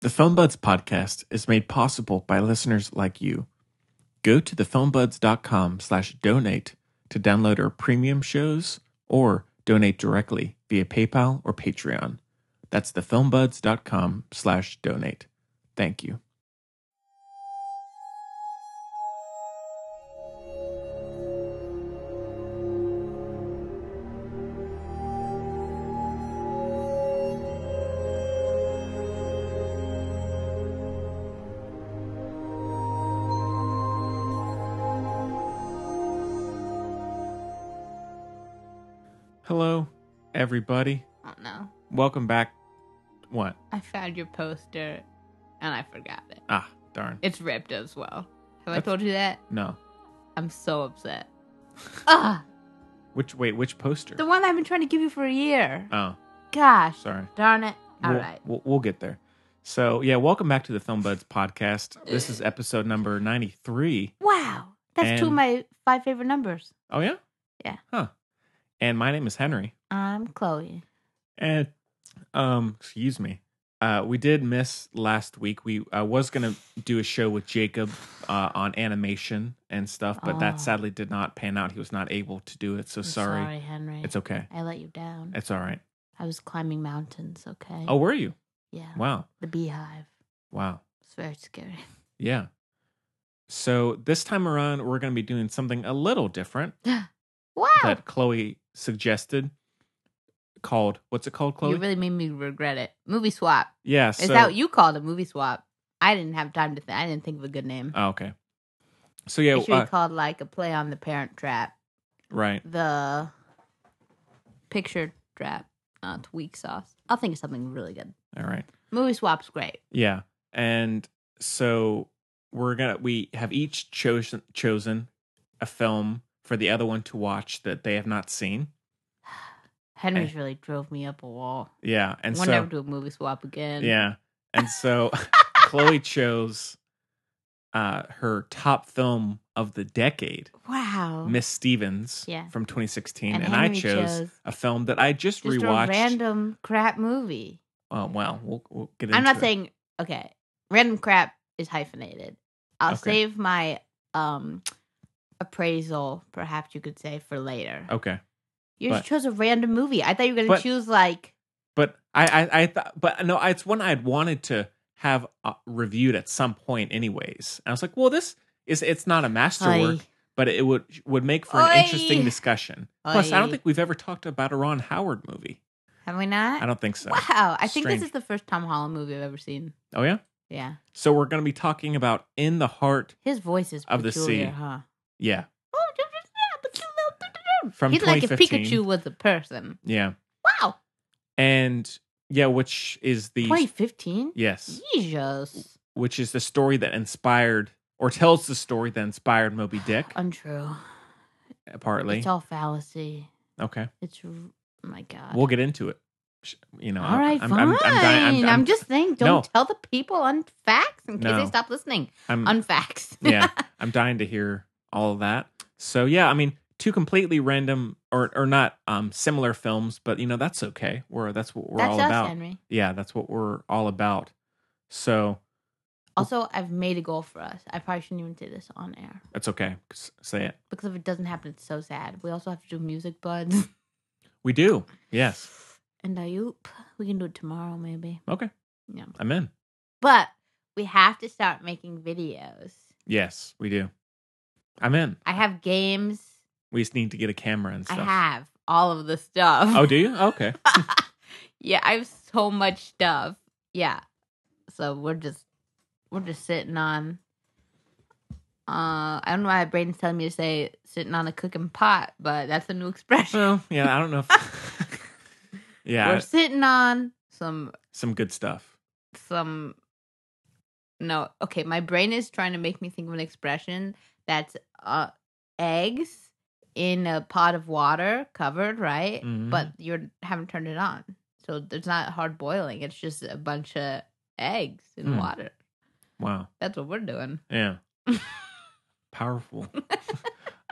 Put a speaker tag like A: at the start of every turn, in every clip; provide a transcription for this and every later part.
A: The PhoneBuds podcast is made possible by listeners like you. Go to thephonebuds.com slash donate to download our premium shows or donate directly via PayPal or Patreon. That's thephonebuds.com slash donate. Thank you. Hello, everybody.
B: Oh no.
A: Welcome back. What?
B: I found your poster and I forgot it.
A: Ah, darn.
B: It's ripped as well. Have I
A: That's-
B: told you that?
A: No.
B: I'm so upset. Ah,
A: Which, wait, which poster?
B: the one I've been trying to give you for a year.
A: oh,
B: Gosh,
A: sorry.
B: darn it. All
A: we'll,
B: right.
A: We'll, we'll get there. So, yeah, welcome back to the Film Buds podcast. This is episode number 93.
B: Wow, that's two
A: And-
B: of my five favorite numbers.
A: Oh, yeah?
B: Yeah.
A: Huh. And my name is Henry.
B: I'm Chloe.
A: And, um, excuse me. Uh, we did miss last week. We I was gonna do a show with Jacob uh, on animation and stuff, but
B: Oh.
A: that sadly did not pan out. He was not able to do it, so
B: I'm
A: sorry.
B: sorry, Henry.
A: It's okay.
B: I let you down.
A: It's all right.
B: I was climbing mountains. Okay.
A: Oh, were you?
B: yeah.
A: Wow,
B: The beehive.
A: wow.
B: It's very scary.
A: Yeah. So this time around, we're going to be doing something a little different
B: Wow.
A: that Chloe suggested. Called what's it called, Chloe?
B: You really made me regret it. Movie swap.
A: yeah.
B: Is
A: so,
B: that what you called a movie swap? I didn't have time to think. I didn't think of a good name.
A: Oh, okay. So yeah,
B: it should be
A: uh,
B: called like a play on the parent trap,
A: right.
B: the picture trap. Uh, it's weak sauce. I'll think of something really good.
A: All right.
B: Movie swap's great.
A: Yeah. And so we're gonna we have each chosen chosen a film for the other one to watch that they have not seen.
B: Henry's really drove me up a wall.
A: Yeah. And
B: we'll
A: so
B: never do a movie swap again.
A: Yeah. And so Chloe chose uh her top film of the decade,
B: Wow.
A: Miss Stevens
B: Yeah.
A: from 2016,
B: And
A: and, I
B: Henry
A: chose,
B: chose
A: a film that I just,
B: Just
A: rewatched.
B: a random crap movie.
A: oh, well, we'll, we'll get into
B: I'm not
A: it.
B: saying okay. Random crap is hyphenated. I'll
A: Okay.
B: save my um appraisal, perhaps you could say, for later.
A: Okay.
B: You
A: Oh, But-
B: just chose a random movie. I thought you were going
A: But-
B: to choose like
A: But I I, I thought but no, it's one I'd wanted to have uh, reviewed at some point anyways. And I was like, well, this is it's not a masterwork,
B: Oi. but
A: but it would would make for an
B: Oi.
A: interesting discussion. Plus, I don't
B: Oi.
A: think we've ever talked about a Ron Howard movie.
B: have we not?
A: I don't think so.
B: wow, I think
A: Strange.
B: this is the first Tom Holland movie I've ever seen.
A: Oh yeah.
B: Yeah,
A: So we're going to be talking about in the heart,
B: his voice is
A: Of the
B: peculiar,
A: sea.
B: huh? Oh,
A: yeah, from
B: He's like if
A: 2015.
B: Pikachu was a person.
A: yeah,
B: Wow,
A: and yeah, which is the
B: 2015.
A: yes,
B: Jesus,
A: which is the story that inspired or tells the story that inspired Moby Dick
B: untrue.
A: partly.
B: It's all fallacy.
A: okay,
B: It's r- oh my God.
A: we'll get into it. Sh- You know,
B: all right, fine. I'm,
A: dying-
B: just saying,
A: No.
B: don't tell the people unfacts in case
A: No.
B: they stop listening.
A: I'm-
B: Unfacts.
A: yeah, I'm dying to hear all of that. So yeah, I mean, two completely random or or not um similar films, but you know that's okay. We're that's what we're
B: That's
A: all
B: us,
A: about.
B: Henry.
A: Yeah, that's what we're all about. So
B: Also, I've made a goal for us. I probably shouldn't even say this on air
A: That's okay. S- Say it.
B: because if it doesn't happen, it's so sad. We also have to do music buds
A: We do. Yes.
B: and Ayup. We can do it tomorrow, maybe.
A: Okay.
B: Yeah.
A: I'm in.
B: But we have to start making videos.
A: Yes, we do. I'm in.
B: I have games.
A: We just need to get a camera and stuff.
B: I have all of the stuff.
A: Oh, do you? Okay.
B: yeah, I have so much stuff. Yeah. So we're just we're just sitting on uh I don't know why my brain's telling me to say sitting on a cooking pot, but that's a new expression.
A: Well, yeah, I don't know if. yeah,
B: We're sitting on some
A: some good stuff.
B: some no okay, my brain is trying to make me think of an expression that's uh eggs in a pot of water covered, right?
A: Mhm.
B: But you haven't turned it on. So it's not hard boiling. It's just a bunch of eggs in
A: Mm.
B: water.
A: Wow.
B: That's what we're doing.
A: Yeah. Powerful.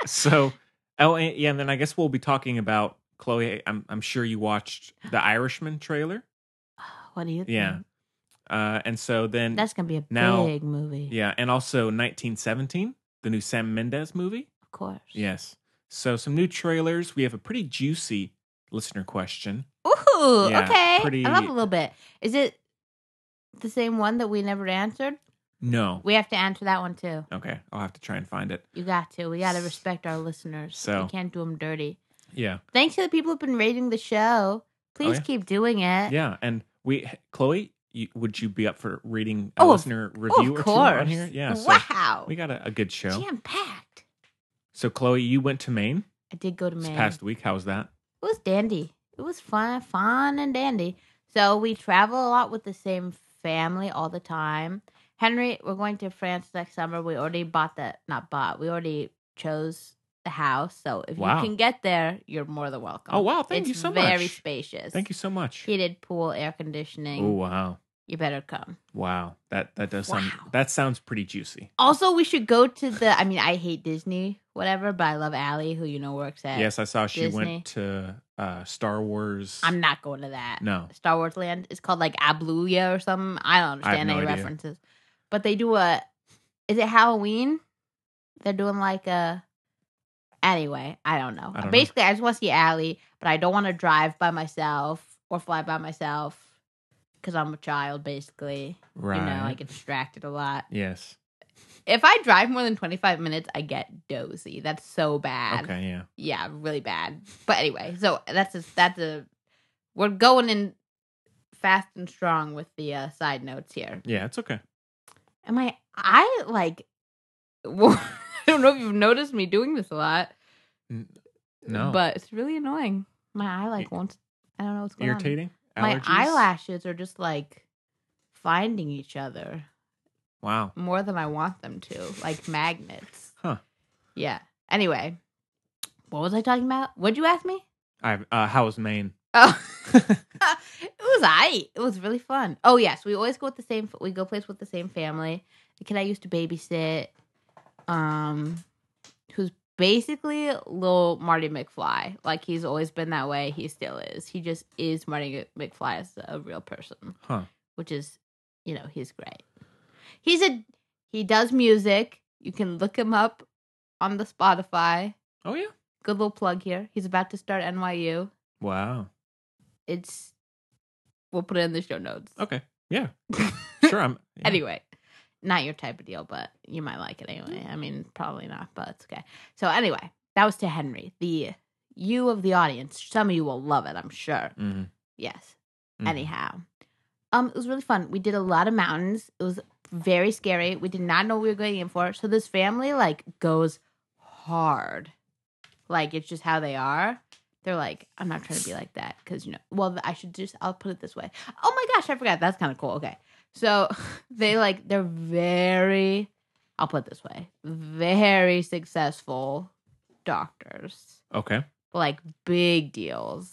A: so, oh, and, yeah, and then I guess we'll be talking about Chloe. I'm, I'm sure you watched the Irishman trailer.
B: What do you think?
A: Yeah. Uh, and so then,
B: Mm-hmm. That's gonna be a
A: Now-
B: big movie.
A: yeah, and also 1917, the new Sam Mendes movie.
B: Of course.
A: Yes. So some new trailers. We have a pretty juicy listener question.
B: Ooh,
A: Yeah,
B: okay.
A: pretty-
B: I love a little bit. Is it the same one that we never answered?
A: No.
B: We have to answer that one too.
A: Okay, I'll have to try and find it.
B: You got to. We got to respect our listeners.
A: So.
B: we can't do them dirty.
A: Yeah.
B: Thanks to the people who've been rating the show. Please
A: Oh, yeah.
B: keep doing it.
A: Yeah, and we Chloe, you, would you be up for reading a
B: Oh, of-
A: listener
B: Oh,
A: review
B: of
A: or two
B: course.
A: on here? Yeah. So
B: wow.
A: we got a, a good show.
B: Jam packed.
A: So Chloe, you went to Maine
B: I did go to
A: this
B: Maine.
A: past week. How was that?
B: It was dandy. It was fun, fun and dandy. So we travel a lot with the same family all the time. Henry, we're going to France next summer. We already bought the not bought. We already chose the house. So if
A: Wow.
B: you can get there, you're more than welcome.
A: Oh wow, thank
B: it's
A: you so
B: very
A: much.
B: spacious.
A: Thank you so much.
B: Heated pool, air conditioning.
A: Oh wow.
B: You better come.
A: Wow. That that does sound
B: Wow.
A: that sounds pretty juicy.
B: Also, we should go to the. I mean, I hate Disney, whatever, but I love Allie, who you know works at.
A: Yes, I saw she
B: Disney.
A: went to uh Star Wars.
B: I'm not going to that.
A: no.
B: Star Wars Land. It's called like Abluya or something. I don't
A: I have
B: understand
A: no
B: any
A: idea.
B: references. But they do a. Is it Halloween? They're doing like a. Anyway, I don't know.
A: I don't know.
B: Basically, I just want to see Allie, but I don't want to drive by myself or fly by myself because I'm a child, basically.
A: Right.
B: You know, I get distracted a lot.
A: yes.
B: If I drive more than 25 minutes, I get dozy. That's so bad
A: Okay, yeah.
B: yeah, really bad. But anyway, so that's a that's a we're going in fast and strong with the uh, side notes here.
A: Yeah, it's okay.
B: Am I I like I don't know if you've noticed me doing this a lot,
A: No.
B: but it's really annoying. My eye like won't I don't know what's going
A: irritating?
B: on. um, My
A: Allergies?
B: eyelashes are just like finding each other
A: Wow.
B: more than I want them to, like magnets.
A: Huh.
B: Yeah. Anyway, what was I talking about? What'd you ask me?
A: I uh how was Maine?
B: Oh, it was I. It was really fun. Oh yes, we always go with the same. We go place with the same family. The kid I used to babysit, um, who's basically little Marty McFly. Like he's always been that way. He still is. He just is Marty McFly as a real person,
A: Huh.
B: which is, you know, he's great. He's a he does music. You can look him up on the Spotify.
A: Oh yeah.
B: Good little plug here. He's about to start NYU
A: Wow.
B: it's we'll put it in the show notes.
A: Okay. Yeah. Sure. I'm yeah.
B: Anyway, not your type of deal, but you might like it anyway. I mean, probably not, but it's okay. So anyway, that was to Henry, the you of the audience. Some of you will love it, I'm sure.
A: Mhm.
B: Yes.
A: Mhm.
B: Anyhow, um, it was really fun. We did a lot of mountains. It was very scary. We did not know what we were going in for. So this family like goes hard. Like it's just how they are. They're like, I'm not trying to be like that because you know. Well, I should just. I'll put it this way. Oh my gosh, I forgot. That's kind of cool. Okay, so they like they're very. I'll put it this way. Very successful doctors
A: Mm-hmm. Okay.
B: like big deals.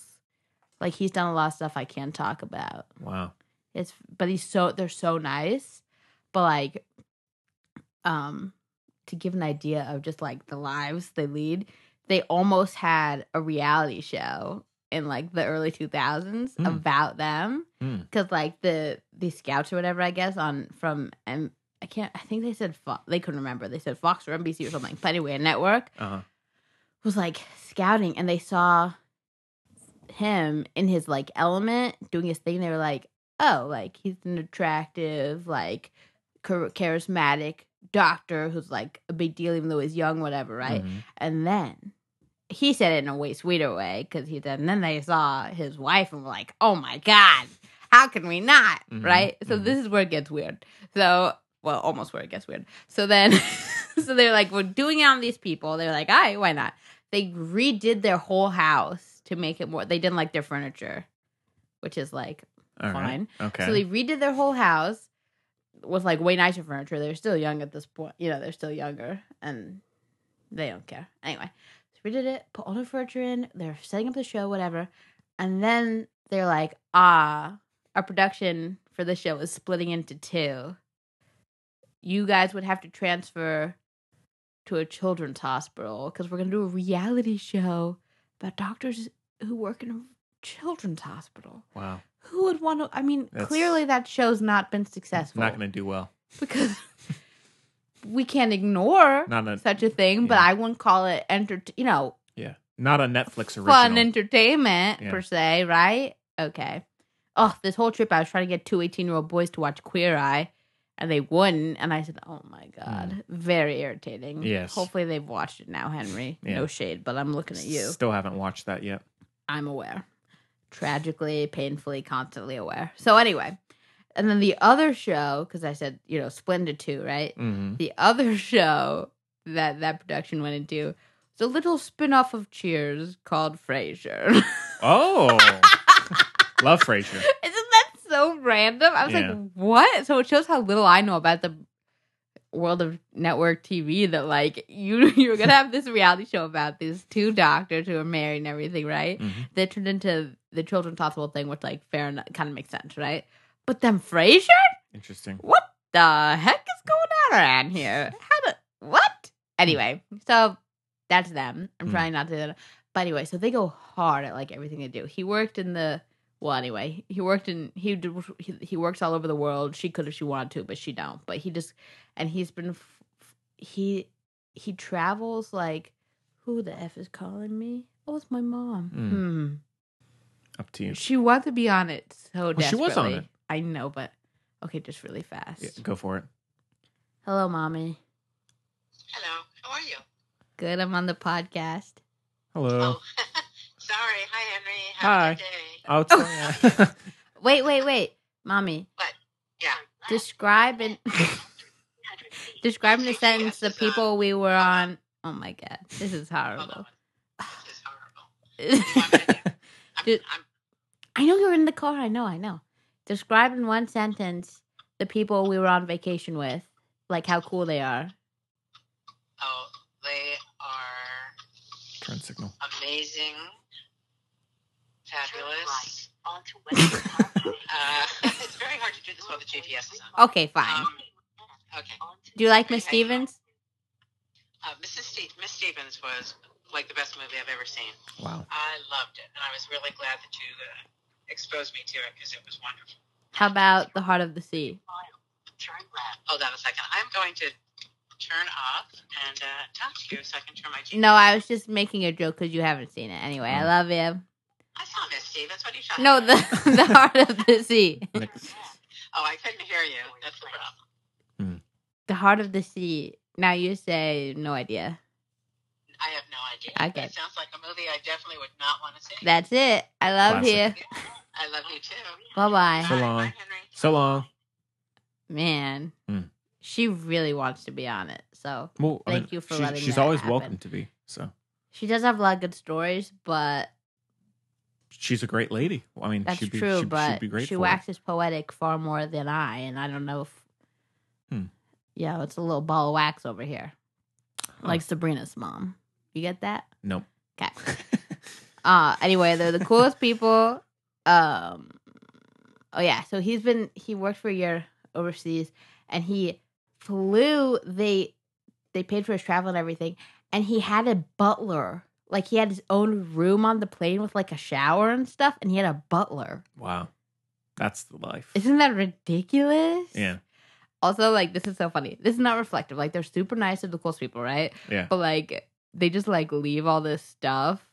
B: Like he's done a lot of stuff I can't talk about.
A: Wow.
B: It's but he's so they're so nice. But like um to give an idea of just like the lives they lead, they almost had a reality show in like the early 2000s
A: Hmm.
B: about them
A: Hmm.
B: cuz like the the scouts or whatever I guess on from and I can't I think they said Fo- they couldn't remember. They said Fox or NBC or something. But anyway, a network
A: Uh huh.
B: was like scouting and they saw him in his like element doing his thing. They were like, oh, like he's an attractive, like char- charismatic doctor who's like a big deal, even though he's young, whatever, right?
A: Mhm.
B: And then he said it in a way sweeter way because he said, and then they saw his wife and were like, oh my God, how can we not?
A: Mhm,
B: Right? So
A: mhm.
B: this is where it gets weird. So, well, almost where it gets weird. So then, so they're like, we're doing it on these people. They're like, all right, why not? They redid their whole house to make it more, they didn't like their furniture, which is like
A: All right.
B: fine.
A: Okay.
B: So they redid their whole house with like way nicer furniture. They're still young at this point. You know, they're still younger and they don't care. Anyway, so we did it, put all the furniture in, they're setting up the show, whatever. And then they're like, ah, our production for the show is splitting into two. You guys would have to transfer to a children's hospital because we're going to do a reality show about doctors who work in a children's hospital
A: wow.
B: Who would want to? I mean,
A: That's-
B: clearly that show's not been successful
A: Not going to do well.
B: because we can't ignore
A: Not a
B: such a thing. But
A: yeah.
B: I wouldn't call it enter. You know,
A: yeah. Not a Netflix original.
B: fun entertainment
A: Yeah.
B: per se, right? Okay. Oh, this whole trip I was trying to get two 18 year old boys to watch Queer Eye and they wouldn't. And I said, Oh my God. Very irritating.
A: Hmm. Yes.
B: Hopefully they've watched it now, Henry.
A: Yeah.
B: No shade, but I'm looking at you.
A: Still haven't watched that yet.
B: I'm aware. Tragically, painfully, constantly aware. So, anyway. And then the other show, because I said, you know, Splendid 2, right?
A: Mm-hmm.
B: The other show that that production went into was a little spin off of Cheers called Frasier.
A: Oh, love Frasier.
B: Isn't that so random? I was
A: Yeah.
B: like, what? So it shows how little I know about the world of network TV that like you you're gonna have this reality show about these two doctors who are married and everything, right?
A: Mhm.
B: That turned into the children's hospital thing, which like fair enough kind of makes sense, right? But then Frasier?
A: Interesting.
B: What the heck is going on around here? How do what? Anyway, so that's them. I'm
A: Hmm.
B: trying not to. do that. But anyway, so they go hard at like everything they do. He worked in the well. Anyway, he worked in he did, he, he works all over the world. She could if she wanted to, but she don't. But he just and he's been f- f- he he travels like who the f is calling me? Oh, it's my mom.
A: Hmm.
B: Hmm.
A: Up to you.
B: She wanted to be on it so
A: Well, she
B: desperately.
A: was on it.
B: I know, but okay, just really fast.
A: Yeah, go for it.
B: Hello, mommy.
C: Hello, how are you?
B: Good. I'm on the podcast.
A: Hello.
C: Oh, sorry. Hi, Henry. Have
A: Hi.
C: a good day.
A: Oh, sorry.
B: Wait, wait, wait, mommy.
C: Yeah.
B: Describe in describe in a sentence the
C: This is, uh,
B: people we were on. Oh my god, this is horrible.
C: Hold on. This is horrible.
B: I
C: I'm, gonna- I'm,
B: Did-
C: I'm,
B: know you were in the car. I know. I know. Describe in one sentence the people we were on vacation with, like how cool they are.
C: oh, they are
A: Turn signal.
C: amazing, fabulous. Uh, it's very hard to do this while the GPS is on.
B: Okay, fine.
C: Um, okay.
B: Do you like Miss Stevens?
C: Uh, Mrs. Ste- Miss Stevens was like the best movie I've ever seen.
A: Wow.
C: I loved it, and I was really glad that you uh, exposed me to it because it was wonderful.
B: How about the Heart of the Sea?
C: turn left. Hold on a second. I'm going to turn off and uh, talk to you so I can turn my.
B: No, I was just making a joke because you haven't seen it. Anyway, I
A: Oh.
B: love you.
C: I saw Miss Stevens. What are you talking?
B: No, the
C: about?
B: the Heart of the Sea.
A: Next.
C: Oh, I couldn't hear you. That's the problem.
B: The heart of the sea. Now you say no idea.
C: I have no idea.
B: Okay.
C: That sounds like a movie I definitely would not want to see.
B: That's it. I love
A: Classic.
B: you.
C: I love you too.
B: Bye bye.
A: So
C: Bye,
A: long.
C: Bye, Henry.
A: So long.
B: Man,
A: Hmm.
B: she really wants to be on it. So
A: Well, I
B: Thank
A: mean,
B: you for
A: she's,
B: letting
A: She's
B: that
A: always
B: happen.
A: welcome to be. So
B: she does have a lot of good stories, but
A: she's a great lady. I mean,
B: that's
A: she'd be,
B: true.
A: she'd,
B: but
A: she'd be great
B: she
A: for it.
B: waxes poetic far more than I, and I don't know if.
A: Hmm.
B: Yeah, it's a little ball of wax over here, like Sabrina's mom. You get that?
A: Nope.
B: Okay. Uh anyway, they're the coolest people. Um Oh yeah, so he's been he worked for a year overseas and he flew they they paid for his travel and everything and he had a butler. Like he had his own room on the plane with like a shower and stuff and he had a butler.
A: wow. That's the life.
B: Isn't that ridiculous?
A: Yeah.
B: Also like this is so funny. This is not reflective. Like they're super nice to the coolest people, right?
A: Yeah.
B: but like they just like leave all this stuff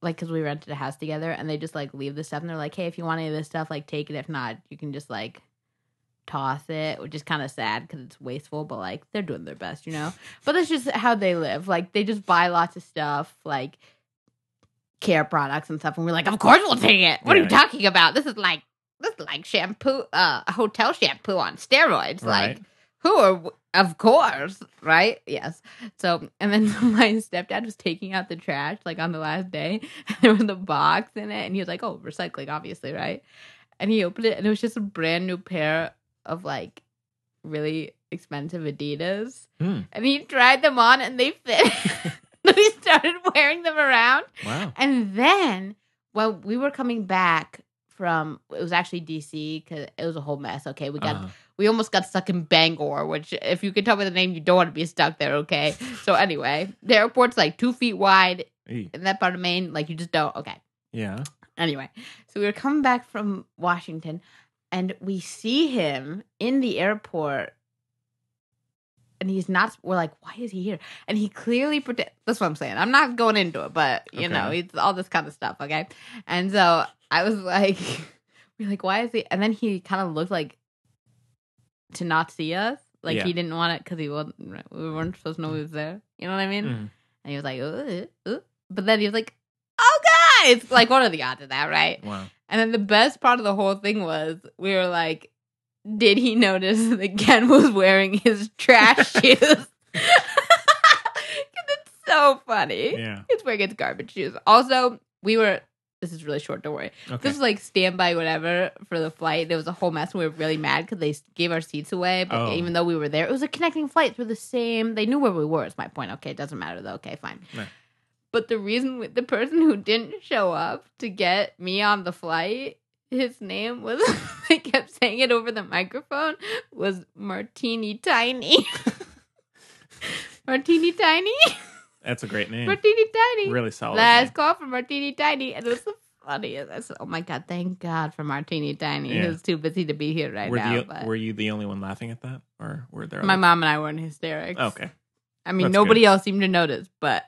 B: like because we rented a house together and they just like leave the stuff and they're like hey if you want any of this stuff like take it if not you can just like toss it which is kind of sad because it's wasteful but like they're doing their best you know but that's just how they live like they just buy lots of stuff like care products and stuff and we're like of course we'll take it what are you
A: Right.
B: talking about this is like this is like shampoo uh hotel shampoo on steroids like
A: Right.
B: who are of course right yes so and then my stepdad was taking out the trash like on the last day and there was a box in it and he was like oh recycling obviously right and he opened it and it was just a brand new pair of like really expensive adidas
A: Hmm.
B: and he tried them on and they fit so he started wearing them around
A: Wow.
B: and then when we were coming back from it was actually DC because it was a whole mess. Okay, we got
A: Uh-huh.
B: we almost got stuck in Bangor, which if you can tell by the name, you don't want to be stuck there. Okay, so anyway, the airport's like two feet wide
A: Hey.
B: in that part of Maine. Like you just don't. Okay,
A: Yeah.
B: Anyway, so we were coming back from Washington and we see him in the airport. And he's not, we're like, why is he here? And he clearly pretend. That's what I'm saying. I'm not going into it, but you
A: Okay.
B: know, it's all this kind of stuff. Okay. And so I was like, we're like, why is he? And then he kind of looked like to not see us. Like
A: Yeah.
B: he didn't want it because he wasn't, we weren't supposed to know he was there. You know what I mean?
A: Mm.
B: And he was like, "Uh, uh," but then he was like, oh, guys! Like, what are the odds of that, right?
A: Mm. Wow.
B: And then the best part of the whole thing was we were like, did he notice that Ken was wearing his trash shoes? 'Cause it's so funny.
A: Yeah.
B: It's wearing his garbage shoes. Also, we were, this is really short, don't worry.
A: Okay.
B: This was like standby, whatever, for the flight. There was a whole mess. And we were really mad because they gave our seats away. But
A: Oh.
B: even though we were there, it was a connecting flight. They were the same. They knew where we were, is my point. Okay, it doesn't matter though. Okay, fine.
A: No.
B: But the reason, the person who didn't show up to get me on the flight, his name was, they kept saying it over the microphone, was Martini Tiny. Martini Tiny?
A: That's a great name.
B: Martini Tiny.
A: Really solid.
B: Last
A: name.
B: call for Martini Tiny, and it was the funniest. I said, oh my god, thank God for Martini Tiny,
A: Yeah.
B: who's too busy to be here right
A: were,
B: now.
A: the,
B: but
A: were you the only one laughing at that, or were there?
B: my
A: other-
B: mom and I were in hysterics.
A: Okay.
B: I mean
A: That's
B: nobody else seemed to notice, but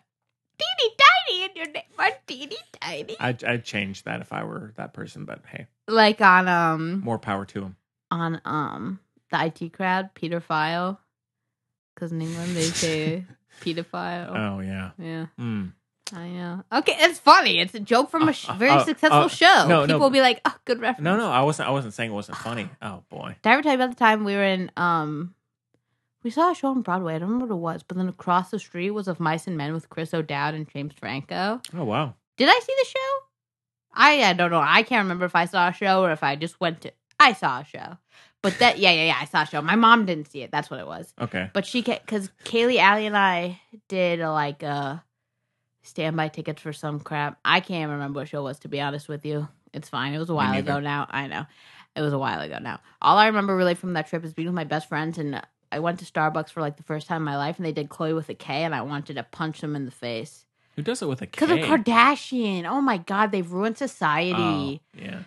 B: Teeny Tiny in your name, Martini Tiny,
A: I'd, I'd change that if I were that person, but hey,
B: like on um
A: more power to him.
B: on um the IT crowd, pedophile, because in England they say pedophile.
A: Oh yeah.
B: yeah,
A: Mm.
B: I know. Okay, it's funny. It's a joke from a sh-
A: Uh, uh,
B: very
A: uh,
B: successful
A: uh,
B: show.
A: no, no,
B: People will be like, "Oh, good reference."
A: No, no, I wasn't. I wasn't saying it wasn't funny. Oh boy.
B: Did I ever tell you about the time we were in um we saw a show on Broadway, I don't remember what it was, but then across the street was of Mice and Men with Chris O'Dowd and James Franco.
A: Oh wow.
B: Did I see the show? I I don't know. I can't remember if I saw a show or if I just went to I saw a show. But that yeah, yeah, yeah, I saw a show. My mom didn't see it. That's what it was.
A: Okay.
B: But she cuz Kaylee Allie and I did a, like a standby tickets for some crap. I can't remember what show it was to be honest with you. It's fine. It was a while
A: neither.
B: ago now. I know. It was a while ago now. All I remember really from that trip is being with my best friends and I went to Starbucks for like the first time in my life and they did Chloe with a K and I wanted to punch them in the face.
A: Who does it with a K?
B: Because of Kardashian. Oh my God, they've ruined
A: Oh,
B: society.
A: yeah.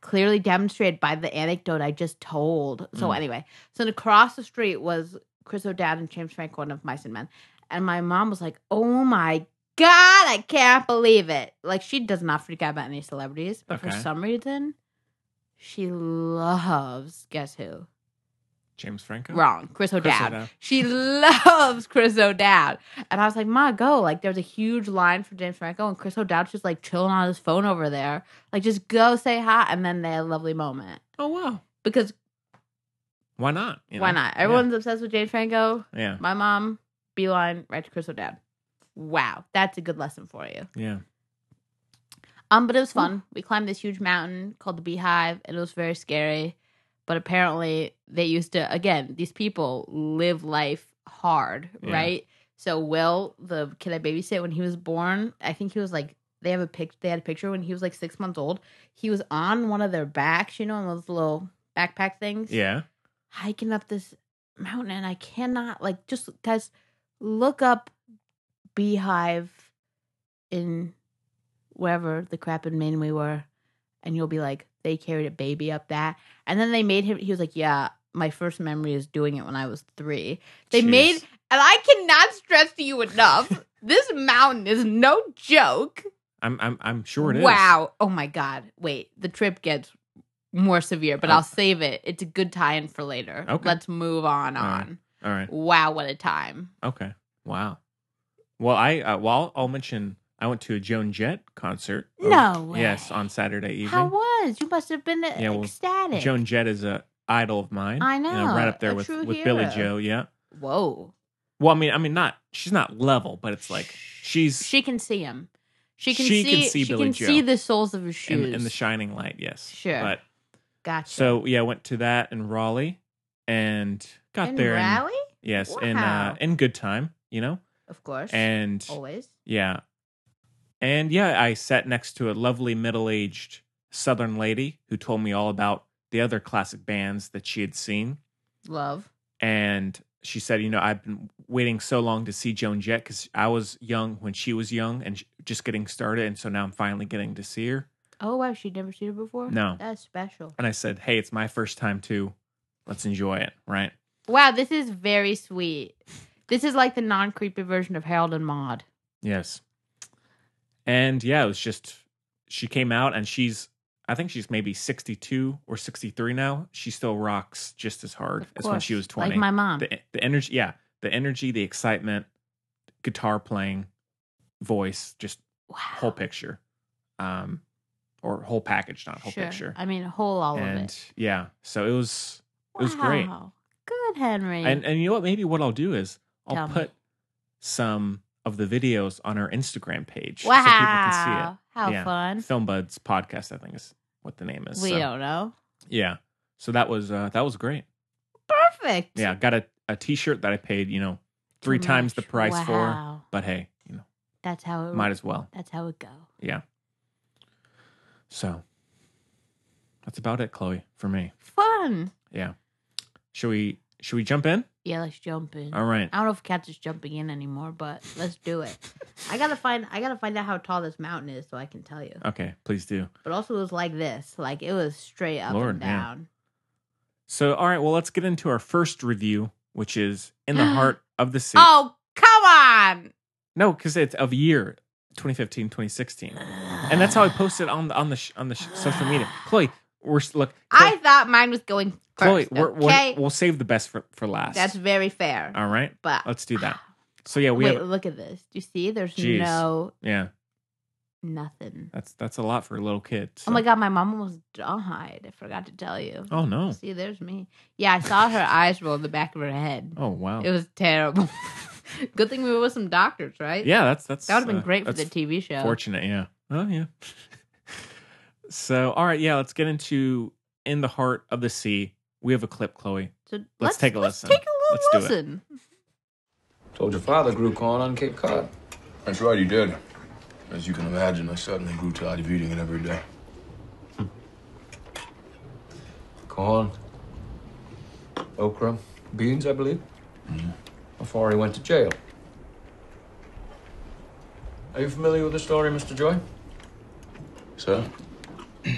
B: Clearly demonstrated by the anecdote I just told. So,
A: Mm.
B: anyway, so across the street was Chris O'Dowd and James Franco, one of Mice and Men. And my mom was like, oh my God, I can't believe it. Like, she does not freak out about any celebrities, but for
A: Okay.
B: some reason, she loves, guess who?
A: James Franco.
B: Wrong, Chris
A: Chris
B: O'Dowd.
A: O'Dowd.
B: She loves Chris O'Dowd. And I was like, Ma, go. Like, there was a huge line for James Franco, and Chris O'Dowd's just like chilling on his phone over there. Like, just go say hi. And then they had a lovely moment.
A: Oh wow.
B: Because
A: Why not? you
B: why
A: know?
B: not? Everyone's obsessed with James Franco.
A: Yeah.
B: My mom, beeline, right to Chris O'Dowd. Wow, that's a good lesson for you.
A: Yeah.
B: Um, but it was fun. We climbed this huge mountain called the Beehive, and it was very scary. But apparently, they used to again. These people live life hard,
A: Yeah.
B: right? So Will, the kid I babysit when he was born, I think he was like they have a pic. They had a picture when he was like six months old. He was on one of their backs, you know, one of those little backpack things
A: Yeah.
B: hiking up this mountain and I cannot like just guys look up beehive in wherever the crap in Maine we were and you'll be like they carried a baby up that and then they made him he was like yeah my first memory is doing it when I was 3 they
A: Jeez.
B: made and I cannot stress to you enough this mountain is no joke
A: I'm. I'm. I'm sure it is.
B: Wow. Oh my God. Wait, the trip gets more severe, but
A: Oh.
B: I'll save it. It's a good tie in for later.
A: Okay.
B: Let's move on.
A: All right.
B: On.
A: All right.
B: Wow, what a time.
A: Okay. Wow. Well, I uh, well I'll mention I went to a Joan Jett concert. Oh,
B: No way.
A: Yes, on Saturday evening.
B: How was? You must have been uh,
A: Yeah, well,
B: ecstatic.
A: Joan Jett is a idol of mine.
B: I
A: You
B: know,
A: right up
B: a
A: there with
B: true
A: with Billy
B: hero.
A: Joe. Yeah.
B: Whoa.
A: Well, I mean, I mean, not she's not level, but it's like she's
B: She can see him. She can
A: She
B: see.
A: can see
B: she
A: Billy
B: can
A: Joe.
B: see the soles of his
A: in,
B: shoes.
A: in the shining light. Yes.
B: Sure.
A: But
B: gotcha.
A: so yeah, I went to that in Raleigh and got
B: in
A: there. in-
B: Raleigh,
A: yes, in uh,
B: Wow. Oh,
A: in good time, you know,
B: of course,
A: and
B: always.
A: Yeah. And yeah, I sat next to a lovely middle aged Southern lady who told me all about the other classic bands that she had seen.
B: Love.
A: And she said, You know, I've been waiting so long to see Joan Jett because I was young when she was young and sh- just getting started. And so now I'm finally getting to see her.
B: Oh wow, she'd never seen it before.
A: No.
B: that's special.
A: And I said, hey, it's my first time too. Let's enjoy it, right?
B: Wow, this is very sweet. This is like the non creepy version of Harold and Maude.
A: Yes. And yeah, it was just she came out and she's I think she's maybe 62 or 63 now. She still rocks just as hard
B: Of
A: as when she
B: course,
A: was 20.
B: Like my mom.
A: the the energy, yeah, the energy, the excitement, guitar playing, voice, just
B: wow.
A: whole picture. Um or whole package, not whole
B: Sure.
A: picture.
B: I mean, whole all of
A: and
B: it.
A: yeah, so it was it was great.
B: Wow. Good, Henry.
A: And and you know what? Maybe what I'll do is I'll
B: Tell me.
A: put some of the videos on our Instagram page
B: wow.
A: so people can
B: How
A: Yeah. see it.
B: fun.
A: Film Buds podcast, I think is what the name is.
B: We
A: So,
B: don't know.
A: Yeah. So that was uh, that was great.
B: Perfect.
A: Yeah, got a, a t shirt that I paid, you know,
B: Too
A: three times the
B: much.
A: price for.
B: Wow.
A: But hey, you know,
B: That's how it
A: might as well.
B: That's how it go.
A: So that's about it, Chloe, for me.
B: Fun.
A: Yeah. Should we should we jump in?
B: Yeah, let's jump in.
A: All right.
B: I don't know if cats is jumping in anymore, but let's do it. I gotta find I gotta find out how tall this mountain is so I can tell you.
A: Okay, please do.
B: But also it was like this. Like it was straight up
A: Lord,
B: and
A: yeah.
B: down.
A: So, all right, well, let's get into our first review, which is In the Heart of the Sea.
B: Oh come on.
A: No, because it's of year 2015, 2016. And that's how I posted on the on the sh- on the sh- social media. Chloe, we're s- look.
B: I thought mine was going
A: Chloe,
B: first.
A: we're,
B: okay.
A: we're, we'll save the best for, for last.
B: That's very fair.
A: all right.
B: but
A: Let's do that. So yeah, we
B: wait,
A: have
B: look at this. Do you see? There's
A: Jeez.
B: no
A: yeah.
B: nothing.
A: That's that's a lot for a little kid. so-
B: Oh my god, my mom almost died. I forgot to tell you.
A: Oh no.
B: See, there's me. Yeah, I saw her eyes roll in the back of her head.
A: Oh wow.
B: It was terrible. Good thing we were with some doctors, right?
A: yeah, that's that's
B: That would have been
A: uh,
B: great for
A: that's
B: the TV show.
A: Fortunate, yeah. Oh yeah. so all right, yeah. Let's get into in the heart of the sea. We have a clip, Chloe.
B: So
A: take a listen.
B: Take a little
A: Let's do it.
B: listen.
D: Told your father grew corn on Cape Cod.
E: That's right, he did. As you can imagine, I suddenly grew tired of eating it every day.
D: Corn, okra, beans, I believe. Mm-hmm. Before he went to jail. Are you familiar with the story, Mr. Joy?
E: Sir?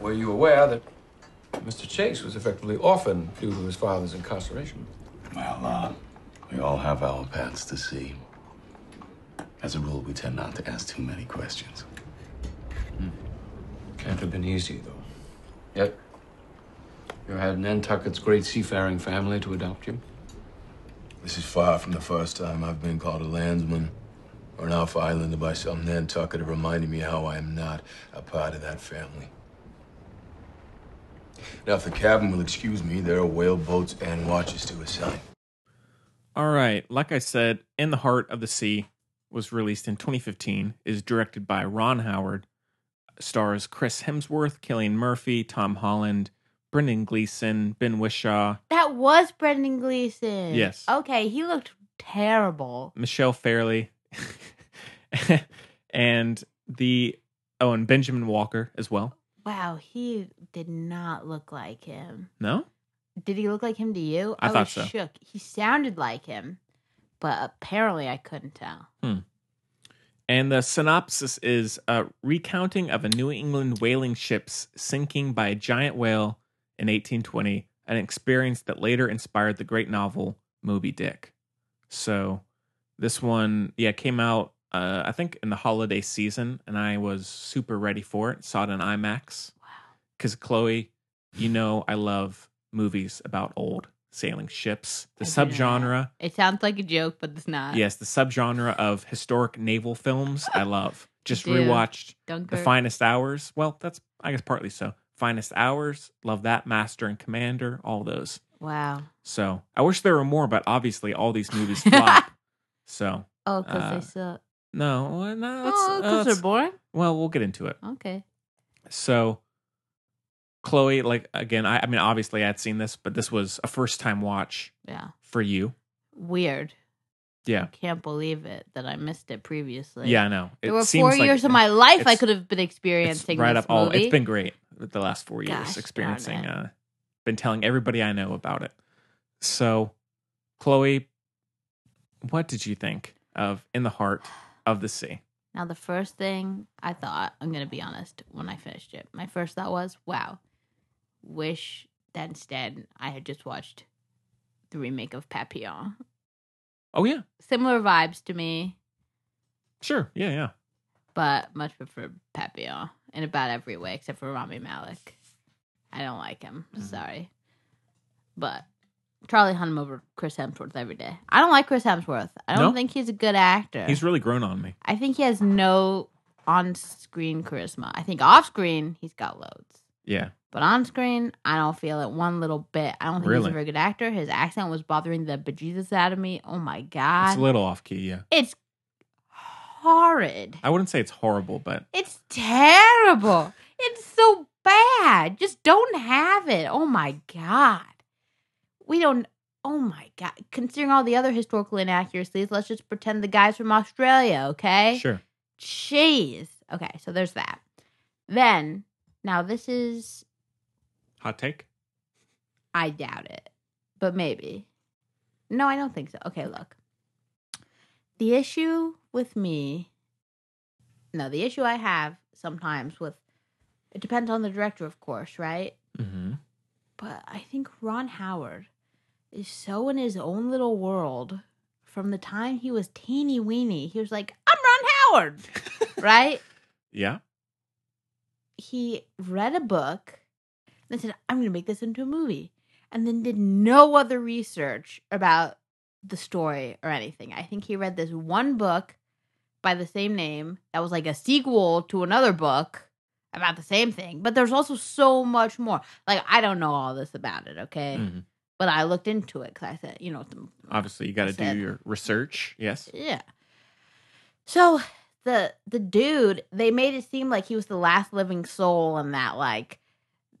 D: Were you aware that Mr. Chase was effectively orphaned due to his father's incarceration?
E: Well, uh, we all have our paths to see. As a rule, we tend not to ask too many questions.
D: Can't have been easy, though. Yet, you had Nantucket's great seafaring family to adopt you.
E: This is far from the first time I've been called a landsman or an off islander by some Nantucket reminding me how I am not a part of that family. Now, if the captain will excuse me, there are whale boats and watches to assign.
A: All right. Like I said, In the Heart of the Sea was released in 2015, is directed by Ron Howard, stars Chris Hemsworth, Killian Murphy, Tom Holland, Brendan Gleeson, Ben Wishaw,
B: That was Brendan Gleeson.
A: Yes.
B: Okay, he looked terrible.
A: Michelle Fairley, and the oh, and Benjamin Walker as well.
B: Wow, he did not look like him.
A: No?
B: Did he look like him to you?
A: I thought
B: was
A: so.
B: shook. He sounded like him, but apparently I couldn't tell.
A: And the synopsis is a recounting of a New England whaling ship's sinking by a giant whale in 1820, an experience that later inspired the great novel Moby Dick. So this one, yeah, came out uh, I think in the holiday season, and I was super ready for it. Saw it in IMAX
B: Wow.
A: because Chloe, you know, I love movies about old sailing ships. The
B: I do know that.
A: subgenre,
B: It sounds like a joke, but it's not.
A: yes, the subgenre of historic naval films, I love. Just
B: do.
A: rewatched the
B: Dunkirk.
A: finest hours. Well, that's I guess partly so. Finest hours, love that. Master and Commander, all those.
B: wow.
A: So I wish there were more, but obviously all these movies flop. So
B: Oh, because
A: Uh,
B: they suck.
A: no, well, no, it's,
B: Oh,
A: uh,
B: because
A: it's-
B: they're boring.
A: well, we'll get into it.
B: Okay.
A: So, Chloe, like again, I, I mean, obviously I'd seen this, but this was a first time watch
B: Yeah.
A: for you.
B: Weird. I
A: Yeah,
B: can't believe it that I missed it previously.
A: yeah, I know. It
B: There were
A: seems
B: four
A: like
B: years of my life I
A: it's-
B: could have been
A: it's
B: experiencing
A: right
B: this
A: up all.
B: movie.
A: It's been great the last four years
B: Gosh darn
A: experiencing.
B: it.
A: Uh, been telling everybody I know about it. So, Chloe, what did you think of In the Heart of the Sea?
B: Now, the first thing I thought, I'm going to be honest, when I finished it, my first thought was, wow, wish that instead I had just watched the remake of Papillon.
A: Oh yeah,
B: Similar vibes to me,
A: sure, yeah, yeah.
B: but much prefer Papillon in about every way except for Rami Malik. I don't like him.
A: Mm-hmm.
B: Sorry. But Charlie Hunnam over Chris Hemsworth every day. I don't like Chris Hemsworth. I don't
A: No?
B: think he's a good actor.
A: He's really grown on me.
B: I think he has no on screen charisma. I think off screen, he's got loads.
A: Yeah,
B: But on screen, I don't feel it one little bit. I don't think he's
A: Really?
B: a very good actor. His accent was bothering the bejesus out of me. Oh my
A: it's
B: God.
A: a little off key. Yeah,
B: it's horrid.
A: I wouldn't say it's horrible, but
B: It's terrible. It's so bad. Just don't have it. Oh my god. We don't Oh my god. Considering all the other historical inaccuracies, let's just pretend the guy's from Australia, okay?
A: sure.
B: Jeez. Okay, so there's that. Then, now this is
A: Hot take.
B: I doubt it, but maybe. No, I don't think so. Okay, look. The issue with me, no, the issue I have sometimes with, it depends on the director, of course, right?
A: Mm-hmm.
B: But I think Ron Howard is so in his own little world from the time he was teeny weeny. He was like, I'm Ron Howard, right?
A: Yeah,
B: he read a book and said, I'm going to make this into a movie. And then did no other research about the story or anything. I think he read this one book by the same name that was like a sequel to another book about the same thing. But there's also so much more. Like, I don't know all this about it, okay?
A: Mhm.
B: But I looked into it because I said, you know, some-
A: obviously you got to
B: That's
A: do
B: it.
A: your research. Yes.
B: yeah. So the the dude, they made it seem like he was the last living soul and that like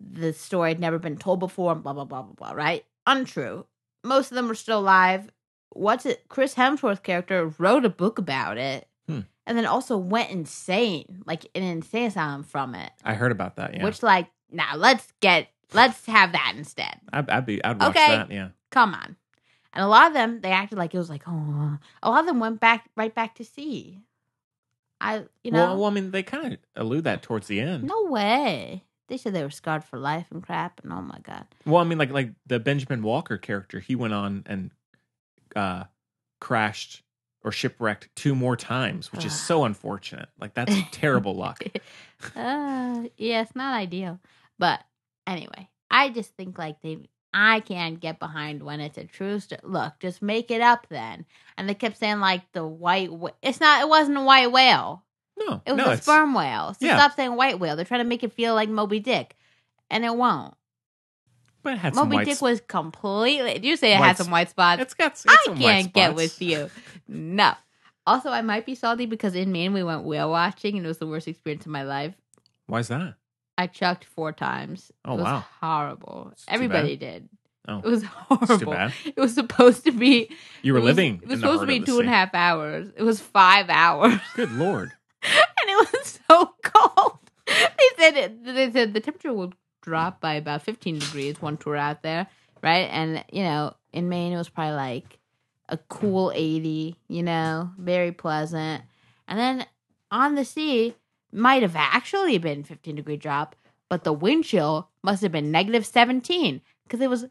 B: the story had never been told before and blah blah blah blah blah, right? Untrue. Most of them are still alive. What's it Chris Hemsworth's character wrote a book about it
A: Hmm.
B: and then also went insane, like in an insane asylum from it.
A: I heard about that. Yeah,
B: Which like, now let's get let's have that instead
A: I'd, I'd be. I'd watch
B: Okay.
A: that. Yeah.
B: come on. And a lot of them, they acted like it was like, oh, a lot of them went back right back to sea. I, you know,
A: well, well, I mean, they kind of allude that towards the end.
B: no way. They said they were scarred for life and crap, and oh my god,
A: Well, I mean, like like the Benjamin Walker character, he went on and uh crashed or shipwrecked two more times, which is
B: Ah.
A: so unfortunate. Like that's terrible luck.
B: uh, yeah, it's not ideal. But anyway, I just think like they, I can't get behind when it's a true st- look. Just make it up then. And they kept saying like the white, wh- it's not, it wasn't a white whale.
A: No,
B: It was
A: no,
B: a
A: it's-
B: sperm whale. So
A: Yeah.
B: stop saying white whale. They're trying to make it feel like Moby Dick, and it won't.
A: But it had some
B: Moby
A: white.
B: Dick
A: sp-
B: was completely. Did you say it
A: White
B: had some white spots?
A: it's got. It's
B: I
A: some white
B: can't get
A: spots.
B: with you. No. Also, I might be salty because in Maine we went whale watching and it was the worst experience of my life.
A: Why's that?
B: I chucked four times.
A: Oh,
B: it was
A: wow.
B: horrible.
A: It's too
B: Everybody did.
A: Oh.
B: It was
A: It's too
B: horrible.
A: bad.
B: It was supposed to be.
A: You were
B: it was-
A: living.
B: It was
A: in the
B: supposed to
A: heart
B: be
A: of the
B: two and a
A: sea.
B: half hours. It was five hours,
A: Good lord.
B: and it was so cold. They said it, they said the temperature will drop by about 15 degrees once we're out there, right? And you know, in Maine it was probably like a cool 80, you know, very pleasant. And then on the sea might have actually been 15 degree drop, but the wind chill must have been negative 17 because it was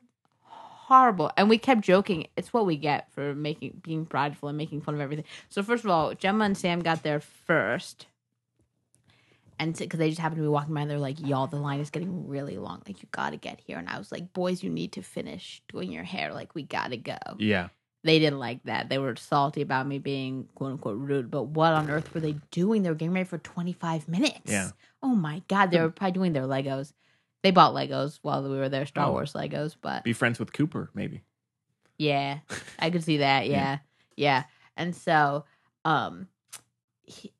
B: horrible. And we kept joking. It's what we get for making being prideful and making fun of everything. So first of all, Gemma and Sam got there first. And because they just happened to be walking by, and they're like, "Y'all, the line is getting really long. Like, you gotta get here." And I was like, "Boys, you need to finish doing your hair. Like, we gotta go."
A: Yeah.
B: they didn't like that. They were salty about me being quote unquote rude, but what on earth were they doing? They were getting ready for 25 minutes.
A: Yeah.
B: Oh my God. They were probably doing their Legos. They bought Legos while we were there, Star
A: Oh.
B: Wars Legos, but
A: Be friends with Cooper, maybe.
B: yeah, I could see that.
A: Yeah.
B: Yeah. yeah. And so, um, he,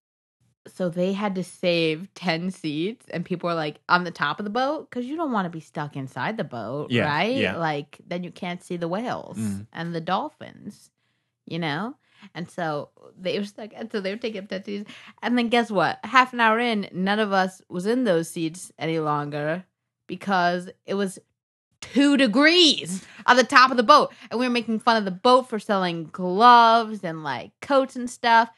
B: so they had to save 10 seats and people were like on the top of the boat because you don't want to be stuck inside the boat,
A: Yeah,
B: right?
A: yeah.
B: Like, then you can't see the whales
A: Mhm.
B: and the dolphins, you know? And so they were stuck. And so they were taking up 10 seats. And then guess what? Half an hour in, none of us was in those seats any longer because it was two degrees on the top of the boat. And we were making fun of the boat for selling gloves and like coats and stuff.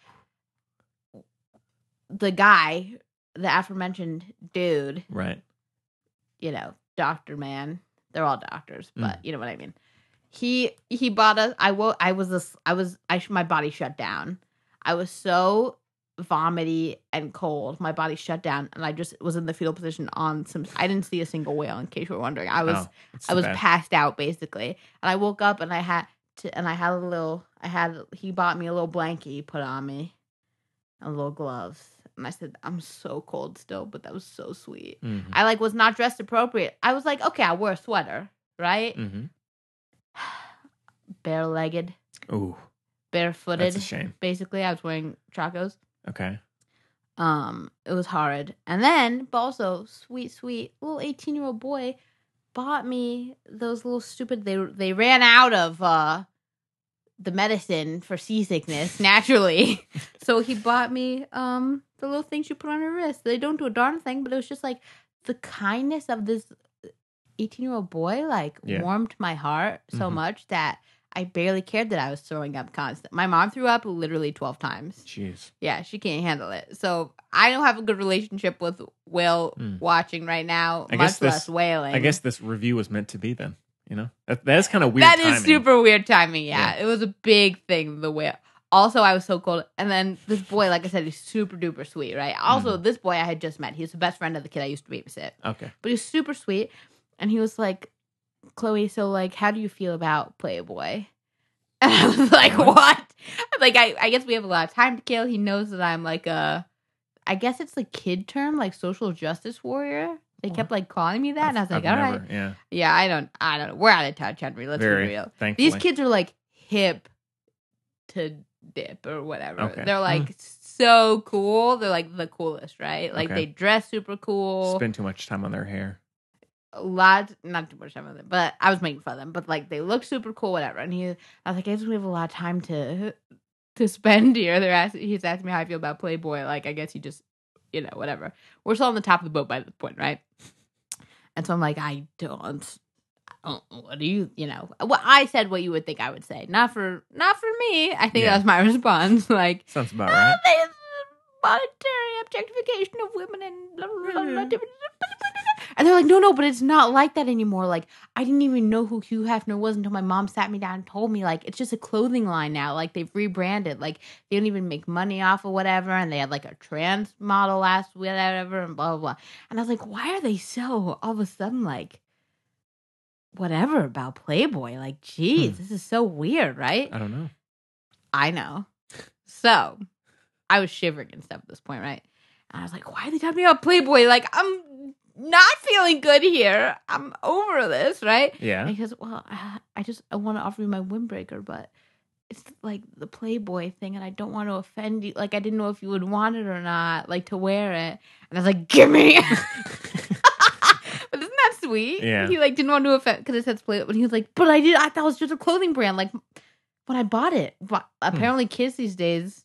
B: the guy, the aforementioned dude,
A: Right.
B: you know, doctor man. They're all doctors,
A: Mm.
B: but you know what I mean. He he bought us. I woke. I was this. I was. I sh- my body shut down. I was so vomity and cold. My body shut down, and I just was in the fetal position on some. I didn't see a single whale. In case you were wondering, I was.
A: Oh, that's
B: I
A: too
B: was
A: bad.
B: passed out basically, and I woke up and I had to, and I had a little. I had he bought me a little blanket he put on me, and little gloves, and I said, "I'm so cold still," but that was so sweet.
A: Mhm.
B: I like was not dressed appropriate. I was like, "Okay, I wore a sweater, right?
A: Mhm.
B: Bare legged,
A: Ooh,
B: barefooted.
A: that's a shame.
B: Basically, I was wearing chacos.
A: Okay.
B: Um, it was horrid. And then, but also, sweet, sweet little eighteen-year-old boy bought me those little stupid. They they ran out of uh the medicine for seasickness naturally, so he bought me um the little things you put on your wrist. They don't do a darn thing, but it was just like the kindness of this eighteen-year-old boy like
A: Yeah.
B: warmed my heart so
A: Mhm.
B: much that. I barely cared that I was throwing up constant. My mom threw up literally 12 times.
A: Jeez.
B: Yeah, she can't handle it. So I don't have a good relationship with whale
A: Mm.
B: watching right now,
A: I
B: much
A: guess this-
B: less whaling.
A: I guess this review was meant to be then. You know, that, that's kind of weird.
B: that is
A: timing.
B: super weird timing. Yeah. it was a big thing. The whale. Also, I was so cold. And then this boy, like I said, he's super duper sweet, right? Also,
A: Hmm.
B: this boy I had just met. He's the best friend of the kid I used to babysit,
A: Okay.
B: but he's super sweet. And he was like, "Chloe, so like, how do you feel about Playboy?" And I was like,
A: What?
B: "What?" Like, I, I guess we have a lot of time to kill. He knows that I'm like a, I guess it's the kid term, like social justice warrior. They
A: What?
B: kept like calling me that, and I was like,
A: I've
B: "All right,
A: never- Yeah.
B: yeah, I don't, I don't. We're out of touch, Henry. Let's
A: very.
B: be real.
A: Thankfully.
B: These kids are like hip to dip or whatever.
A: Okay. Hmm.
B: They're like so cool. They're like the coolest, right? Like
A: Okay.
B: they dress super cool.
A: spend too much time on their hair.
B: a lot, not too much time on them, but I was making fun of them. But like they look super cool, whatever. And he, I was like, I guess we have a lot of time to to spend here. They're asking, he's asking me how I feel about Playboy. Like I guess he just, you know, whatever. We're still on the top of the boat by this point, right? And so I'm like, I don't. I don't- What do you, you know? Well, I said what you would think I would say. Not for, not for me. I think
A: Yeah.
B: that was my response. Like,
A: Sounds about
B: "Ah,
A: right.
B: there's monetary objectification of women and blah, blah, blah,
A: Mm-hmm.
B: blah, blah, blah, blah." and they're like, no, no, but it's not like that anymore. Like, I didn't even know who Hugh Hefner was until my mom sat me down and told me. Like, it's just a clothing line now. Like, they've rebranded. Like, they don't even make money off of whatever. And they had like a trans model last whatever and blah blah. blah. And I was like, why are they so all of a sudden like? Whatever about Playboy, like,
A: Hmm.
B: geez, this is so weird, right?
A: I don't know.
B: I know. So I was shivering and stuff at this point, right? And I was like, why are they talking about Playboy? Like, I'm not feeling good here. I'm over this, right? And
A: Yeah.
B: he goes, well, I I just I want to offer you my windbreaker, but it's like the Playboy thing, and I don't want to offend you. Like, I didn't know if you would want it or not, like to wear it. And I was like, give me. But Isn't that sweet?
A: Yeah.
B: He like didn't want to offend because it says Playboy, but he was like, but I did. I thought it was just a clothing brand. Like when I bought it, but
A: Hmm.
B: apparently kids these days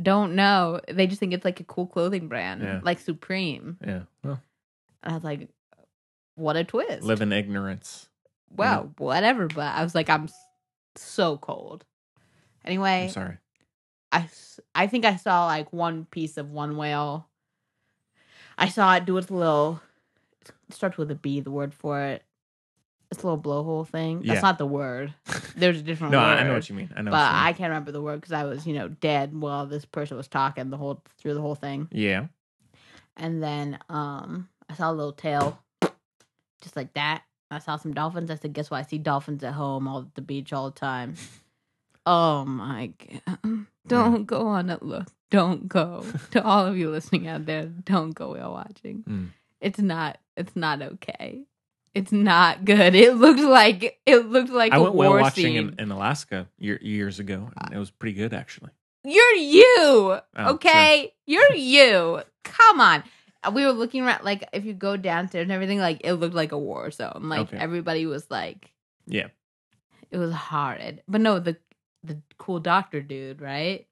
B: don't know. They just think it's like a cool clothing brand,
A: Yeah.
B: like Supreme.
A: Yeah. Well,
B: And I was like, what a twist.
A: live in ignorance.
B: Well,
A: Mm-hmm.
B: whatever. But I was like, I'm s- so cold.
A: I'm
B: Anyway,
A: sorry.
B: I, s- I think I saw like one piece of one whale. I saw it do its little. It starts with a B. The word for it. It's a little blowhole thing.
A: Yeah.
B: That's not the word. There's a different
A: No,
B: word.
A: I, I know what you mean. I know.
B: But
A: what you mean.
B: I can't remember the word because I was, you know, dead while this person was talking the whole through the whole thing.
A: Yeah.
B: And then um I saw a little tail, just like that. I saw some dolphins. I said, "Guess what? I see dolphins at home, all at the beach, all the time." oh my god! Don't go on that look. Don't go to all of you listening out there. Don't go whale watching.
A: Mm.
B: It's not. It's not okay. It's not good. It looked like it looked like
A: I
B: a
A: went whale
B: war
A: watching
B: scene.
A: in, in Alaska year, years ago. And it was pretty good, actually.
B: You're you.
A: Oh,
B: okay. You're you. Come on. We were looking around, like, if you go downstairs and everything, like, it looked like a war zone. Like,
A: Okay.
B: everybody was like,
A: Yeah.
B: it was horrid. But no, the the cool doctor dude, right?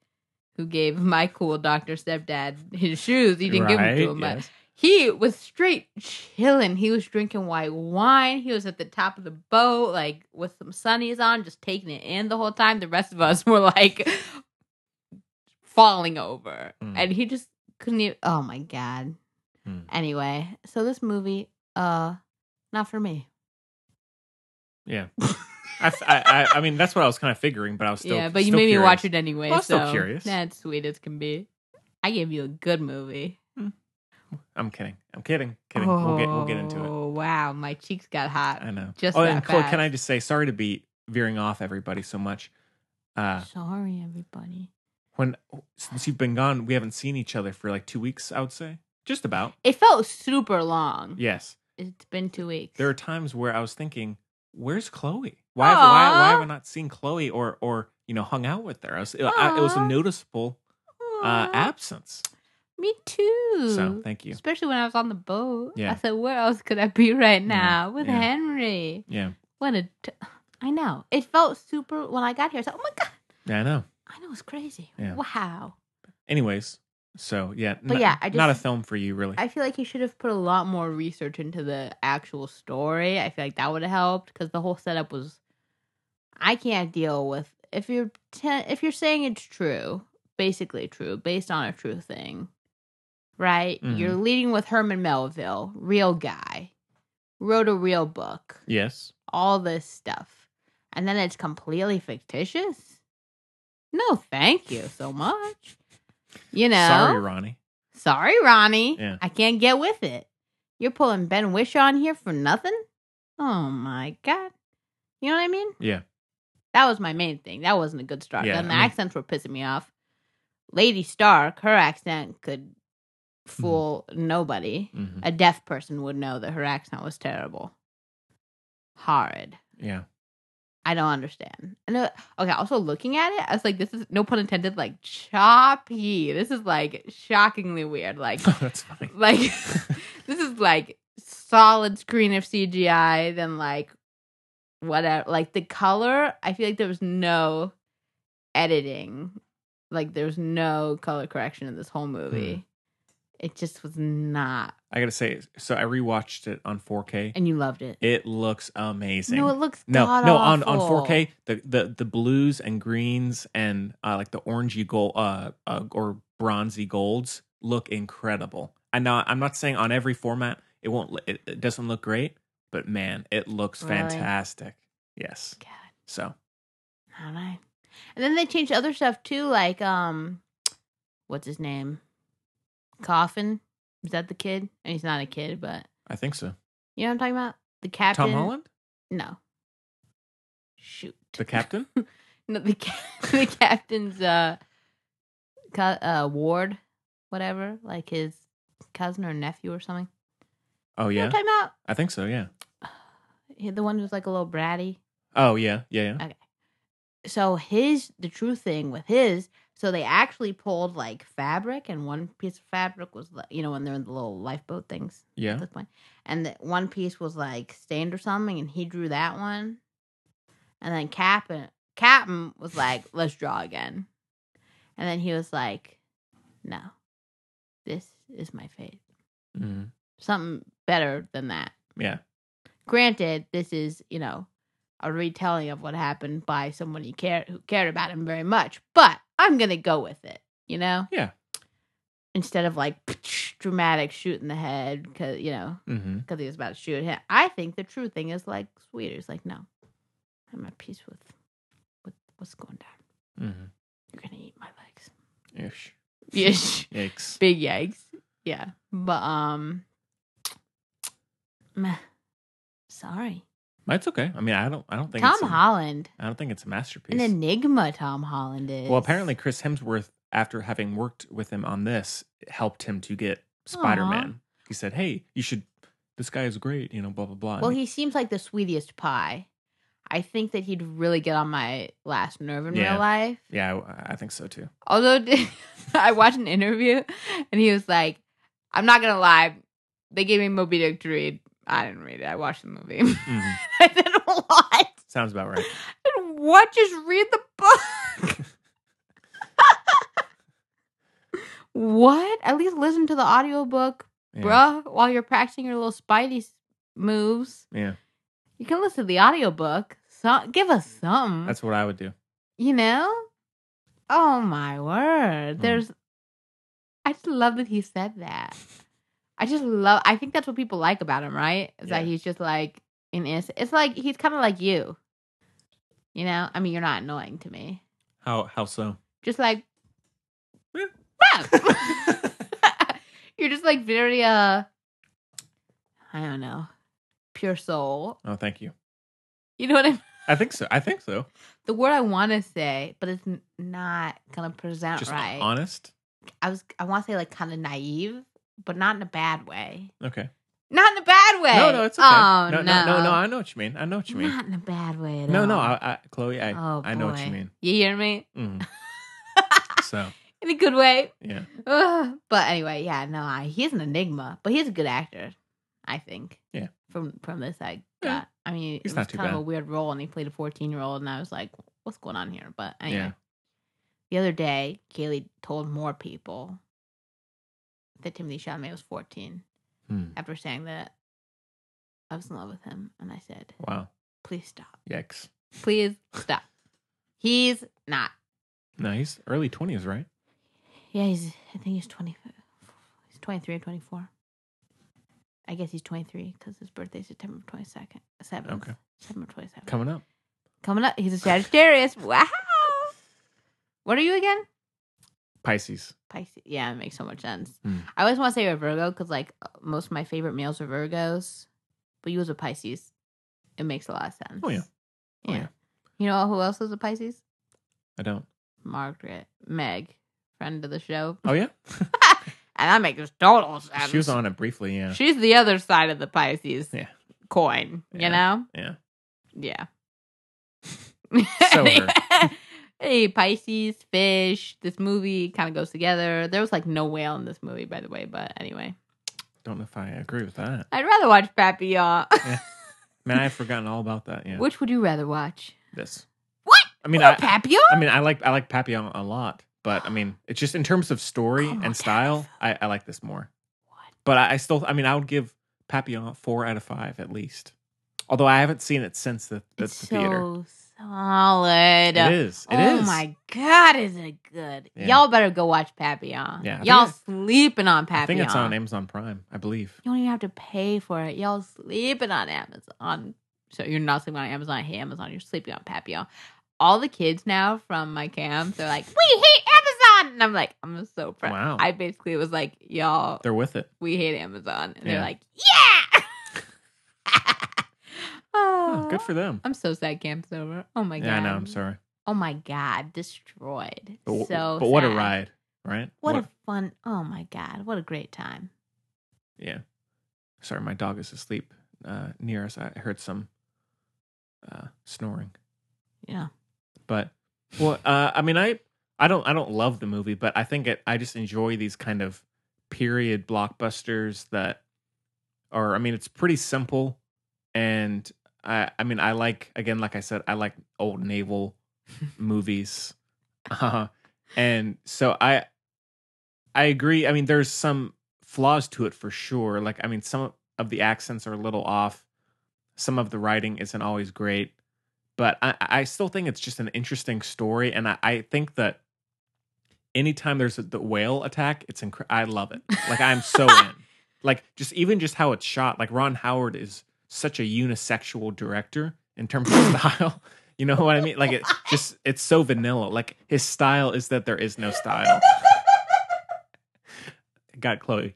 B: Who gave my cool doctor stepdad his shoes. He didn't give them to
A: Right,
B: him, but
A: yes.
B: he was straight chilling. He was drinking white wine. He was at the top of the boat, like with some sunnies on, just taking it in the whole time. The rest of us were like falling over.
A: Mm.
B: And he just Couldn't you? Oh my god.
A: Hmm.
B: Anyway, so this movie, uh, not for me.
A: Yeah. I, f- I- I- I mean, that's what I was kind of figuring, but I was still
B: yeah, but you
A: still
B: made me watch
A: curious.
B: it anyway.
A: Well, I'm still
B: so
A: curious.
B: That's sweet as can be. I gave you a good movie.
A: I'm kidding. I'm kidding. Hmm. Kidding. We'll get we'll get into it.
B: Oh, Wow, my cheeks got hot.
A: I know.
B: Just
A: oh, and
B: that
A: Chloe,
B: fast.
A: can I just say sorry to be veering off everybody so much. Uh,
B: Sorry, everybody.
A: when since you've been gone, we haven't seen each other for like two weeks. I would say just about.
B: It felt super long.
A: Yes,
B: It's been two weeks.
A: there are times where I was thinking, "Where's Chloe? Why have, why, why
B: Aw.
A: have I not seen Chloe or or you know hung out with her?" I was, it, I- it was a
B: Aw.
A: noticeable uh,
B: Aw,
A: absence.
B: Me too.
A: So thank you.
B: Especially when I was on the boat.
A: Yeah.
B: I said, where else could I be right now with
A: yeah.
B: Henry?
A: Yeah,
B: What a. T- I know. It felt super. When I got here, I said, oh my God.
A: yeah, I know.
B: I know it's crazy.
A: Yeah.
B: Wow.
A: Anyways, so yeah,
B: But
A: n-
B: yeah, I
A: not a
B: just-
A: film for you really.
B: I feel like he should have put a lot more research into the actual story. I feel like that would have helped because the whole setup was. I can't deal with if you're ten, if you're saying it's true, basically true, based on a true thing, right?
A: Mhm.
B: You're leading with Herman Melville, real guy, wrote a real book,
A: yes,
B: all this stuff, and then it's completely fictitious. No, thank you so much. You know,
A: sorry, Ronnie.
B: Sorry, Ronnie.
A: Yeah.
B: I can't get with it. You're pulling Ben Wish on here for nothing? Oh my god. You know what I mean?
A: Yeah.
B: That was my main thing. That wasn't a good start.
A: Yeah,
B: then the
A: I mean-
B: accents were pissing me off. Lady Stark, her accent could fool nobody.
A: hmm
B: A deaf person would know that her accent was terrible. Horrid.
A: Yeah,
B: I don't understand. And uh, okay, also looking at it, I was like, this is no pun intended, like choppy. This is like shockingly weird. Like
A: that's funny.
B: like this is like solid screen of CGI than like whatever like the color I feel like there was no editing like there was no color correction in this whole
A: Hmm.
B: movie it just was not
A: I gotta say, so I rewatched it on 4K.
B: and you loved it
A: It looks amazing.
B: no it looks
A: no, no, on, on
B: god-awful.
A: 4K, the, the the blues and greens and uh, like the orangey gold uh, uh or bronzy golds look incredible. I know I'm not saying on every format it won't li- it, it doesn't look great, but man, it looks
B: Really?
A: fantastic. Yes.
B: God.
A: So,
B: All right. And then they changed other stuff too, like um, what's his name? Coffin. Is that the kid? And he's not a kid, but
A: I think so.
B: you know what I'm talking about. The captain.
A: Tom Holland?
B: No. Shoot.
A: The captain?
B: no, the ca- the captain's uh, co- uh, ward, whatever, like his cousin or nephew or something.
A: Oh
B: You know
A: yeah.
B: what I'm talking about.
A: I think so, yeah.
B: He- The one who's like a little bratty.
A: Oh yeah. Yeah, yeah.
B: so his the true thing with his so they actually pulled like fabric and one piece of fabric was like you know when they're in the little lifeboat things at
A: Yeah.
B: this point and the one piece was like stained or something and he drew that one and then cap captain was like let's draw again and then he was like no this is my face
A: Mhm.
B: something better than that
A: Yeah.
B: granted this is you know a retelling of what happened by someone he cared who cared about him very much but i'm gonna go with it you know
A: Yeah.
B: instead of like dramatic shoot in the head because you know
A: Mhm.
B: because he was about to shoot him i think the true thing is like sweeter it's like no i'm at peace with with what's going down
A: Mhm.
B: you're gonna eat my legs
A: Ish.
B: Yeesh.
A: Yikes.
B: big yikes yeah but um meh. sorry
A: It's okay. I mean, I don't I don't think
B: tom
A: it's a-
B: holland
A: I don't think it's a masterpiece.
B: An enigma, Tom Holland is.
A: Well, apparently Chris Hemsworth, after having worked with him on this, helped him to get Spider Man. He said, "Hey, you should. This guy is great. You know, blah blah blah."
B: Well,
A: And-
B: he seems like the sweetest pie. I think that he'd really get on my last nerve in
A: Yeah.
B: real life.
A: yeah, I, I think so too.
B: Although I watched an interview and he was like, "I'm not gonna lie, they gave me Moby Dick to read. I didn't read it. I watched the movie.
A: Mhm.
B: I didn't what?
A: Sounds about right.
B: And what? Just read the book." What? At least listen to the audiobook,
A: Yeah.
B: bruh, while you're practicing your little Spidey s- moves.
A: Yeah,
B: You can listen to the audiobook. So, give us some.
A: that's what I would do.
B: you know? Oh my word.
A: Mm.
B: There's I just love that he said that. I just love. I think that's what people like about him, right? Is that
A: Yeah.
B: he's just like an innocent. It's like he's kind of like you. You know, I mean, you're not annoying to me.
A: How how so?
B: Just like,
A: Yeah.
B: Bro. you're just like very uh, I don't know, pure soul.
A: Oh, thank you.
B: You know what I mean?
A: I think so. I think so.
B: The word I want to say, but it's n- not gonna present
A: Just
B: right.
A: honest.
B: I was I want to say like kind of naive, but not in a bad way.
A: Okay.
B: Not in a bad way.
A: No, no, it's okay.
B: Oh
A: no, no, no, no. I know what you mean. I know what you mean.
B: Not in a bad way at
A: No,
B: all.
A: no, I, I, Chloe, I,
B: oh,
A: I know what you
B: boy.
A: mean.
B: You hear me?
A: Mm. so
B: In a good way.
A: yeah,
B: Ugh. But anyway, yeah, no, I, he's an enigma, but he's a good actor, I think.
A: Yeah.
B: From from this, I got.
A: Yeah.
B: I mean, it
A: He's
B: was
A: not too
B: kind of a
A: bad.
B: weird role, and he played a fourteen year old, and I was like, "What's going on here?" But anyway,
A: Yeah.
B: the other day, Kaylee told more people that Timothy Chalamet was fourteen
A: Hmm.
B: after saying that I was in love with him, and I said,
A: wow,
B: "Please stop,
A: yikes.
B: please stop." He's not.
A: No, he's early twenties, right?
B: Yeah, he's. I think he's twenty. He's twenty three or twenty four. I guess he's twenty three because his birthday's September twenty second, seventh.
A: Okay.
B: September twenty seventh.
A: Coming up.
B: Coming up, he's a Sagittarius. wow. What are you again?
A: Pisces.
B: Pisces. Yeah, it makes so much sense.
A: Hmm.
B: I always want to say you're a Virgo because like uh, most of my favorite males are Virgos, but you was a Pisces. It makes a lot of sense.
A: Oh, yeah. Oh,
B: yeah.
A: yeah.
B: You know who else was a Pisces?
A: I don't.
B: Margaret, Meg, friend of the show,
A: Oh yeah,
B: and that makes total sense.
A: she was on it briefly. Yeah,
B: She's the other side of the Pisces
A: Yeah.
B: coin,
A: Yeah.
B: you know?
A: yeah.
B: Yeah.
A: So her.
B: hey, Pisces, fish, this movie kind of goes together. There was like no whale in this movie, by the way, but anyway.
A: Don't know if I agree with that.
B: I'd rather watch Papillon.
A: Man, I've forgotten all about that. Yeah,
B: Which would you rather watch?
A: this.
B: What?
A: I mean,
B: Well,
A: I,
B: Papillon?
A: I mean, I like I like Papillon a lot, but I mean, it's just in terms of story
B: Oh my
A: and style, I, I like this more. But I, I still, I mean, I would give Papillon four out of five at least. Although I haven't seen it since the, the, the
B: it's
A: theater.
B: so solid.
A: It is. It
B: oh
A: is.
B: my god, is it good?
A: Yeah.
B: Y'all better go watch Papillon.
A: Yeah, I think
B: Y'all
A: it-
B: sleeping on Papillon.
A: I think it's on Amazon Prime, I believe.
B: You don't even have to pay for it. Y'all sleeping on Amazon. So you're not sleeping on Amazon. I hate Amazon. You're sleeping on Papillon. All the kids now from my camp, they're like, we hate Amazon. And I'm like, I'm so proud.
A: Wow.
B: I basically was like, y'all,
A: They're with it.
B: we hate Amazon. And they're
A: Yeah.
B: like, yeah.
A: Oh, good for them.
B: I'm so sad camp's over. Oh my God.
A: Yeah, I know. I'm sorry.
B: Oh my God. Destroyed.
A: But, w-
B: so
A: but what a
B: sad.
A: ride, right?
B: What, a fun. Oh my God. What a great time.
A: yeah. Sorry, my dog is asleep uh, near us. I heard some uh, snoring.
B: Yeah.
A: but well uh, i mean i i don't i don't love the movie but i think it, i just enjoy these kind of period blockbusters that are i mean it's pretty simple and i i mean i like again like i said i like old naval movies uh, and so i i agree i mean there's some flaws to it for sure like i mean some of the accents are a little off some of the writing isn't always great but I, I still think it's just an interesting story, and I, I think that anytime there's a, the whale attack, it's incre- I love it. Like I'm so in. Like just even just how it's shot. Like Ron Howard is such a unisexual director in terms of style. You know what I mean? Like it just it's so vanilla. Like his style is that there is no style. Got Chloe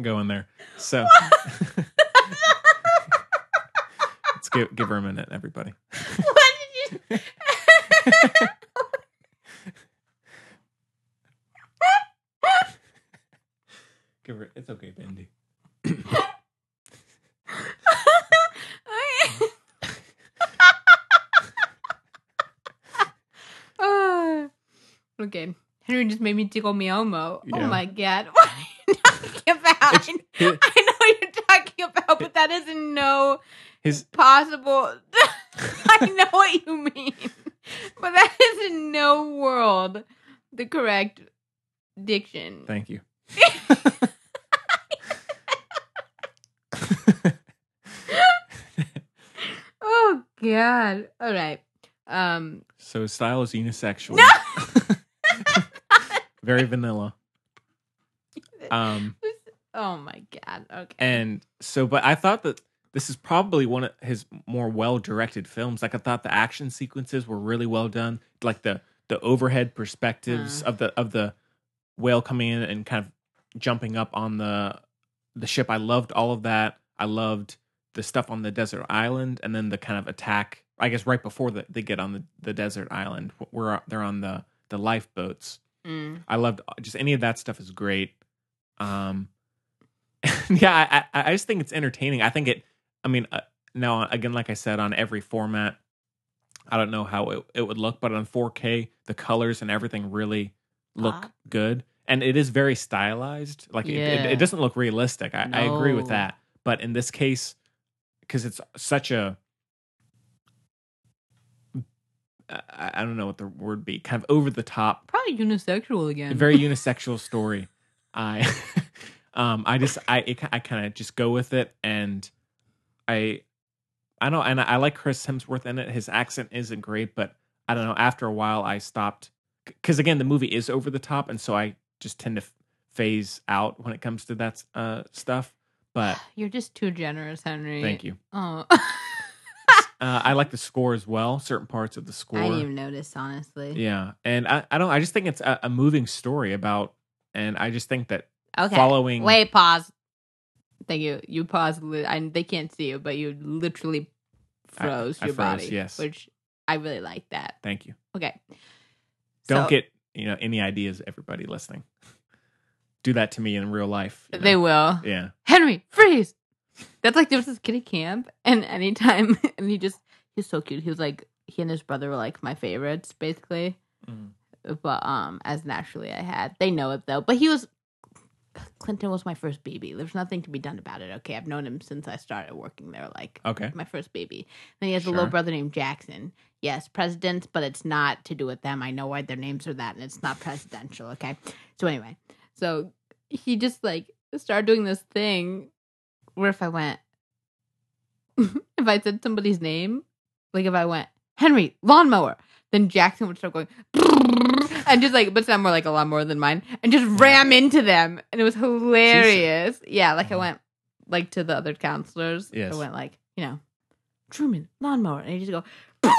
A: going there. So let's give give her a minute, everybody.
B: what did you?
A: Give her it's okay, Bendy.
B: Uh, okay. Henry just made me tickle me Elmo.
A: Yeah.
B: Oh my god. What are you talking about?
A: It's-
B: I know what you're talking about, but that is in no
A: His
B: possible. I know what you mean. But that is in no world the correct diction.
A: Thank you.
B: Oh god. All right. Um
A: So style is unisexual.
B: No!
A: Very vanilla.
B: it.
A: Um,
B: oh my god. Okay.
A: and so, but I thought that this is probably one of his more well directed films. Like I thought the action sequences were really well done, like the the overhead perspectives of the of the whale coming in and kind of jumping up on the the ship. I loved all of that. I loved the stuff on the desert island, and then the kind of attack. I guess right before the, they get on the, the desert island, where they're on the the lifeboats.
B: Mm.
A: I loved uh, just any of that stuff is great. Um, yeah, I- I, I just think it's entertaining. I think it. I mean, uh, now again, like I said, on every format, I don't know how it, it would look, but on 4K, the colors and everything really look
B: Pop.
A: good, and it is very stylized. Like it, it,
B: Yeah.
A: it doesn't look realistic. I, I agree with
B: No.
A: that, but in this case, because it's such a I, I I don't know what the word be kind of over the top
B: Probably unisexual
A: a
B: again.
A: very unisexual story. I, um, I just I it, I kind of just go with it, and I, I don't, and I, like Chris Hemsworth in it. His accent isn't great, but I don't know. After a while, I stopped because again, the movie is over the top, and so I just tend to f- phase out when it comes to that uh, stuff. But
B: You're just too generous, Henry.
A: thank you.
B: Oh,
A: Uh, I like the score as well. Certain parts of the score.
B: I didn't even notice, honestly.
A: yeah, and I, I don't. I just think it's a, a moving story about, and I just think that
B: Okay.
A: following
B: Wait, pause. Thank you. You paused. Li- I, they can't see you, but you literally
A: I-
B: froze
A: I
B: your
A: froze,
B: body.
A: yes.
B: Which I really like that.
A: Thank you.
B: Okay.
A: Don't
B: So-
A: get you know any ideas. Everybody listening, do that to me in real life. you
B: They
A: know?
B: will.
A: Yeah,
B: Henry, freeze! That's like there was this kid at camp, and anytime, and he just he's so cute. He was like he and his brother were like my favorites, basically.
A: Mhm.
B: But um, as naturally I had, they know it though. But he was Clinton was my first baby. There's nothing to be done about it. Okay, I've known him since I started working there. Like
A: Okay.
B: my first baby. Then he has a little
A: Sure.
B: brother named Jackson. Yes, presidents, but it's not to do with them. I know why their names are that, and it's not presidential. Okay, so anyway, so he just like started doing this thing where if I went, if I said somebody's name, like if I went Henry lawnmower, then Jackson would start going and just like, but sound more like a lot more than mine, and just ram into them, and it was hilarious. Yeah, like
A: Mm.
B: I went like to the other counselors.
A: Yes.
B: I went like you know Truman lawnmower, and he just go.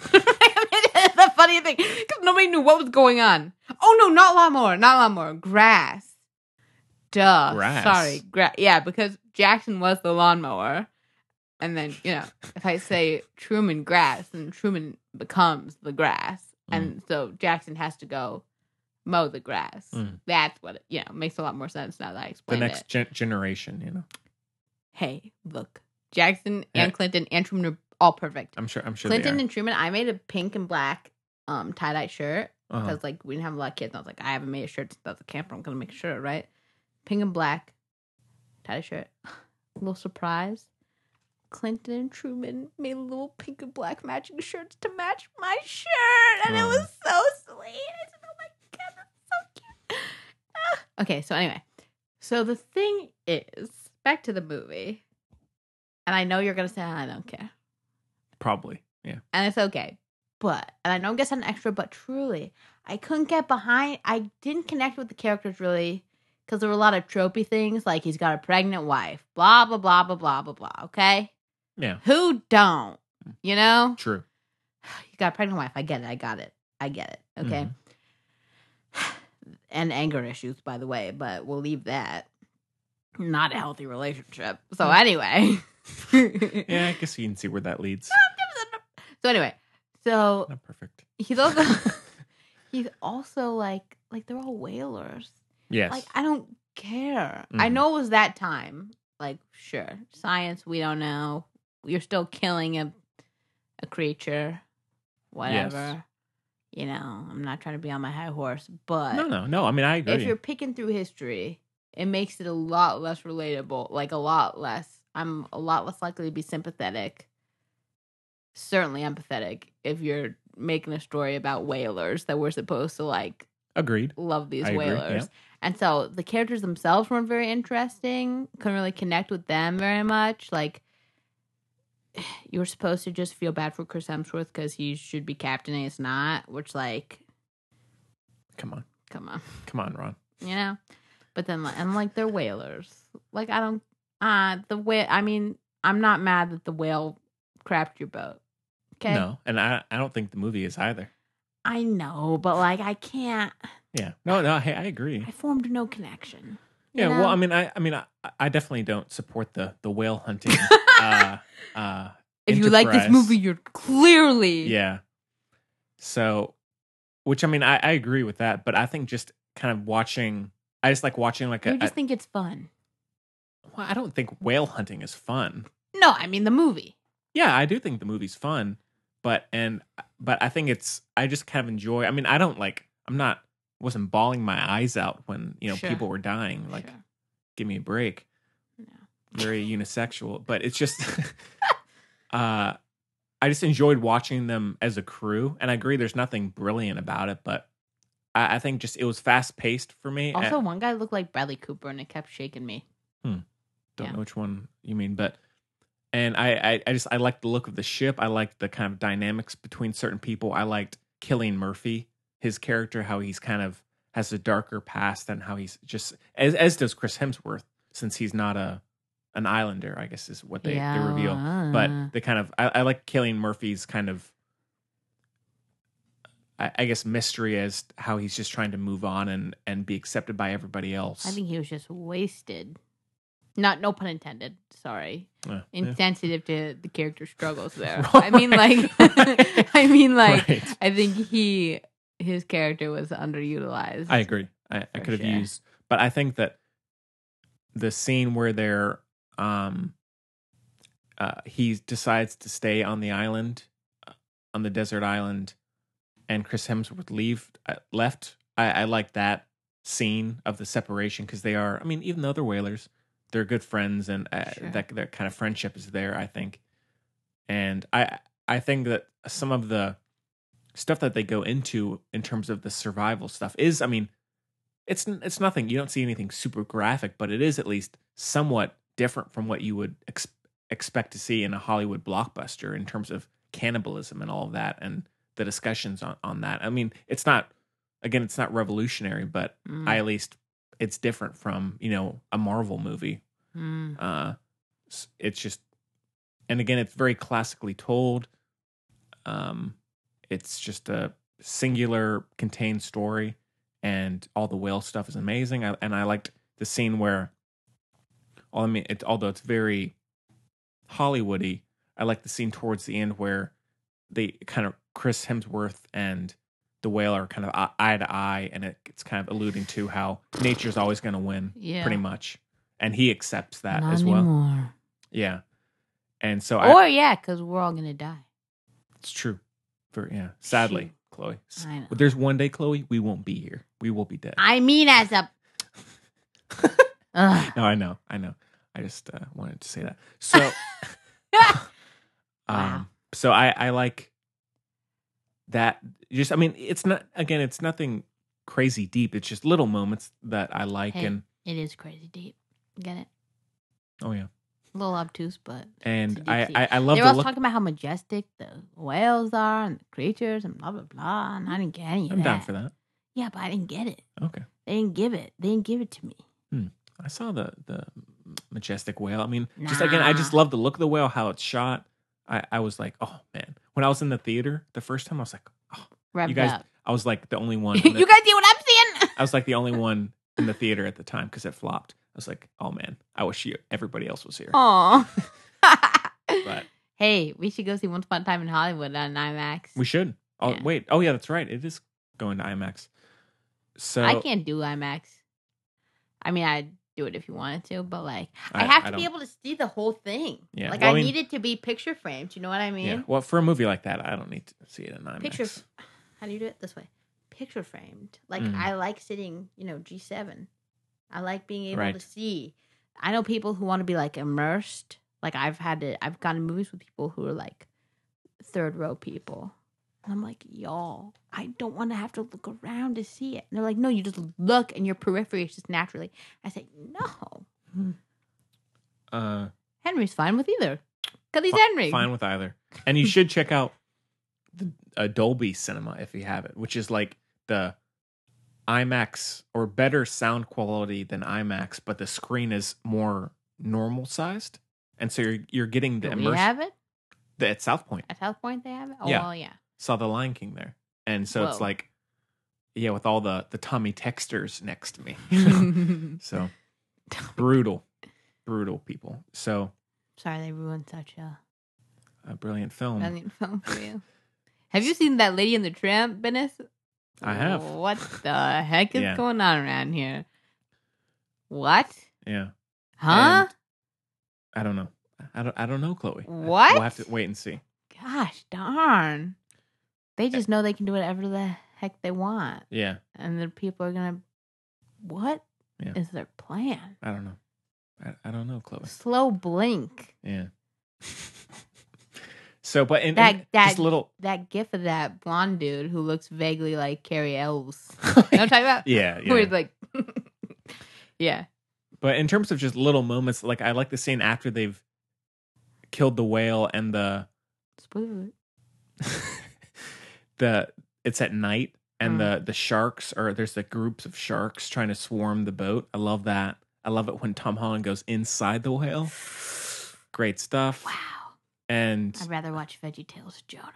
B: the funny thing, because nobody knew what was going on. Oh no, not lawnmower, not lawnmower, grass. Duh.
A: Grass.
B: Sorry, grass. Yeah, because Jackson was the lawnmower, and then you know if I say Truman grass, then Truman becomes the grass,
A: Mm.
B: and so Jackson has to go mow the grass.
A: Mm.
B: That's what it, you know makes a lot more sense now that I
A: the
B: explained it
A: next gen- generation. You know,
B: hey, look, Jackson
A: Yeah.
B: and Clinton and Truman are all perfect.
A: I'm sure. I'm sure.
B: Clinton
A: they are.
B: and Truman, I made a pink and black um tie dye shirt
A: Uh-huh.
B: because like we didn't have a lot of kids. I was like, I haven't made a shirt since I was a camper. I'm gonna make a shirt, right? Pink and black tie dye shirt. little surprise. Clinton and Truman made little pink and black matching shirts to match my shirt, and it
A: Oh.
B: was so sweet. I said, "Oh my god, that's so cute." Ah. okay, so anyway, so the thing is, back to the movie, and I know you're gonna say I don't care
A: probably. Yeah.
B: and it's okay. But and I know I'm guessing extra, but truly, I couldn't get behind. I didn't connect with the characters really because there were a lot of tropey things, like he's got a pregnant wife, blah blah blah blah blah blah blah. Okay,
A: Yeah. Mm.
B: who don't? You know,
A: True.
B: you got a pregnant wife. I get it. I got it. I get it. Okay.
A: Mm-hmm.
B: And anger issues, by the way, but we'll leave that. Not a healthy relationship. So anyway.
A: Mm. Yeah. I guess you can see where that leads.
B: So anyway. So
A: Not perfect.
B: He's also he's also like like they're all whalers.
A: Yes.
B: Like I don't care. I
A: Mhm.
B: know it was that time. Like sure, science we don't know. You're still killing a a creature, whatever. You know, I'm not trying to be on my high horse, but
A: no, no, no. I mean, I
B: if
A: agree.
B: you're picking through history, it makes it a lot less relatable. Like a lot less. I'm a lot less likely to be sympathetic. Certainly empathetic if you're making a story about whalers that we're supposed to like
A: Agreed.
B: love these
A: I agree,
B: whalers.
A: yeah.
B: And so the characters themselves weren't very interesting. Couldn't really connect with them very much. Like you were supposed to just feel bad for Chris Hemsworth because he should be captain and he's not, which like,
A: Come on,
B: come on.
A: come on, Ron.
B: You know? But then, like, and like they're whalers. Like I don't, uh, the whale. I mean, I'm not mad that the whale crapped your boat. Okay,
A: No, and I, I don't think the movie is either.
B: I know, but like I can't.
A: Yeah. No, no, hey, I agree.
B: I formed no connection. you
A: Yeah,
B: know?
A: well, I mean, I, I mean, I, I definitely don't support the the whale hunting. uh, uh,
B: If you like this
A: enterprise.
B: movie, you're clearly
A: yeah. So, which I mean, I, I agree with that, but I think just kind of watching, I just like watching like a.
B: You just think it's fun.
A: a- well, I don't think whale hunting is fun.
B: No, I mean the movie.
A: Yeah, I do think the movie's fun, but and but I think it's I just kind of enjoy. I mean, I don't like. I'm not wasn't bawling my eyes out when you know
B: Sure.
A: people were dying. Like,
B: Sure.
A: give me a break.
B: No.
A: Very unisexual, but it's just uh I just enjoyed watching them as a crew. And I agree there's nothing brilliant about it, but I, I think just it was fast paced for me. I
B: Also, one guy looked like Bradley Cooper, and it kept shaking me.
A: don't
B: yeah.
A: know which one you mean, but and I, I I just I liked the look of the ship. I liked the kind of dynamics between certain people. I liked Killian Murphy, his character, how he's kind of has a darker past and how he's just as as does Chris Hemsworth, since he's not a an islander, I guess is what they, they reveal.
B: Mm.
A: but the kind of I, I like Killian Murphy's kind of I, I guess mystery as how he's just trying to move on and and be accepted by everybody else.
B: I think he was just wasted. Not no pun intended. Sorry,
A: Yeah, yeah.
B: insensitive to the character struggles there.
A: Right,
B: I mean, like,
A: right.
B: I mean, like,
A: Right.
B: I think he his character was underutilized.
A: I agree. I, I
B: For
A: could have
B: sure.
A: used, but I think that the scene where they're um uh he decides to stay on the island uh, on the desert island and Chris Hemsworth leave uh, left I I like that scene of the separation cuz they are I mean even the other whalers they're good friends and uh,
B: Sure.
A: that that kind of friendship is there I think and I I think that some of the stuff that they go into in terms of the survival stuff is I mean it's it's nothing you don't see anything super graphic but it is at least somewhat different from what you would ex- expect to see in a Hollywood blockbuster in terms of cannibalism and all of that and the discussions on on that I mean it's not again it's not revolutionary but
B: Mm,
A: I at least it's different from you know a Marvel movie
B: mm.
A: uh s- it's just and again it's very classically told um it's just a singular contained story and all the whale stuff is amazing I, and i liked the scene where well, i mean it, although it's very hollywoody i like the scene towards the end where they kind of chris hemsworth and the whale are kind of eye- eye to eye and it, it's kind of alluding to how nature's always going to win
B: yeah,
A: pretty much. And he accepts that
B: Not
A: as well.
B: anymore.
A: Yeah. And so I,
B: Or yeah, because we're all gonna die.
A: it's true. For yeah. Sadly,
B: Shoot.
A: Chloe. S-
B: I know.
A: But there's one day, Chloe, we won't be here. We will be dead.
B: I mean, as a. Ugh.
A: no, I know. I know. I just uh, wanted to say that. So
B: Wow.
A: um so I I like that just I mean, it's not again, it's nothing crazy deep. It's just little moments that I like
B: Hey.
A: and
B: It is crazy deep. Get it?
A: oh yeah.
B: A little obtuse, but
A: And
B: deep
A: I,
B: sea.
A: I I love
B: they were
A: the
B: all
A: look
B: talking about how majestic the whales are and the creatures and blah blah blah. And I didn't get any of
A: I'm
B: that.
A: down for that.
B: Yeah, but I didn't get it.
A: Okay.
B: They didn't give it. They didn't give it to me.
A: I saw the the majestic whale. I mean, just again, I just
B: Nah.
A: love the look of the whale, how it's shot. I, I was like, oh man. When I was in the theater the first time, I was like, oh,
B: Revved
A: you guys.
B: up.
A: I was like the only one.
B: you
A: in
B: guys
A: the-
B: see what I'm seeing?
A: I was like the only one in the theater at the time because it flopped. I was like, oh man, I wish you everybody else was here.
B: Aw.
A: But
B: hey, we should go see Once Upon a Time in Hollywood on IMAX.
A: we should. Oh
B: Yeah.
A: wait. Oh yeah, that's right. It is going to IMAX. So
B: I can't do IMAX. I mean, I'd do it if you wanted to, but like, I,
A: I-
B: have
A: I
B: to be
A: don't-
B: able to see the whole thing.
A: Yeah,
B: Like,
A: well,
B: I,
A: I mean-
B: need it to be picture framed. You know what I mean?
A: Yeah. Well, for a movie like that, I don't need to see it in IMAX.
B: Picture. How do you do it this way? Picture framed. Like,
A: Mm.
B: I like sitting, you know, G7. I like being able
A: Right.
B: to see. I know people who want to be like immersed. Like, I've had to, I've gone to movies with people who are like third row people. And I'm like, y'all, I don't want to have to look around to see it. And they're like, no, you just look and your periphery is just naturally. I say, no.
A: Uh,
B: Henry's fine with either. Because he's
A: fi-
B: Henry.
A: Fine with either. And you should check out the uh, Dolby Cinema if you have it, which is like the IMAX or better sound quality than IMAX, but the screen is more normal sized, and so you're you're getting the
B: Do we
A: immersion
B: have it
A: the- at South Point.
B: at South Point. They have it. Oh
A: Yeah.
B: well, yeah.
A: Saw the Lion King there, and so it's
B: Whoa.
A: like, yeah, with all the the Tommy Texters next to me, so brutal, brutal people. So
B: Sorry, they ruined such a
A: a brilliant film.
B: brilliant film for you. Have you seen that Lady in the Tramp, Venice?
A: I have.
B: What the heck is
A: Yeah.
B: going on around here? What?
A: Yeah,
B: Huh?
A: I don't know. I don't. I don't know, Chloe.
B: What?
A: We'll have to wait and see.
B: Gosh darn! They just know they can do whatever the heck they want,
A: Yeah,
B: and the people are gonna. What is
A: Yeah.
B: their plan?
A: I don't know. I, I don't know, Chloe.
B: Slow blink.
A: Yeah. so, but in,
B: That-
A: in
B: that-
A: just little,
B: That gif of that blonde dude who looks vaguely like Carrie Elves. you know what I'm talking about?
A: yeah,
B: Where
A: yeah.
B: he's like, yeah.
A: but in terms of just little moments, like I like the scene after they've killed the whale and the
B: Spoiler. alert.
A: the it's at night
B: Mm.
A: and the the sharks or there's the groups of sharks trying to swarm the boat. I love that. I love it when Tom Holland goes inside the whale. Great stuff.
B: Wow.
A: And
B: I'd rather watch Veggie Tales Jonah.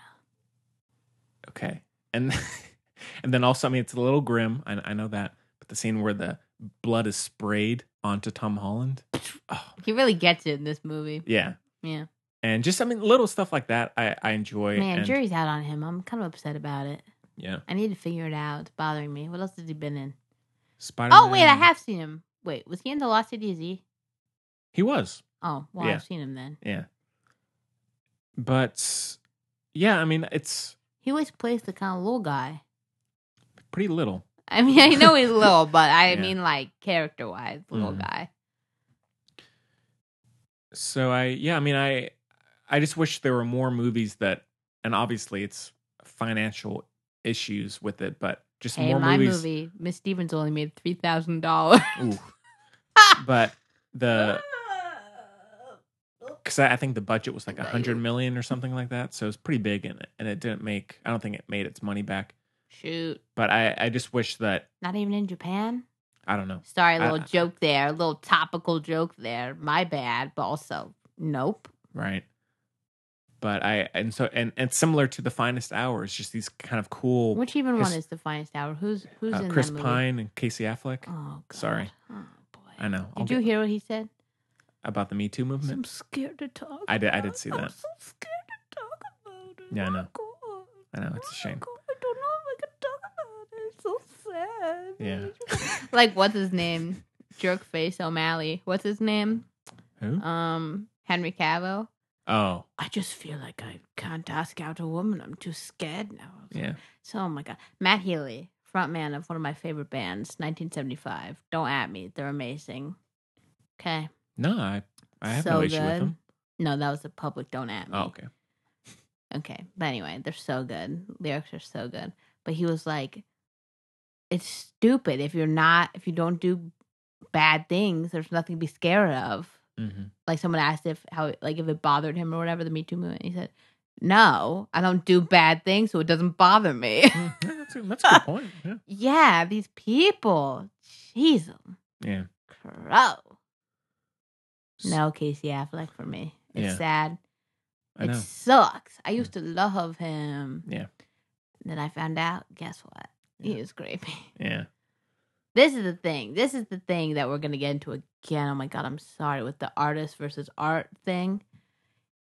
A: Okay. And and then also, I mean, it's a little grim. I, I know that, but the scene where the blood is sprayed onto Tom Holland. Oh,
B: He really gets it in this movie.
A: yeah.
B: Yeah.
A: And just, I mean, little stuff like that, I, I enjoy.
B: Man,
A: and,
B: jury's out on him. I'm kind of upset about it.
A: Yeah.
B: I need to figure it out. It's bothering me. What else has he been in?
A: Spider.
B: Oh, wait, I have seen him. Wait, was he in The Lost City? Is he?
A: He was.
B: Oh, well,
A: Yeah.
B: I've seen him then.
A: Yeah. But yeah, I mean, it's
B: He always plays the kind of little guy.
A: pretty little.
B: I mean, I know he's little, but I
A: Yeah.
B: mean, like, character wise, little
A: Mhm.
B: guy.
A: So I, yeah, I mean, I, I just wish there were more movies that, and obviously it's financial issues with it, but just
B: Hey,
A: more
B: my
A: movies.
B: movie, Miss Stevens only made $3,000.
A: Ooh. but the because I I think the budget was like a hundred million or something like that, so it's pretty big and and it didn't make. I don't think it made its money back.
B: Shoot.
A: But I I just wish that
B: Not even in Japan?
A: I don't know.
B: Sorry,
A: I-
B: little joke there, little topical joke there. My bad, but also, nope.
A: right? But I and so and and similar to the finest hours, just these kind of cool
B: Which even
A: Chris-
B: one is the finest hour? Who's who's
A: uh,
B: in
A: Chris
B: that movie?
A: Pine and Casey Affleck
B: Oh, God.
A: Sorry.
B: Oh boy.
A: I know. I'll
B: Did you
A: get-
B: hear what he said?
A: about the Me Too movement.
B: scared to talk.
A: I did- I did about it. see I'm that.
B: so scared to talk about it.
A: Yeah, I know. I know it's a shame.
B: I don't know if I can talk about it. It's so sad.
A: Yeah.
B: like what's his name? Jerkface O'Malley. What's his name?
A: Who?
B: Um, Henry Cavill.
A: Oh
B: I just feel like I can't ask out a woman. I'm too scared now.
A: yeah.
B: So, oh my God. Matt Healy, frontman of one of my favorite bands, 1975. Don't at me. They're amazing. Okay.
A: No, I I have
B: So
A: no issue with
B: good.
A: them.
B: No, that was a public don't at me.
A: Oh okay.
B: Okay. But anyway, they're so good. Lyrics are so good. But he was like, it's stupid if you're not, if you don't do bad things, there's nothing to be scared of.
A: hmm
B: Like someone asked if how like if it bothered him or whatever the Me Too movement. He said, "No, I don't do bad things, so it doesn't bother me."
A: yeah, that's a, that's a good point. Yeah.
B: yeah, these people, Jesus,
A: Yeah.
B: crow. No, Casey Affleck for me.
A: Yeah.
B: It's sad.
A: I
B: it
A: know.
B: sucks. I used to love him.
A: Yeah.
B: Then I found out, guess what?
A: Yeah.
B: He was creepy.
A: Yeah.
B: This is the thing. This is the thing that we're going to get into again. Oh my God, I'm sorry. With the artist versus art thing.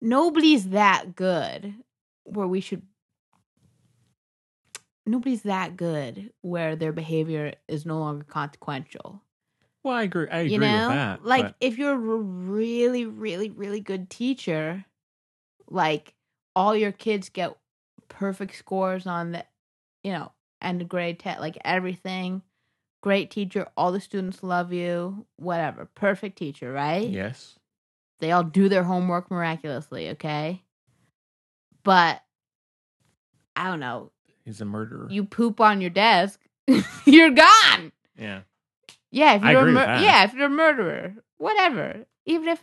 B: Nobody's that good where we should. Nobody's that good where their behavior is no longer consequential
A: Well, I agree. I agree
B: you know
A: with that.
B: like
A: but-
B: if you're a really really really good teacher like all your kids get perfect scores on the you know end of grade test like everything great teacher all the students love you whatever perfect teacher right
A: yes,
B: they all do their homework miraculously okay but i don't know
A: he's a murderer.
B: you poop on your desk you're gone
A: yeah,
B: yeah, if
A: I
B: you're a
A: agree with
B: mur-
A: that.
B: yeah, if you're a murderer, whatever. Even if,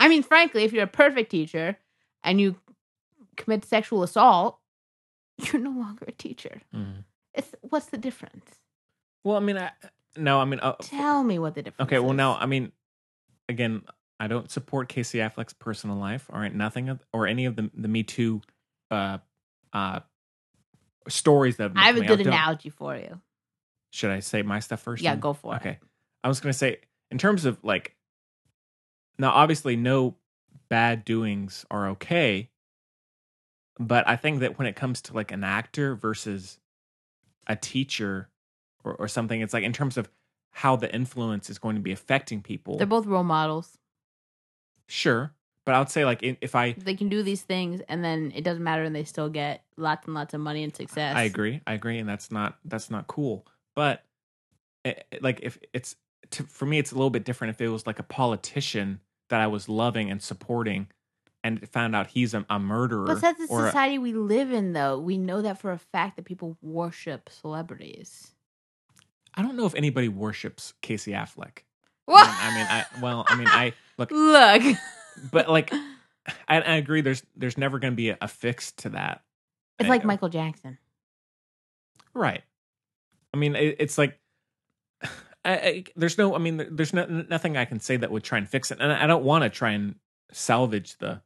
B: I mean, frankly, if you're a perfect teacher and you commit sexual assault, you're no longer a teacher.
A: Mhm.
B: It's what's the difference?
A: Well, I mean, I no, I mean, uh,
B: Tell me what the difference.
A: okay. Well,
B: is.
A: now, I mean, again, I don't support Casey Affleck's personal life. All right, nothing of, or any of the the Me Too, uh, uh, stories that have been
B: I have a
A: coming out.
B: good
A: Don't-
B: analogy for you.
A: Should I say my stuff first?
B: Yeah,
A: then?
B: go for it.
A: Okay. I was going to say, in terms of like, now obviously no bad doings are okay, but I think that when it comes to like an actor versus a teacher or, or something, it's like in terms of how the influence is going to be affecting people.
B: They're both role models.
A: sure. But I would say like i- if I,
B: They can do these things, and then it doesn't matter, and they still get lots and lots of money and success.
A: I agree, I agree, and that's not that's not cool. But eh, eh, like if it's to, for me, it's a little bit different if it was like a politician that I was loving and supporting, and found out he's a, a murderer.
B: But that's the
A: or uh, a-
B: society we live in, though. We know that for a fact that people worship celebrities.
A: I don't know if anybody worships Casey Affleck.
B: What?
A: I mean, I well, I mean, I look,
B: Look.
A: but like, I, I agree. There's there's never going to be a, a fix to that.
B: It's like Michael Jackson.
A: Right. I mean, it, it's like I, I, there's no. I mean, there- there's no, nothing I can say that would try and fix it, and I don't want to try and salvage the.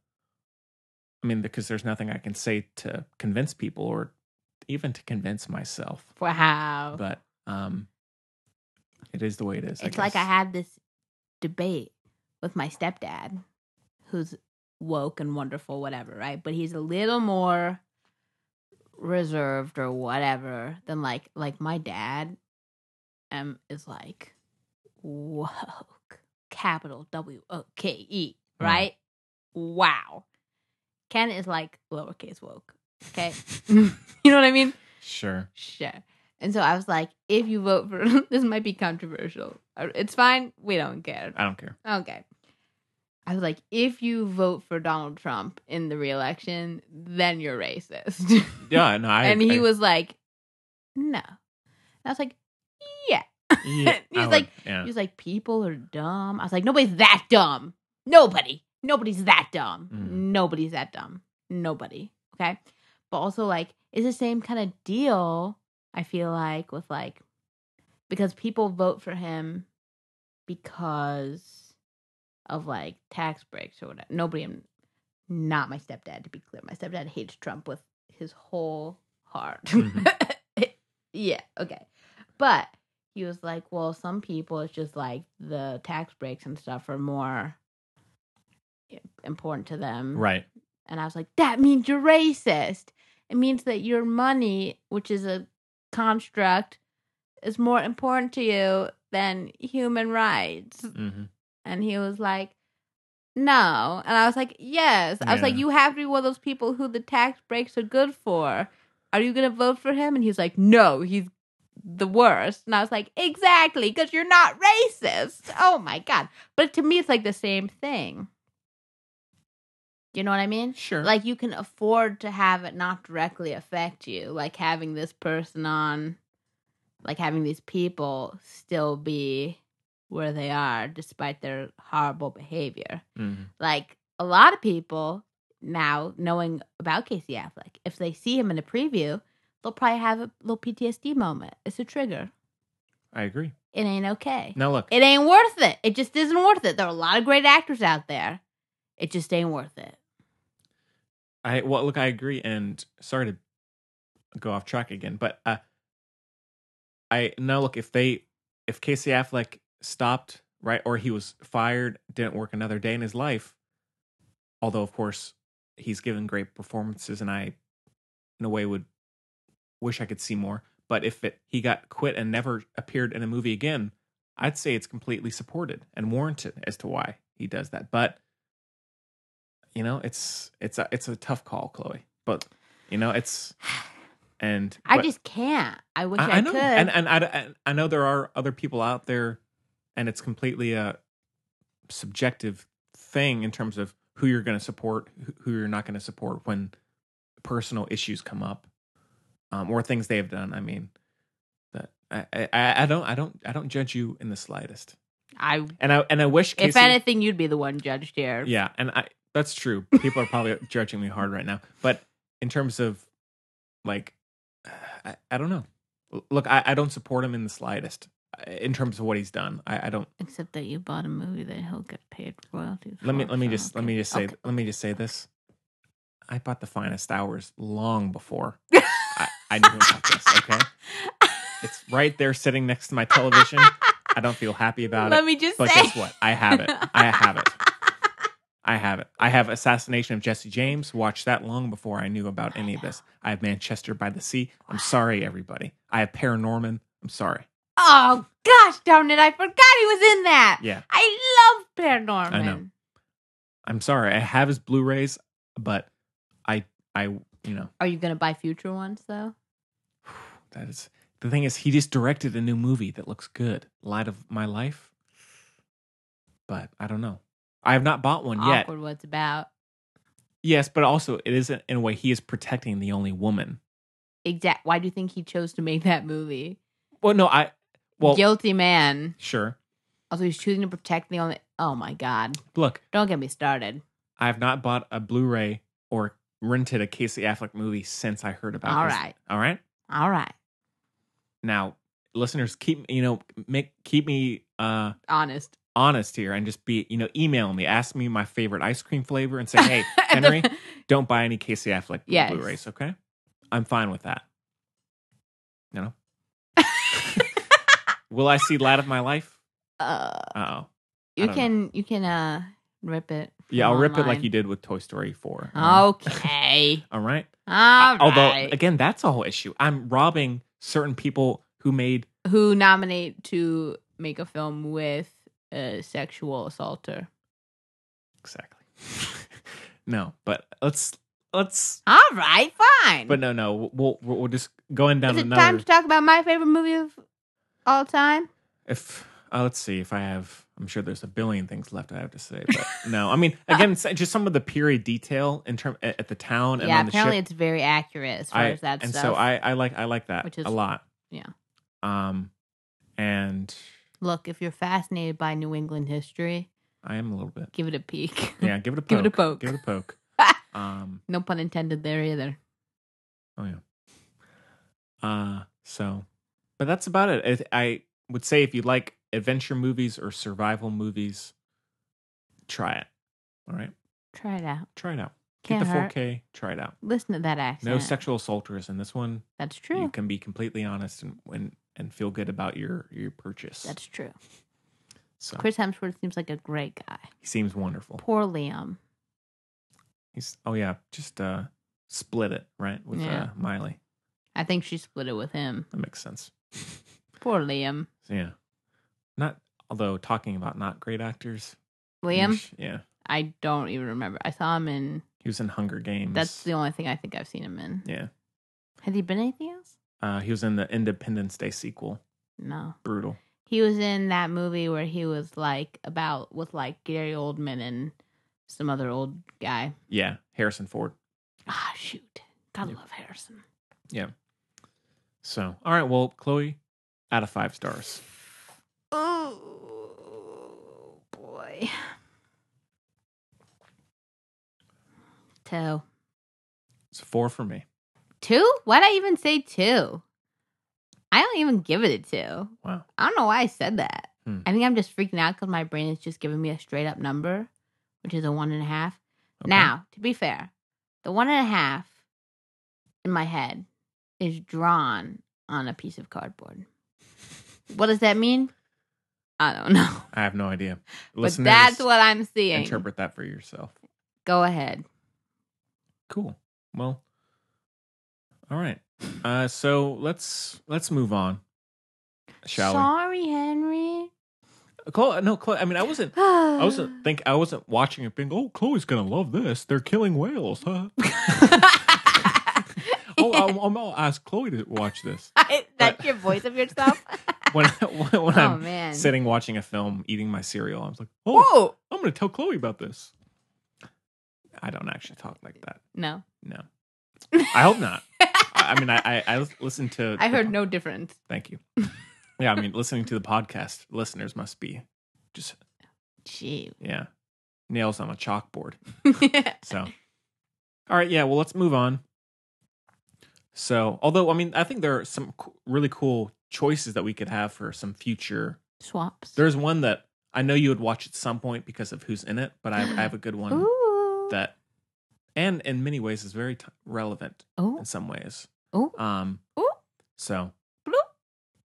A: I mean, because there's nothing I can say to convince people, or even to convince myself.
B: Wow.
A: But um, it is the way it is.
B: it's like I
A: guess.
B: had this debate with my stepdad, who's woke and wonderful, whatever, right? But he's a little more reserved or whatever than like like my dad um is like woke capital W O K E,
A: Mm.
B: right? Wow. Ken is like lowercase woke. Okay. you know what I mean?
A: Sure.
B: Sure. And so I was like, if you vote for this might be controversial. Uh, It's fine. We don't care.
A: I don't care.
B: Okay. I was like, if you vote for Donald Trump in the reelection, then you're racist.
A: Yeah. No. I,
B: and he
A: I-
B: was like, no. And I was like, yeah.
A: Yeah,
B: he
A: I
B: was
A: would-
B: like-
A: yeah.
B: He was like, people are dumb. I was like, nobody's that dumb. Nobody. Nobody's that dumb.
A: Mhm.
B: Nobody's that dumb. Nobody. Okay. But also, like, it's the same kind of deal, I feel like, with like, because people vote for him because of like tax breaks or whatever. Nobody, not my stepdad, to be clear. My stepdad hates Trump with his whole heart. yeah. Okay. But he was like, well, some people, it's just like the tax breaks and stuff are more important to them.
A: right.
B: And I was like, that means you're racist. It means that your money, which is a construct, is more important to you than human rights.
A: hmm
B: And he was like, no. And I was like, yes. I was
A: Yeah.
B: like, you have to be one of those people who the tax breaks are good for. Are you going to vote for him? And he's like, no, he's the worst. And I was like, exactly, because you're not racist. Oh my God. But to me, it's like the same thing. Do you know what I mean?
A: Sure.
B: Like, you can afford to have it not directly affect you. Like, having this person on, like, having these people still be where they are despite their horrible behavior
A: Mhm.
B: like a lot of people now knowing about Casey Affleck, if they see him in a preview, they'll probably have a little PTSD moment. It's a trigger.
A: I agree.
B: It ain't okay.
A: Now look.
B: It ain't worth it. It just isn't worth it. There are a lot of great actors out there. It just ain't worth it.
A: I well, look, I agree, and sorry to go off track again, but uh, I now look if they if Casey Affleck stopped right or he was fired, didn't work another day in his life, although of course he's given great performances, and I in a way would wish I could see more. But if it, he got quit and never appeared in a movie again, I'd say it's completely supported and warranted as to why he does that. But you know it's it's a it's a tough call chloe but you know it's and
B: I
A: but-
B: just can't. I wish I,
A: I, I know
B: could.
A: and and I, and I know there are other people out there and it's completely a subjective thing in terms of who you're going to support who- who you're not going to support when personal issues come up um or things they have done i mean that I, I i don't i don't i don't judge you in the slightest
B: I,
A: and i and i wish Casey,
B: if anything, you'd be the one judged here.
A: yeah, and I that's true. People are probably judging me hard right now, but in terms of like, I, I don't know. Look, I, I don't support him in the slightest uh, in terms of what he's done. I, I don't.
B: Except that you bought a movie that he'll get paid royalties.
A: Let me
B: for,
A: let me
B: so,
A: just let
B: Oh, okay.
A: me just say
B: Okay.
A: let me just say this. I bought the finest hours long before I, I knew about this. Okay, it's right there sitting next to my television. I don't feel happy about
B: Let
A: it,
B: me just
A: but
B: say.
A: guess what? I have it. I have it. I have it. I have Assassination of Jesse James. Watched that long before I knew about any of this. I have Manchester by the Sea. I'm sorry, everybody. I have Paranorman. I'm sorry.
B: Oh gosh, darn it! I forgot he was in that.
A: Yeah.
B: I love Paranorman.
A: I know. I'm sorry. I have his Blu-rays, but I, I, you know,
B: Are you gonna buy future ones though?
A: that is the thing is he just directed a new movie that looks good, Light of My Life. But I don't know. I have not bought one yet.
B: Awkward what it's about.
A: Yes, but also it isn't in a way he is protecting the only woman.
B: Exact. Why do you think he chose to make that movie?
A: Well, no, I. Well,
B: Guilty man.
A: sure.
B: Also, he's choosing to protect the only. Oh my god!
A: Look,
B: Don't get me started.
A: I have not bought a Blu-ray or rented a Casey Affleck movie since I heard about.
B: All
A: this.
B: right.
A: all right.
B: All right,
A: Now, listeners, keep you know make keep me uh
B: honest.
A: honest here and just be you know email me, ask me my favorite ice cream flavor, and say, hey Henry, don't buy any Casey Affleck
B: Yes.
A: Blu-rays, okay? I'm fine with that. You know, will I see Lad of My Life?
B: uh,
A: Uh oh. don't
B: you
A: know.
B: can you can uh rip it.
A: Yeah, I'll
B: from
A: rip it like
B: online.
A: you did with Toy Story 4.
B: Oh.
A: Uh,
B: Okay.
A: All right.
B: All right.
A: Although again, that's a whole issue. I'm robbing certain people who made
B: who nominate to make a film with a sexual assaulter.
A: exactly. no, but let's let's.
B: All right, fine.
A: But no, no, we'll we'll, we'll just going down
B: is it
A: another.
B: time to talk about my favorite movie of all time?
A: if uh, let's see if I have. I'm sure there's a billion things left I have to say, but no. I mean, again, it's just some of the period detail in term at, at the town and
B: yeah,
A: on the
B: apparently
A: ship.
B: it's very accurate as far
A: I,
B: as that
A: and
B: stuff.
A: so I I like I like that
B: Which is-
A: a lot.
B: yeah.
A: Um, and
B: Look, if you're fascinated by New England history,
A: I am a little bit.
B: give it a peek.
A: Yeah, give it a poke.
B: Give it a poke.
A: Give it a poke. um.
B: no pun intended there either.
A: Oh yeah. Uh so but that's about it. I, I would say if you like adventure movies or survival movies, try it. All right.
B: Try it out.
A: Try it out.
B: Can't
A: Get the
B: hurt.
A: 4K, try it out.
B: Listen to that accent.
A: No sexual assaulters in this one.
B: That's
A: You
B: true.
A: can be completely honest and and, and feel good about your your purchase.
B: That's true.
A: so
B: Chris Hemsworth seems like a great guy.
A: he seems wonderful.
B: Poor Liam.
A: He's oh yeah, just uh split it, right? With
B: Yeah.
A: uh Miley.
B: I think she split it with him.
A: That makes sense.
B: Poor Liam.
A: So, yeah. Not although talking about not great actors.
B: Liam?
A: Yeesh, Yeah.
B: I don't even remember. I saw him in.
A: He was in Hunger Games.
B: That's the only thing I think I've seen him in.
A: yeah.
B: Has he been anything else?
A: Uh, he was in the Independence Day sequel.
B: No.
A: Brutal.
B: He was in that movie where he was like about with like Gary Oldman and some other old guy.
A: Yeah. Harrison Ford.
B: Ah, shoot. Gotta
A: Yep.
B: love Harrison.
A: So, all right. Well, Chloe, out of five stars.
B: Oh, boy. Two.
A: It's a four for me.
B: Two? Why'd I even say two? I don't even give it a two.
A: Wow.
B: I don't know why I said that.
A: Hmm.
B: I think I'm just freaking out because my brain is just giving me a straight up number, which is a one and a half.
A: Okay.
B: Now, to be fair, the one and a half in my head is drawn on a piece of cardboard. What does that mean? I don't know.
A: I have no idea.
B: But
A: Listeners,
B: that's what I'm seeing.
A: interpret that for yourself.
B: Go ahead.
A: Cool. Well, all right. Uh, so let's let's move on. Shall
B: Sorry, Henry.
A: we? Chloe, no, Chloe. I mean, I wasn't. I wasn't think. I wasn't watching it. Being, oh, Chloe's gonna love this. They're killing whales, huh? oh, I'm, I'm, I'll ask Chloe to watch this.
B: that's your voice of yourself?
A: When when, when
B: oh,
A: I'm
B: man.
A: sitting watching a film, eating my cereal, I was like, "Oh,
B: Whoa!
A: I'm going to tell Chloe about this." I don't actually talk like that.
B: No.
A: No, I hope not. I, I mean, I, I I listen to.
B: I
A: the-
B: heard no difference.
A: Thank you. Yeah, I mean, listening to the podcast, listeners must be just
B: Gee.
A: yeah, nails on a chalkboard.
B: All
A: So, all right, yeah. Well, let's move on. So, although I mean, I think there are some co- really cool choices that we could have for some future.
B: Swaps.
A: There's one that I know you would watch at some point because of who's in it, but I, I have a good one
B: Ooh.
A: that, and in many ways, is very t- relevant
B: oh.
A: in some ways.
B: Oh.
A: Um,
B: Ooh.
A: so.
B: Bloop.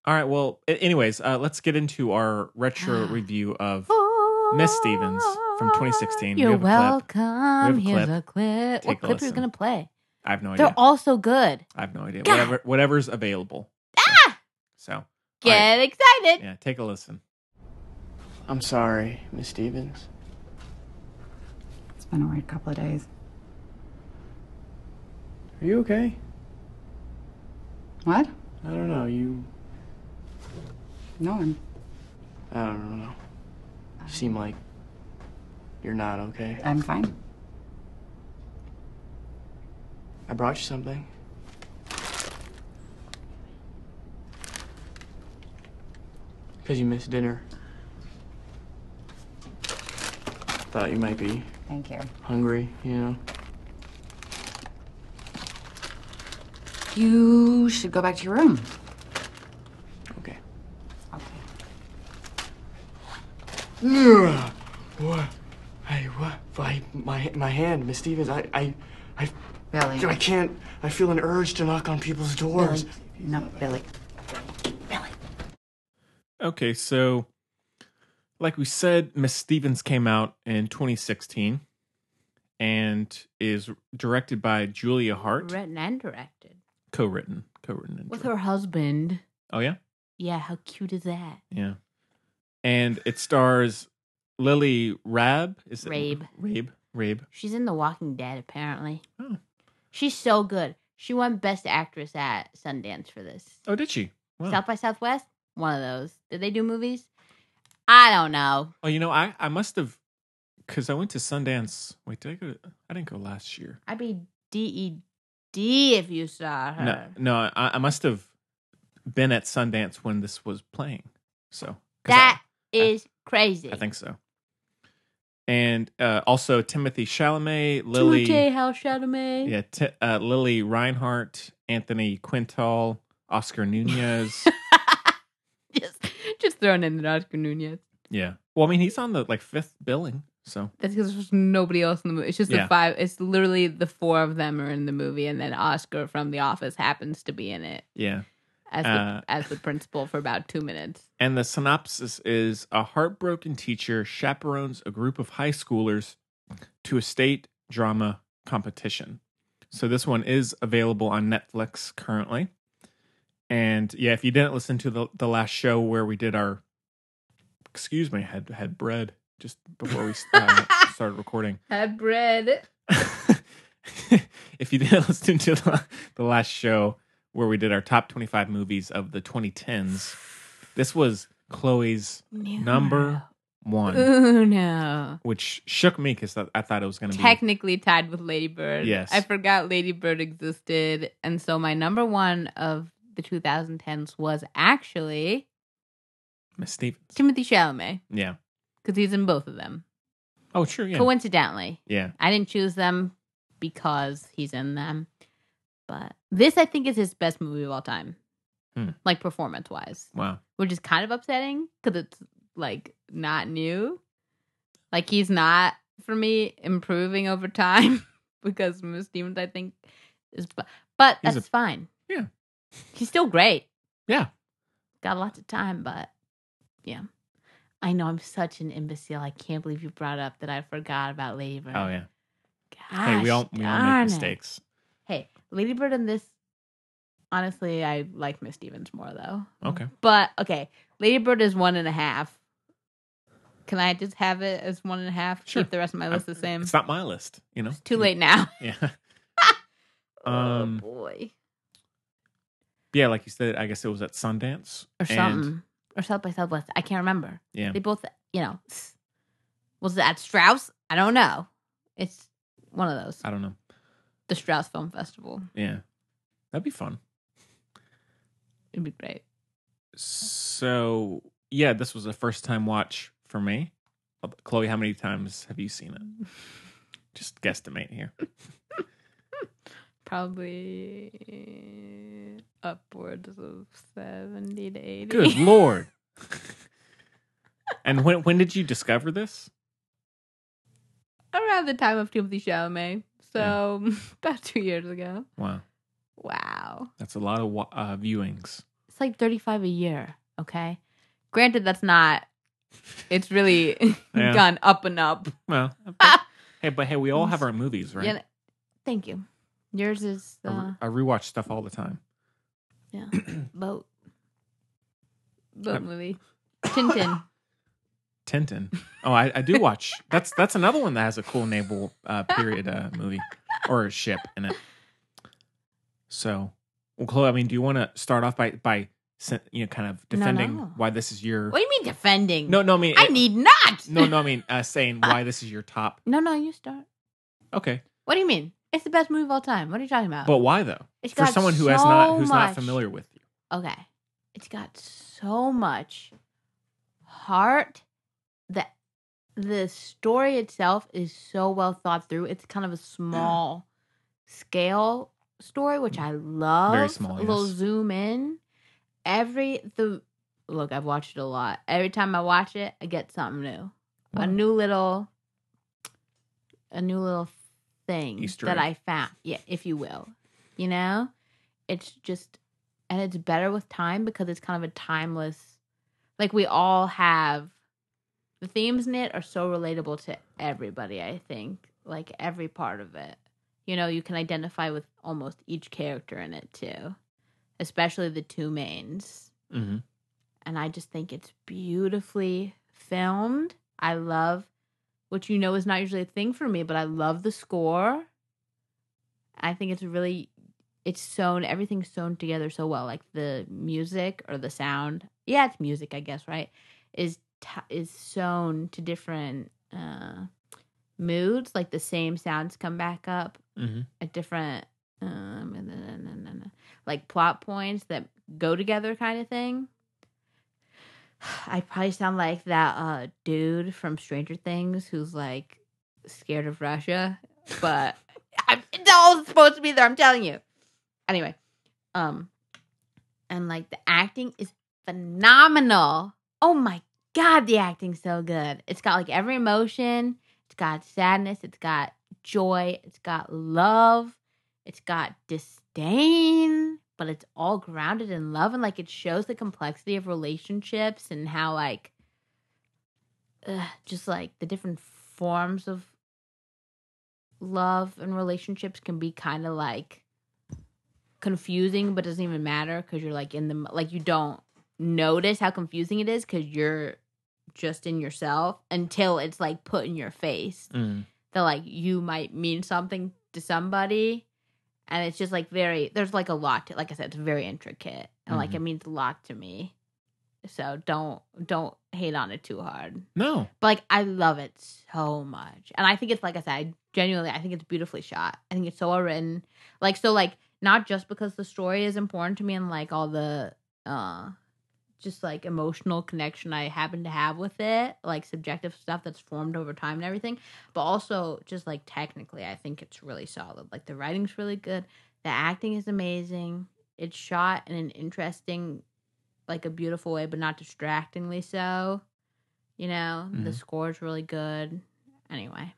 A: All right. Well, a- anyways, uh, let's get into our retro review of. um, Miss Stevens from 2016. We
B: You're
A: have a clip.
B: welcome.
A: We have
B: Here's
A: a
B: a clip.
A: Take
B: What
A: a
B: clip are you
A: listen. Oh,
B: gonna play?
A: I have no idea.
B: They're all so good.
A: I have no idea.
B: God.
A: Whatever, whatever's available. So,
B: Ah! Get excited.
A: yeah, take a listen.
F: I'm sorry, Miss Stevens.
G: It's been a weird couple of days.
F: Are you okay?
G: What?
F: I don't know. You.
G: No, I'm.
F: I don't know. You seem like you're not okay.
G: I'm fine.
F: I brought you something. Because you missed dinner. Thought you might be
G: Thank you.
F: hungry, you know?
G: You should go back to your room.
F: Okay.
G: Okay.
F: Ugh. What? Hey, what? I, my, my hand, Miss Stevens. I, I, I,
G: Billy.
F: I can't. I feel an urge to knock on people's doors.
G: Billy. No, Billy.
A: Okay, so like we said, Miss Stevens came out in 2016 and is directed by Julia Hart,
B: Written and directed
A: co-written, co-written. and
B: with
A: direct-
B: her husband.
A: Oh yeah,
B: Yeah, how cute is that?
A: yeah. And it stars Lily Rab. Is it
B: Rabe.
A: Rabe? Rabe.
B: She's in The Walking Dead, apparently.
A: Oh.
B: She's so good. She won Best Actress at Sundance for this.
A: Oh, did she? Wow.
B: South by Southwest, one of those. Did they do movies? I don't know.
A: Oh, you know, I I must have because I went to Sundance. Wait, did I go? To, I didn't go last year.
B: I'd be D E D if you saw her.
A: No, no, I, I must have been at Sundance when this was playing. So 'cause I-
B: That is crazy.
A: I think so. And uh, also Timothy Chalamet, Lily,
B: Timothée Chalamet.
A: yeah, t- uh, Lily Reinhart, Anthony Quintal, Oscar Nunez.
B: just, just throwing in the Oscar Nunez.
A: yeah. Well, I mean, he's on the like fifth billing, so
B: That's because there's nobody else in the movie. It's just
A: Yeah.
B: the five. It's literally the four of them are in the movie, and then Oscar from The Office happens to be in it
A: yeah.
B: as
A: Uh,
B: the, as the principal for about two minutes.
A: And the synopsis is a heartbroken teacher chaperones a group of high schoolers to a state drama competition. So this one is available on Netflix currently. And yeah, if you didn't listen to the, the last show where we did our, excuse me, had had bread just before we uh, started recording.
B: Had bread.
A: if you didn't listen to the, the last show where we did our top 25 movies of the 2010s, this was Chloe's number
B: Uh.
A: one,
B: Uno.
A: which shook me because I thought it was going to be.
B: Technically tied with Lady Bird.
A: Yes.
B: I forgot Lady Bird existed. And so my number one of the 2010s was actually
A: Miss Stevens.
B: Timothy Chalamet
A: Yeah.
B: because he's in both of them.
A: Oh, sure. Yeah.
B: Coincidentally,
A: yeah.
B: I didn't choose them because he's in them. But this, I think, is his best movie of all time,
A: Hmm.
B: like performance wise,
A: Wow.
B: which is kind of upsetting because it's like not new. Like he's not for me improving over time because Miss Stevens, I think, is bu- but
A: He's
B: that's
A: a-
B: fine.
A: Yeah.
B: he's still great.
A: Yeah.
B: got lots of time, but yeah. I know I'm such an imbecile. I can't believe you brought up that I forgot about Lady Bird.
A: Oh, yeah.
B: Gosh,
A: hey, we all, we all
B: darn
A: make
B: it.
A: mistakes.
B: Hey, Lady Bird and this. Honestly, I like Miss Stevens more though.
A: Okay.
B: But okay, Lady Bird is one and a half. Can I just have it as one and a half?
A: Sure.
B: Keep the rest of my list the same.
A: It's not my list, you know?
B: It's too late now.
A: Yeah.
B: oh
A: um,
B: boy,
A: yeah, like you said, I guess it was at Sundance.
B: or
A: and-
B: something, or South by Southwest. I can't remember.
A: Yeah.
B: They both, you know, was that Strauss? I don't know. It's one of those.
A: I don't know.
B: The Strauss Film Festival.
A: Yeah. That'd be fun.
B: It'd be great.
A: So yeah, this was a first time watch for me. Uh, Chloe, how many times have you seen it? Just guesstimate here.
B: Probably upwards of 70 to 80.
A: Good lord. and when when did you discover this?
B: Around the time of Timothy Chalamet. So about two years ago.
A: Wow,
B: Wow.
A: that's a lot of wa- uh, viewings.
B: It's like 35 a year. Okay. Granted, that's not, it's really
A: Yeah.
B: gone up and up.
A: Well, but- hey, but hey, we all have our movies, right?
B: Yeah, thank you. Yours is
A: I, re-
B: the
A: I rewatch stuff all the time.
B: boat. Boat movie. Tintin.
A: Tintin. Oh, I, I do watch. That's that's another one that has a cool naval uh, period uh, movie or a ship in it. So, well, Chloe, I mean, do you want to start off by by sen- you know kind of
B: No,
A: defending
B: no.
A: why this is your?
B: What do you mean defending?
A: No, no, I mean,
B: I need not.
A: no, no, I mean, uh, saying why this is your top.
B: No, no, you start.
A: Okay,
B: What do you mean? It's the best movie of all time. What are you talking about?
A: but why though?
B: It's
A: For
B: got
A: someone who
B: Oh. so
A: has not who's not
B: much.
A: familiar with you.
B: okay. It's got so much heart that the story itself is so well thought through. It's kind of a small scale story, which I love.
A: small,
B: A little
A: yes.
B: zoom in. Every the look, I've watched it a lot. Every time I watch it, I get something new.
A: Wow.
B: A new little a new little thing
A: Easter
B: that
A: egg.
B: I found. Yeah, if you will. You know? It's just and it's better with time because it's kind of a timeless like we all have the themes in it are so relatable to everybody, I think. Like every part of it. You know, you can identify with almost each character in it too. Especially the two mains
A: Mm-hmm.
B: and I just think it's beautifully filmed. I love, which you know is not usually a thing for me, but I love the score. I think it's really, it's sewn, everything's sewn together so well. Like the music or the sound, yeah, it's music, I guess, right? Is t- is sewn to different uh, moods. Like the same sounds come back up
A: Mm-hmm.
B: at different, um, and then- and then- and then- like plot points that go together, kind of thing. I probably sound like that uh dude from Stranger Things who's like scared of Russia, but I'm, it's all supposed to be there. I'm telling you. Anyway, um, and like the acting is phenomenal. Oh my god, the acting's so good. It's got like every emotion. It's got sadness. It's got joy. It's got love. It's got disdain, but it's all grounded in love and like it shows the complexity of relationships and how like ugh, just like the different forms of love and relationships can be kind of like confusing but doesn't even matter cuz you're like in the like you don't notice how confusing it is cuz you're just in yourself until it's like put in your face
A: Mm.
B: that like you might mean something to somebody and it's just like very there's like a lot to like i said it's very intricate and like
A: Mhm.
B: it means a lot to me so don't don't hate on it too hard
A: No,
B: but like i love it so much and i think it's like i said I genuinely i think it's beautifully shot i think it's so well written like so like not just because the story is important to me and like all the uh just like emotional connection i happen to have with it like subjective stuff that's formed over time and everything but also just like technically i think it's really solid like the writing's really good the acting is amazing it's shot in an interesting like a beautiful way but not distractingly so you know the
A: Mhm.
B: score's really good anyway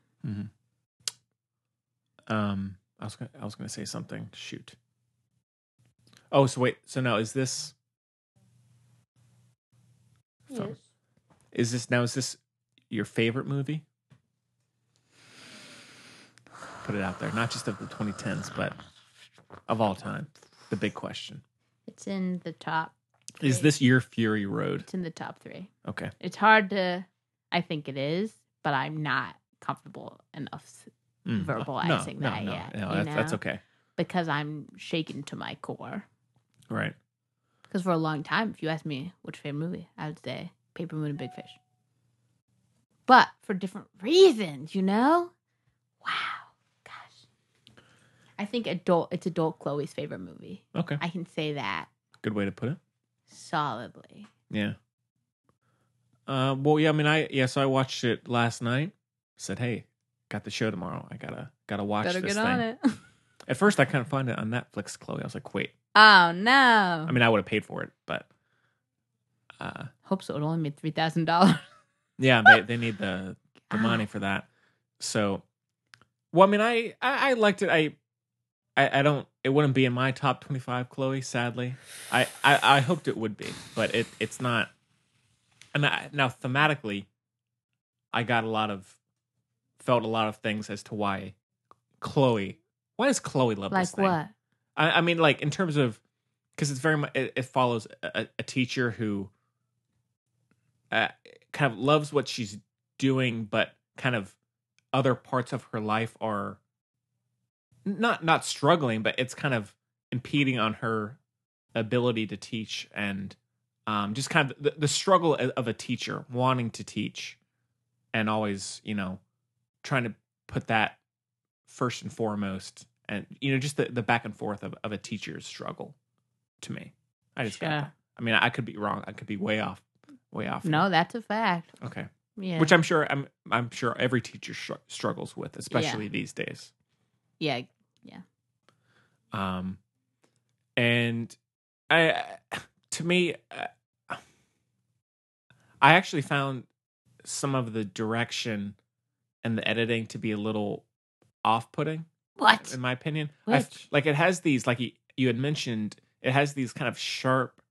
A: um, I was gonna, I was gonna say something. Shoot. Oh, so wait. So now is this Fun. is this now is this your favorite movie? Put it out there, not just of the 2010s, but of all time. The big question
B: it's in the top
A: is
B: three.
A: this your Fury Road?
B: it's in the top three
A: Okay,
B: It's hard to. I think it is, but I'm not comfortable enough s-
A: Mm. No,
B: Verbalizing
A: no,
B: that
A: no,
B: yet,
A: No,
B: you
A: that's, that's
B: know?
A: okay.
B: because I'm shaken to my core.
A: Right.
B: Because for a long time, if you asked me which favorite movie, I would say Paper Moon and Big Fish. But for different reasons, you know. Wow, gosh. I think adult. It's adult Chloe's favorite movie.
A: Okay.
B: I can say that
A: Good way to put it.
B: solidly.
A: Yeah. Uh, well, yeah. I mean, I yeah. So I watched it last night. Said, hey, got the show tomorrow. I gotta gotta watch. this thing.
B: it.
A: At first, I couldn't find it on Netflix, Chloe. I was like, wait.
B: Oh no.
A: I mean, I would have paid for it, but uh,
B: Hope so. It only made three thousand dollars.
A: yeah, they, they need the the
B: Ah.
A: money for that. So, well, I mean, I I, I liked it. I, I I don't. It wouldn't be in my top twenty five, Chloe. Sadly, I, I I hoped it would be, but it it's not. And I, now thematically, I got a lot of felt a lot of things as to why Chloe. Why does Chloe love
B: Like
A: this thing?
B: what?
A: I, I mean, like in terms of because it's very much it, it follows a, a teacher who uh, kind of loves what she's doing, but kind of other parts of her life are not not struggling, but it's kind of impeding on her ability to teach and um, just kind of the, the struggle of of a teacher wanting to teach and always you know trying to put that first and foremost and you know just the, the back and forth of, of a teacher's struggle to me i just got
B: Sure.
A: that. i mean i could be wrong i could be way off way off
B: No, that's a fact.
A: okay
B: Yeah.
A: which i'm sure i'm i'm sure every teacher str- struggles with especially these days
B: yeah.
A: um and i to me uh, i actually found some of the direction and the editing to be a little off-putting
B: What?
A: in my opinion. I f-
B: Which?
A: like it has these, like you, you had mentioned, it has these kind of sharp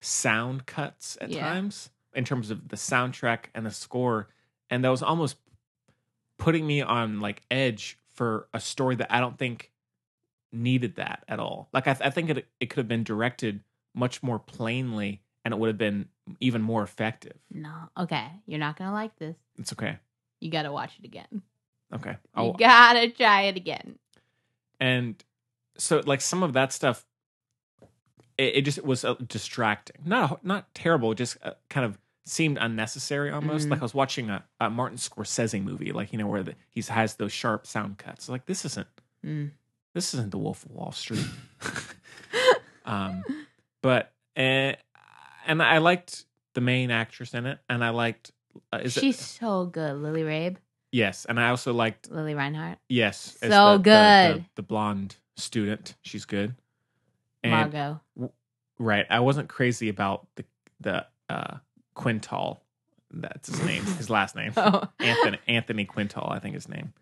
A: sound cuts at
B: Yeah.
A: times in terms of the soundtrack and the score, and that was almost putting me on like edge for a story that I don't think needed that at all. Like I, th- I think it it could have been directed much more plainly, and it would have been even more effective.
B: No. Okay. You're not gonna like this.
A: It's okay,
B: You gotta watch it again.
A: okay.
B: You gotta try it again.
A: and so like some of that stuff it, it just was uh, distracting not not terrible just uh, kind of seemed unnecessary almost
B: Mhm.
A: like i was watching a, a martin scorsese movie like you know where the, he has those sharp sound cuts like this isn't
B: Mm.
A: this isn't the wolf of wall street um but and, and i liked the main actress in it and i liked uh, is it-
B: She's so good, Lily Rabe,
A: yes and i also liked
B: Lily Reinhart,
A: yes as
B: So
A: the- the,
B: good.
A: the blonde student she's good and
B: Margot.
A: Right. I wasn't crazy about the the uh Quintal. That's his name. his last name.
B: Oh.
A: Anthony Anthony Quintal, I think his name.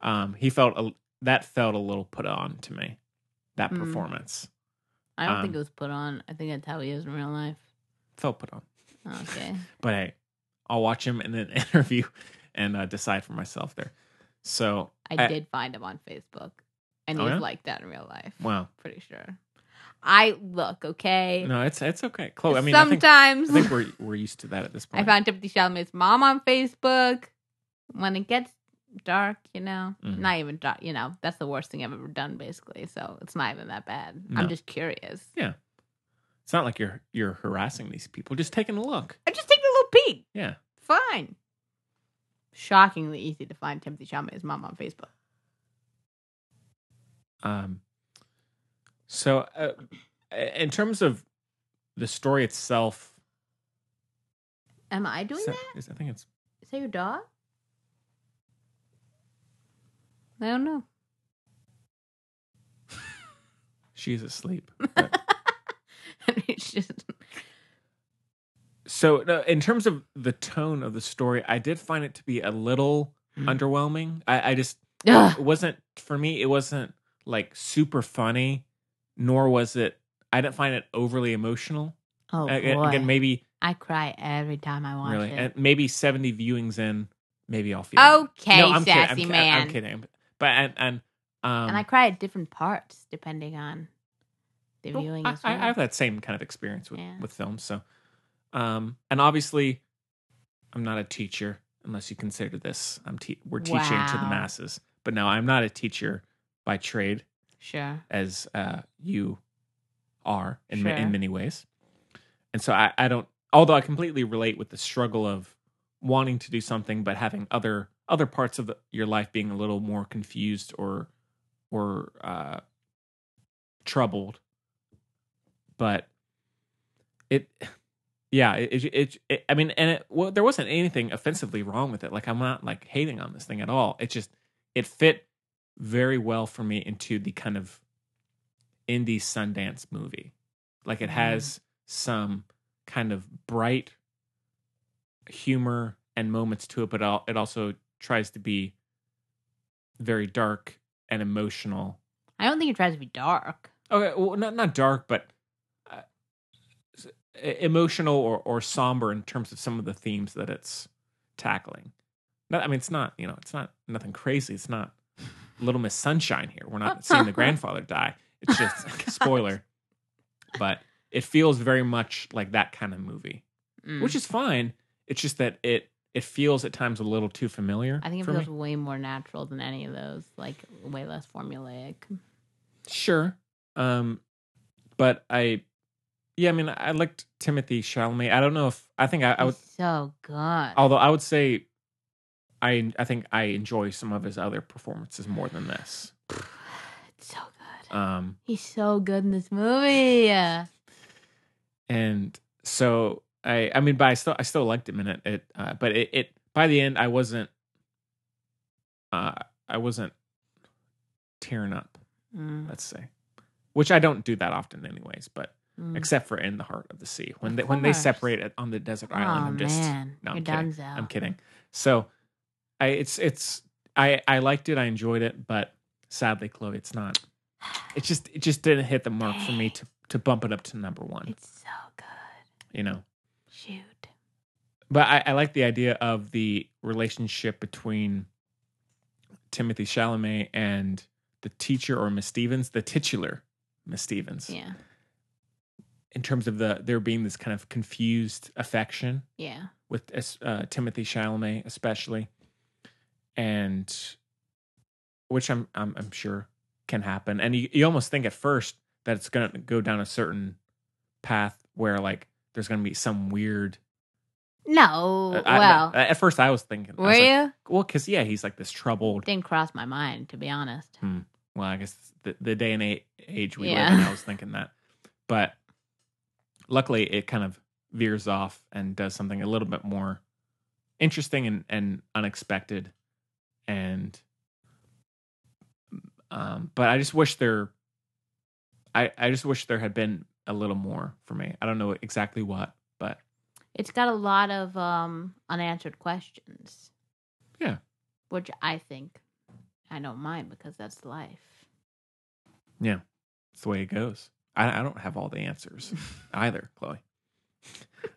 A: Um he felt a, that felt a little put on to me. That
B: Mm.
A: performance
B: I don't
A: um,
B: think it was put on. I think that's how he is in real life.
A: felt put on.
B: Okay.
A: But hey, I'll watch him in an interview and uh, decide for myself there. So,
B: I
A: I-
B: did find him on Facebook, and
A: Oh,
B: he's
A: yeah?
B: like that in real life.
A: wow.
B: Pretty sure. I look okay.
A: No, it's it's okay. Chloe, I mean, I think, I
B: sometimes I,
A: think we're we're used to that at this point.
B: found Timothy Chalamet's mom on Facebook. When it gets dark, you know,
A: Mhm.
B: not even dark, you know, that's the worst thing I've ever done, basically. So it's not even that bad.
A: No.
B: I'm just curious.
A: it's not like you're you're harassing these people. Just taking a look.
B: I'm just taking a little peek.
A: Yeah.
B: Fine. Shockingly easy to find Timothy Chalamet's mom on Facebook.
A: Um, so, uh, in terms of the story itself,
B: Am I doing
A: is that-
B: that?
A: is- I think it's
B: Is that your dog? I don't know.
A: she's asleep. But-
B: it's just
A: so, no, in terms of the tone of the story, I did find it to be a little underwhelming. I, I just
B: Ugh.
A: it wasn't for me. It wasn't like super funny, nor was it. I didn't find it overly emotional.
B: Oh
A: A- a-
B: boy.
A: again, maybe
B: I cry every time I watch
A: really, and
B: it. Oh,
A: maybe seventy viewings in, maybe I'll feel.
B: Okay,
A: no, I'm kidding, I'm
B: sassy
A: ki-
B: man.
A: I'm kidding, but and and um,
B: and I cry at different parts depending on the
A: Well,
B: viewing.
A: I,
B: as
A: I-
B: well.
A: I have that same kind of experience with,
B: Yeah.
A: with films. So, um, and obviously, I'm not a teacher unless you consider this. I'm te- we're teaching to the
B: Wow.
A: masses, but no, I'm not a teacher by trade,
B: Sure.
A: as uh, you are in, ma-
B: Sure.
A: in many ways. And so I, I don't. Although I completely relate with the struggle of wanting to do something but having other other parts of the, your life being a little more confused or or uh, troubled. But it, yeah, it, it, it, it- I mean, and it, well, there wasn't anything offensively wrong with it. Like I'm not like hating on this thing at all. It just it fit very well for me into the kind of indie Sundance movie. Like it has some kind of bright humor and moments to it, but al- it also tries to be very dark and emotional
B: I don't think it tries to be dark.
A: Okay, well, not not dark, but uh, s- e- emotional or or somber in terms of some of the themes that it's tackling. Not, I mean, it's not you know, it's not nothing crazy. It's not Little Miss Sunshine here. We're not seeing the grandfather die. It's
B: Oh
A: just spoiler, but it feels very much like that kind of movie,
B: Mm.
A: which is fine. It's just that it it feels at times a little too familiar.
B: I think it
A: for me.
B: feels way more natural than any of those. Like way less formulaic.
A: Sure. Um, but I, yeah, I mean, I liked Timothy Chalamet. I don't know if I think I, I would,
B: He's so good.
A: although I would say, I I think I enjoy some of his other performances more than this.
B: It's so good.
A: Um,
B: He's so good in this movie.
A: and so I, I mean, but I still I still liked him in it. It, uh, but it, it by the end I wasn't, uh, I wasn't tearing up.
B: Mm.
A: Let's say, which I don't do that often, anyways. But
B: Mm.
A: except for in the heart of the sea when
B: Of
A: they, when they
B: course.
A: separate it on the desert island.
B: Aw,
A: I'm just
B: man,
A: no, I'm
B: you're
A: kidding.
B: donezo.
A: I'm kidding. So I it's it's I I liked it. I enjoyed it, but sadly, Chloe, it's not. It just it just didn't hit the mark for me to to bump it up to number one.
B: It's so good.
A: You know,
B: Shoot.
A: but I, I like the idea of the relationship between Timothy Chalamet and the teacher or Miss Stevens, the titular Miss Stevens.
B: Yeah.
A: in terms of the there being this kind of confused affection
B: Yeah.
A: with uh, Timothy Chalamet, especially, and which I'm I'm, I'm sure can happen. And you, you almost think at first that it's going to go down a certain path where like there's going to be some weird.
B: No.
A: I- I-
B: well,
A: at first I was thinking, I
B: were
A: was like,
B: you?
A: well, because yeah, he's like this troubled.
B: Didn't cross my mind, to be honest.
A: well, I guess the, the day and a- age we
B: Yeah.
A: live in, I was thinking that. But luckily, it kind of veers off and does something a little bit more interesting and, and unexpected. And, um, but I just wish there, I, I just wish there had been a little more for me. I don't know exactly what, but
B: It's got a lot of um unanswered questions.
A: Yeah.
B: Which I think I don't mind because that's life.
A: it's the way it goes. I, I don't have all the answers either, Chloe.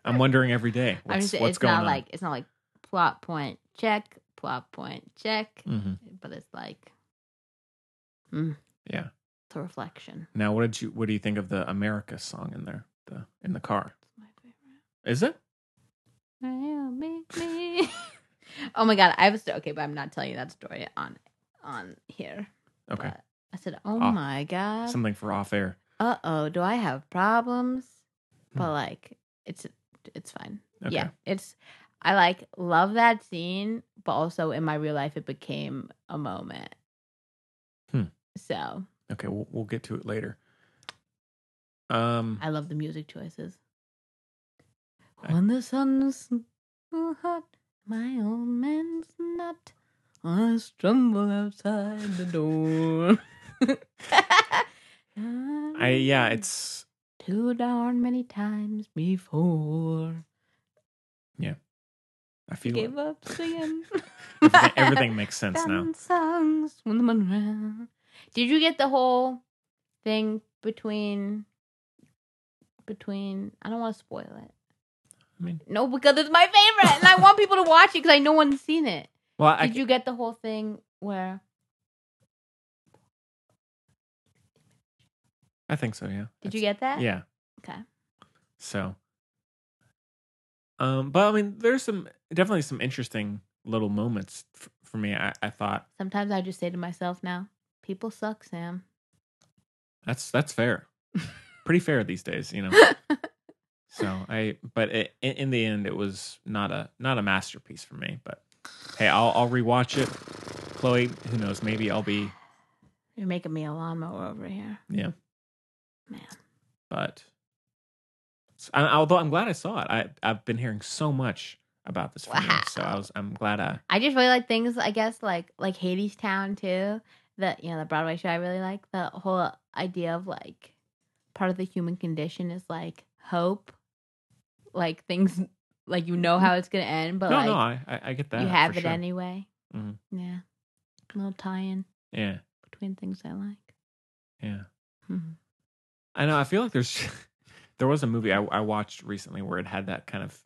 A: I'm wondering every day
B: I'm
A: what's,
B: just,
A: what's
B: it's
A: going
B: not
A: on.
B: like it's not like plot point check, plot point check,
A: Mhm.
B: but it's like mm,
A: Yeah.
B: it's a reflection.
A: Now, what did you what do you think of the America song in there? The in the car.
B: It's my favorite.
A: Is it?
B: Well, make me- oh my god, I have a story. Okay, but I'm not telling you that story on on here.
A: Okay.
B: But I said, "Oh
A: Off-
B: my god,
A: Something for off air.
B: uh oh, do I have problems?" But
A: Hmm.
B: like, it's it's fine.
A: Okay.
B: Yeah, it's I like love that scene, but also in my real life, it became a moment.
A: Hmm.
B: So
A: Okay, we'll we'll get to it later. Um
B: I love the music choices.
A: I-
B: When the sun's too hot, my old man's not. I stumble outside the door.
A: I yeah, it's
B: too darn many times before.
A: I feel
B: Gave
A: it.
B: up singing.
A: everything, everything makes sense now.
B: Dance songs when the moon ran. Did you get the whole thing between between I don't want to spoil it.
A: I mean-
B: no, because it's my favorite and I want people to watch it because I know no one's seen it.
A: Well,
B: Did
A: I
B: you get the whole thing where
A: I think so, yeah.
B: did you get that?
A: Yeah.
B: Okay.
A: So um but I mean there's some definitely some interesting little moments f- for me. I, I thought
B: Sometimes I just say to myself now, people suck, Sam.
A: that's that's fair. Pretty fair these days, you know. So I, but it, in, in the end, it was not a not a masterpiece for me. But hey, I'll I'll rewatch it. Chloe, who knows? Maybe I'll be
B: You're making me a lawnmower over here.
A: yeah.
B: Man.
A: But I, although I'm glad I saw it, I I've been hearing so much about this film, so I was I'm glad I
B: I just really like things, I guess, like like Hades Town too. the you know the Broadway show I really like the whole idea of like part of the human condition is like hope, like things like you know how it's gonna end, but
A: no,
B: like
A: no, I, I, I get that.
B: you have
A: for
B: it
A: sure.
B: anyway.
A: Mhm.
B: Yeah, little tie-in
A: Yeah,
B: between things I like.
A: yeah.
B: Mhm.
A: I know. I feel like there's there was a movie I, I watched recently where it had that kind of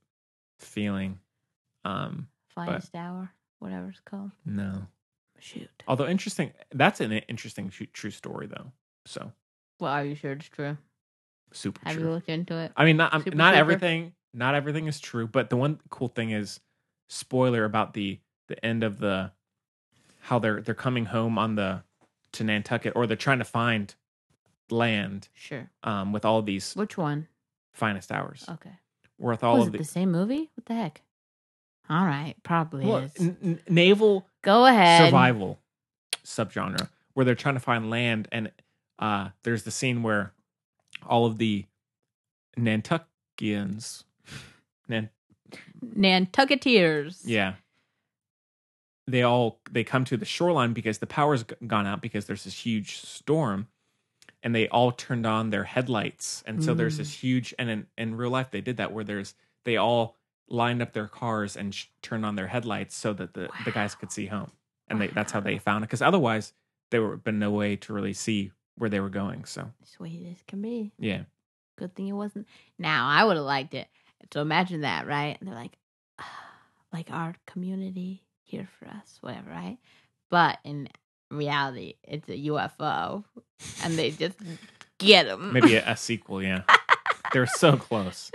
A: feeling. Um,
B: Finest hour, whatever it's called.
A: no.
B: Shoot.
A: Although interesting, that's an interesting tru- true story though. So
B: Well, are you sure it's true?
A: super
B: Have you
A: true.
B: looked into it?
A: I mean, not I'm-
B: Super
A: not
B: duper?
A: everything, not everything is true. But the one cool thing is, spoiler about the the end of the how they're they're coming home on the to Nantucket or they're trying to find land
B: Sure.
A: um with all these
B: Which one?
A: finest hours
B: Okay.
A: worth
B: All
A: all
B: Was
A: of
B: Oh, it the
A: the,
B: same movie? What the heck? All right, probably
A: well,
B: is.
A: n- n- naval
B: Go ahead.
A: survival subgenre where they're trying to find land and uh there's the scene where all of the Nantuckians Nan-
B: Nantucketeers.
A: yeah they all they come to the shoreline because the power's g- gone out because there's this huge storm and they all turned on their headlights and so there's this huge and in, in real life they did that where there's they all lined up their cars and sh- turned on their headlights so that the, the guys could see home and they, that's how they found it because otherwise there would have been no way to really see where they were going so
B: Sweet as can be.
A: yeah
B: Good thing it wasn't. Now I would have liked it. So imagine that, right? They're like, "Ah, like our community here for us, whatever, right? But in reality, it's a UFO, and they just get them.
A: maybe a, a sequel yeah they're so close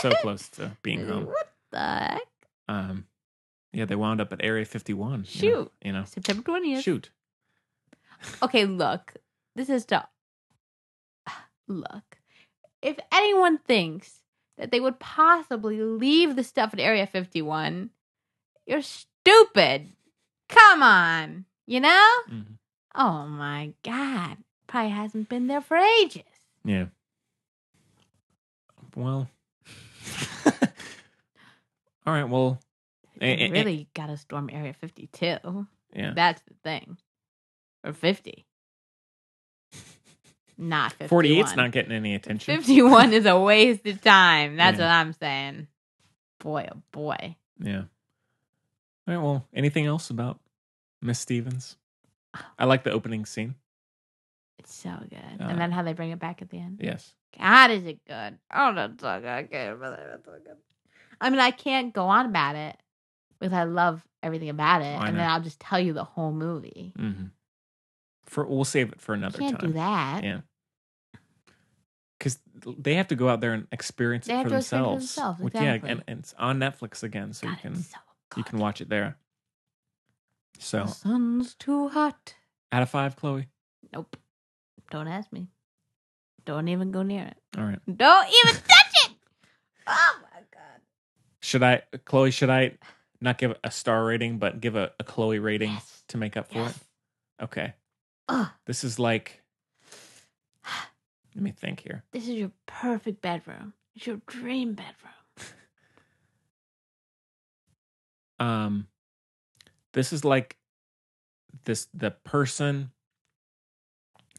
A: so close to being home
B: What the heck?
A: um yeah they wound up at area 51 you know-
B: Shoot.
A: you know,
B: September twentieth.
A: shoot
B: Okay, look. This is to look. If anyone thinks that they would possibly leave the stuff at Area 51, you're stupid. Come on. You know?
A: Mhm.
B: Oh my god. Probably hasn't been there for ages.
A: yeah well all right well eh, eh, eh,
B: really got to storm Area 52.
A: yeah
B: That's the thing. Or 50. Not 51.
A: 48's not getting any attention
B: 51 is a waste of time. That's what I'm saying. Boy, oh boy.
A: yeah all right well anything else about miss stevens
B: Oh.
A: i like the opening scene
B: It's so good.
A: Uh,
B: and then how they bring it back at the end.
A: yes
B: God, is it good? Oh, that's so good. I can't remember that. That's so good. I mean, I can't go on about it because I love everything about it.
A: Oh, I
B: and
A: know.
B: then I'll just tell you the whole movie.
A: hmm for we'll save it for another
B: can't
A: time
B: do that.
A: yeah because they have to go out there and experience
B: They
A: it
B: have
A: for
B: to experience it
A: themselves.
B: themselves,
A: Which-
B: exactly.
A: Yeah, and, and it's on Netflix again, so
B: God,
A: you can
B: it's so good.
A: you can watch it there. So
B: The sun's too hot.
A: out of five, Chloe.
B: Nope. Don't ask me. Don't even go near it.
A: All right.
B: Don't even touch it. Oh my god.
A: Should I, Chloe? Should I not give a star rating, but give a, a Chloe rating
B: Yes.
A: to make up for
B: Yes.
A: it? Okay.
B: Ugh.
A: This is like. Let me think here.
B: This is your perfect bedroom. It's your dream bedroom.
A: um this is like this the person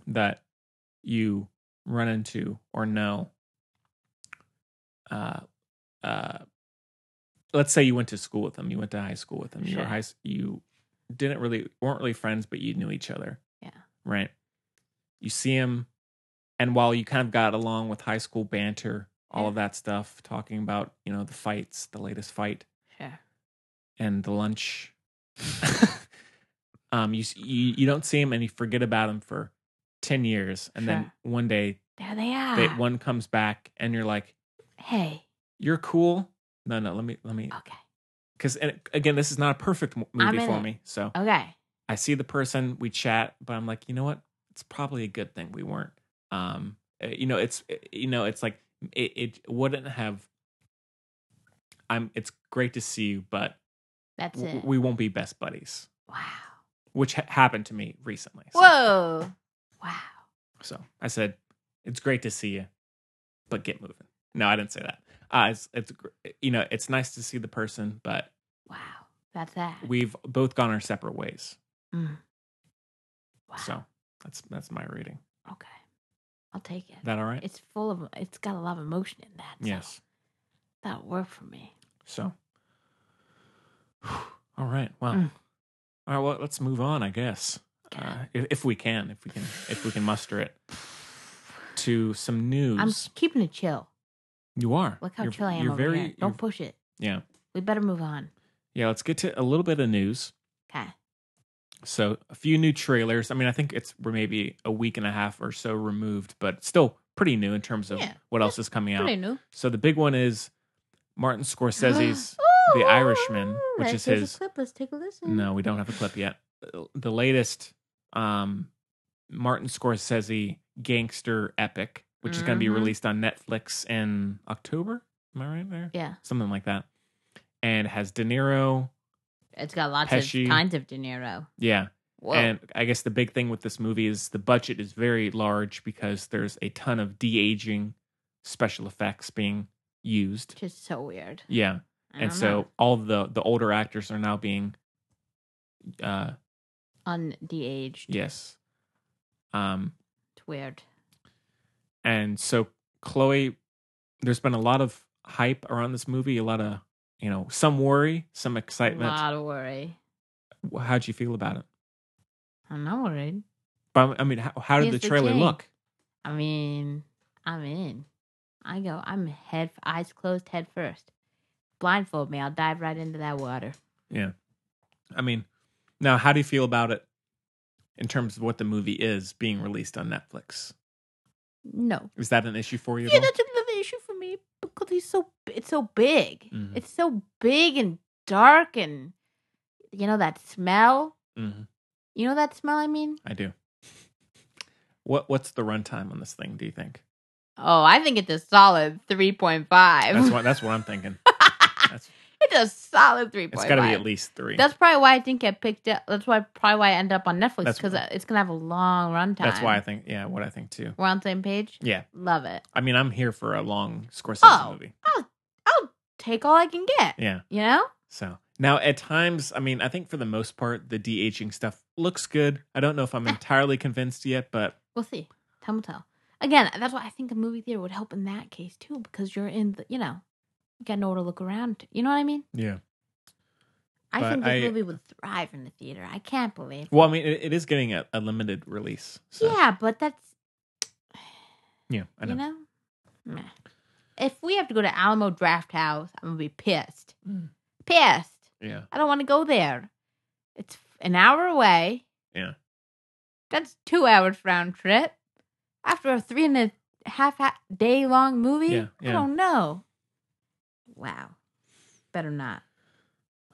A: that you run into or know uh uh let's say you went to school with them you went to high school with them you were
B: Sure.
A: high s- you didn't really weren't really friends but you knew each other
B: Yeah.
A: right you see him and while you kind of got along with high school banter all of that stuff talking about you know the fights the latest fight
B: Sure.
A: and the lunch. um, you, s- you you don't see him and you forget about him for ten years, and then
B: Sure. Ah.
A: one day
B: There they are.
A: they, one comes back and you're like,
B: hey.
A: "You're cool." No, no, let me let me
B: Okay.
A: because and again, this is not a perfect mo-
B: Oh. I'm
A: movie
B: in
A: for
B: it. Oh.
A: me. So
B: Okay.
A: I see the person, we chat, but I'm like, you know what? It's probably a good thing we weren't. Um, uh, you know, it's uh, you know, it's like it, it wouldn't have. I'm. It's great to see you, but
B: That's
A: w-
B: it.
A: we won't be best buddies.
B: wow.
A: which ha- happened to me recently. So,
B: Whoa. Wow.
A: So I said, "It's great to see you, but get moving." No, I didn't say that. Uh, it's, it's gr- you know, it's nice to see the person, but
B: Wow. That's that.
A: we've both gone our separate ways.
B: Mm.
A: So that's that's my rating.
B: Okay. I'll take it.
A: That all right?
B: It's full of, it's got a lot of emotion in that. so
A: yes.
B: That worked for me.
A: So, all right. Well,
B: Mm.
A: all right. Well, let's move on. I guess uh, if, if we can, if we can, if we can muster it to some news.
B: I'm s- keeping it chill.
A: you are.
B: Look how
A: You're-
B: chill I am
A: You're
B: over
A: very.
B: here. Don't
A: you're-
B: push it.
A: yeah,
B: We better move on.
A: yeah. Let's get to a little bit of news.
B: Okay.
A: So a few new trailers. I mean, I think it's we're maybe a week and a half or so removed, but still pretty new in terms of
B: Yeah.
A: what else is coming out.
B: Pretty new.
A: So the big one is Martin Scorsese's The Irishman, which is
B: Here's a
A: his
B: clip. Let's take a listen.
A: No, we don't have a clip yet. The latest um, Martin Scorsese gangster epic, which is going to be
B: Mhm.
A: released on Netflix in October. Am I right there?
B: Yeah,
A: Something like that. And has De Niro.
B: it's got lots
A: Pesci.
B: of kinds of De Niro.
A: Yeah.
B: Whoa.
A: And I guess the big thing with this movie is the budget is very large because there's a ton of de aging special effects being used.
B: just so weird.
A: Yeah.
B: I
A: And
B: don't
A: so
B: know.
A: all the the older actors are now being uh
B: unde-aged,
A: yes. Um
B: it's weird.
A: And so Chloe, there's been a lot of hype around this movie, a lot of you know, some worry, some
B: A
A: excitement.
B: lot of worry.
A: Wh- How'd you feel about it?
B: I'm not worried.
A: But I mean, how, how did
B: He's
A: the
B: the
A: trailer
B: king.
A: look?
B: I mean, I'm in. I go. I'm head eyes closed, head first. Blindfold me. I'll dive right into that water.
A: Yeah, I mean, now how do you feel about it in terms of what the movie is being released on Netflix?
B: No.
A: Is that an issue for you? at
B: Yeah,
A: all?
B: that's another issue for me because he's so it's so big.
A: Mhm.
B: It's so big and dark and you know that smell.
A: Mhm,
B: You know that smell. I mean.
A: I do. What What's the runtime on this thing? Do you think?
B: Oh, I think it's a solid three point five.
A: That's what That's what I'm thinking. That's,
B: It's a solid three point
A: it's
B: five.
A: got to be at least three.
B: That's probably why I didn't get picked up. That's why probably why I end up on Netflix
A: That's
B: because
A: why.
B: it's gonna have a long runtime.
A: That's why I think. Yeah, what I think too.
B: we're on the same page.
A: Yeah,
B: Love it.
A: I mean, I'm here for a long Scorsese
B: Oh.
A: movie.
B: I'll take all I can get.
A: Yeah.
B: You know,
A: So now at times, I mean, I think for the most part, the de aging stuff looks good. I don't know if I'm entirely convinced yet, but
B: we'll see. Time will tell. Again, that's why I think a movie theater would help in that case too because you're in the you know you got nowhere to look around. To. You know what I mean?
A: yeah.
B: I
A: But
B: think this
A: I-
B: movie would thrive in the theater. I can't believe.
A: Well, I mean, it, it is getting a, a limited release. So,
B: Yeah, but that's
A: Yeah. I know.
B: You know? Meh. If we have to go to Alamo Draft House, I'm gonna be pissed.
A: Mm.
B: Pissed.
A: Yeah.
B: I don't want to go there. It's f- an hour away.
A: Yeah.
B: That's two hours round trip. After a three and a half ha- day long movie,
A: Yeah, yeah.
B: I don't know. Wow. Better not.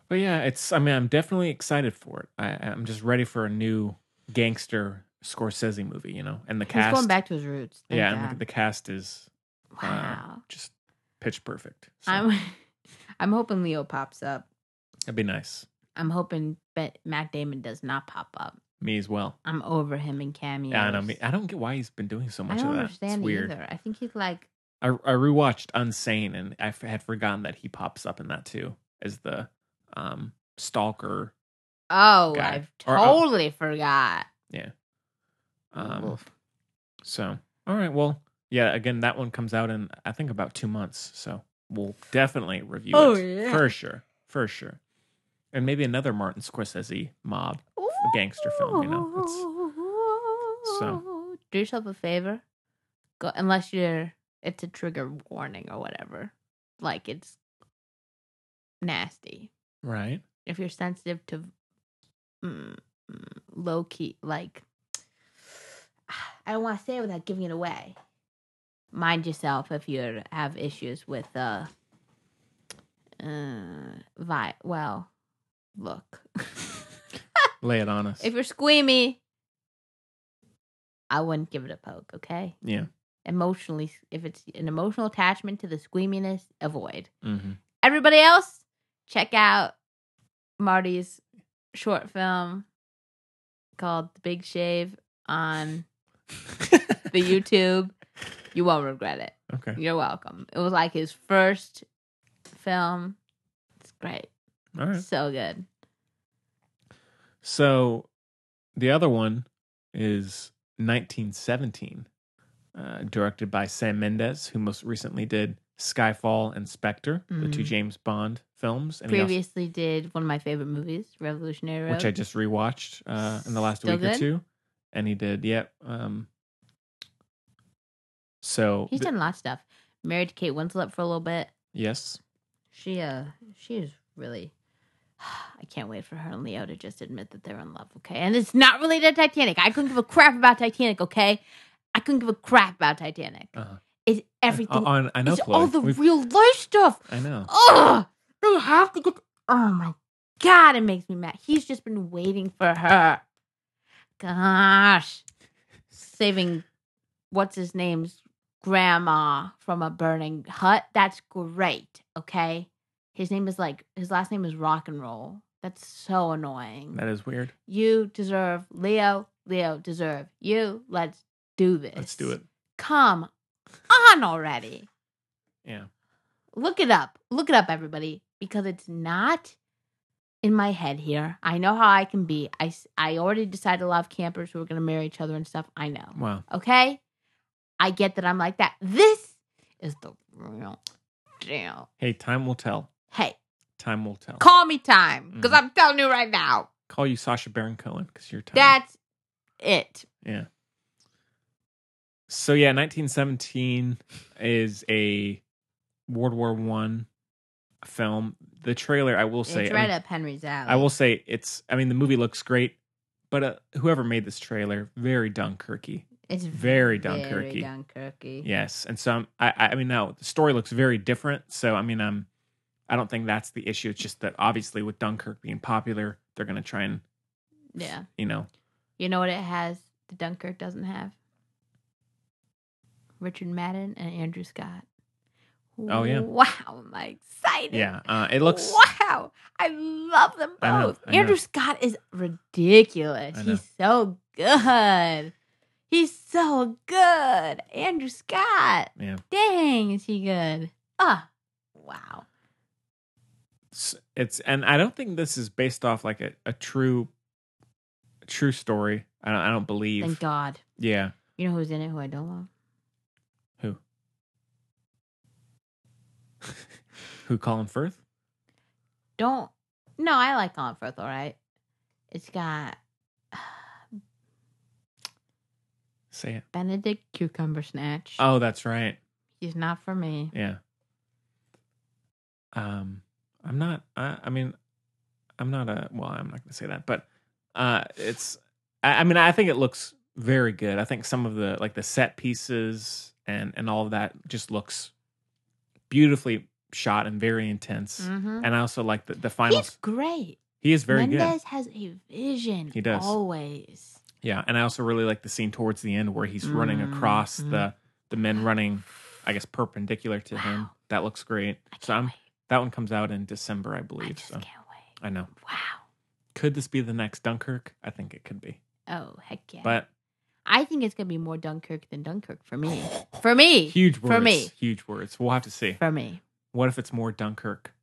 A: But yeah, it's, I mean, I'm definitely excited for it. I, I'm just ready for a new gangster Scorsese movie, you know, and the
B: He's
A: cast.
B: going back to his roots. Thank
A: yeah. And
B: God.
A: the, the cast is uh,
B: wow.
A: just pitch perfect. So
B: I'm I'm hoping Leo pops up.
A: that'd be nice.
B: I'm hoping Bet Matt Damon does not pop up.
A: Me as well.
B: I'm over him in cameos.
A: Yeah, and I mean, I don't get why he's been doing so
B: I
A: much
B: don't
A: of that.
B: understand
A: it's
B: it
A: weird.
B: either. I think he's like,
A: I, I rewatched Unsane, and I f- had forgotten that he pops up in that too as the um stalker.
B: oh,
A: Guy.
B: I've
A: Or, oh.
B: totally forgot.
A: Um,
B: Oof.
A: So, all right, well, yeah. Again, that one comes out in I think about two months, so we'll definitely review
B: Oh,
A: it
B: yeah.
A: for sure, for sure, and maybe another Martin Scorsese mob gangster film. You know, it's, so.
B: do yourself a favor. Go unless you're. It's a trigger warning or whatever. Like it's nasty.
A: right?
B: If you're sensitive to mm, mm, low key, like I don't want to say it without giving it away. Mind yourself if you have issues with uh, uh, vi- well, look.
A: Lay it on us.
B: If you're squeamy, I wouldn't give it a poke, okay?
A: yeah.
B: Emotionally, if it's an emotional attachment to the squeaminess, avoid.
A: Mm-hmm.
B: Everybody else, check out Marty's short film called The Big Shave on the YouTube. You won't regret it.
A: okay.
B: You're welcome. It was like his first film. It's great.
A: All right.
B: So good.
A: So the other one is 1917, uh, directed by Sam Mendes, who most recently did Skyfall and Spectre, the
B: Mm-hmm.
A: two James Bond films, and he also-
B: Previously, did one of my favorite movies, Revolutionary Road.
A: which I just rewatched uh, in the last
B: Still
A: week or
B: good?
A: two, and he did. Yeah. Um, so
B: He's
A: th-
B: done a lot of stuff. Married to Kate Winslet for a little bit.
A: yes,
B: She uh she is really I can't wait for her and Leo to just admit that they're in love, okay? And it's not related to Titanic. I couldn't give a crap about Titanic, okay? I couldn't give a crap about Titanic.
A: Uh-huh.
B: It's everything.
A: Uh, On, I know.
B: it's
A: Chloe.
B: all the
A: We've-
B: real life stuff.
A: I know.
B: Ugh! They have to get. Oh my god, it makes me mad. He's just been waiting for her. Gosh. Saving what's his name's grandma from a burning hut. That's great. Okay. His name is like, his last name is Rock and Roll. That's so annoying.
A: That is weird.
B: You deserve Leo. Leo deserve you. Let's do this.
A: Let's do it.
B: Come on already
A: Yeah.
B: look it up. Look it up, everybody, because it's not in my head here. I know how I can be. I, s- I already decided a lot of campers who are going to marry each other and stuff. I know.
A: Wow.
B: Okay? I get that I'm like that. This is the real deal.
A: Hey, time will tell.
B: Hey,
A: Time will tell.
B: call me time because
A: Mhm.
B: I'm telling you right now.
A: Call you Sasha Baron Cohen because you're time.
B: That's it.
A: Yeah. So yeah, 1917 is a World War One film. The trailer, I will say,
B: it's
A: I mean,
B: right up Henry's alley.
A: I will say it's. I mean, the movie looks great, but uh, whoever made this trailer, very Dunkirky.
B: It's
A: very
B: Very
A: Dunkirky.
B: Dunkirky.
A: Yes, and so I'm, I. I I mean, now the story looks very different. So I mean, I'm. I don't think that's the issue. It's just that obviously with Dunkirk being popular, they're going to try and
B: Yeah.
A: you know.
B: You know what it has the Dunkirk doesn't have? Richard Madden and Andrew Scott.
A: Oh, yeah.
B: Wow, am I excited?
A: Yeah, uh, it looks.
B: Wow, I love them both.
A: I know, I know.
B: Andrew Scott is ridiculous.
A: I know.
B: He's so good. He's so good. Andrew Scott.
A: Yeah.
B: Dang, is he good? Ah, wow.
A: it's, it's and I don't think this is based off like a, a true a true story. I don't, I don't believe.
B: Thank God.
A: Yeah.
B: You know who's in it? Who I don't love?
A: Who? Who Colin Firth?
B: Don't. No, I like Colin Firth. All right. It's got
A: Say it.
B: Benedict Cucumber Snatch.
A: Oh, that's right.
B: He's not for me.
A: Yeah. Um I'm not I, I mean I'm not a well, I'm not gonna say that, but uh it's I, I mean I think it looks very good. I think some of the like the set pieces and and all of that just looks beautifully shot and very intense.
B: Mm-hmm.
A: And I also like the, the
B: He's
A: finals.
B: great.
A: He is very good.
B: Mendez has a vision.
A: He does.
B: Always.
A: Yeah, and I also really like the scene towards the end where he's running
B: Mm,
A: across
B: mm.
A: the the men running, I guess perpendicular to him.
B: Wow.
A: That looks great.
B: I can't
A: So I'm,
B: wait.
A: that one comes out in December, I
B: I
A: believe.
B: just
A: so
B: can't wait.
A: I know.
B: Wow.
A: Could this be the next Dunkirk? I think it could be.
B: Oh, heck yeah.
A: But
B: I think it's going to be more Dunkirk than Dunkirk for me. For me.
A: huge words.
B: For me.
A: Huge words. We'll have to see.
B: For me.
A: What if it's more Dunkirk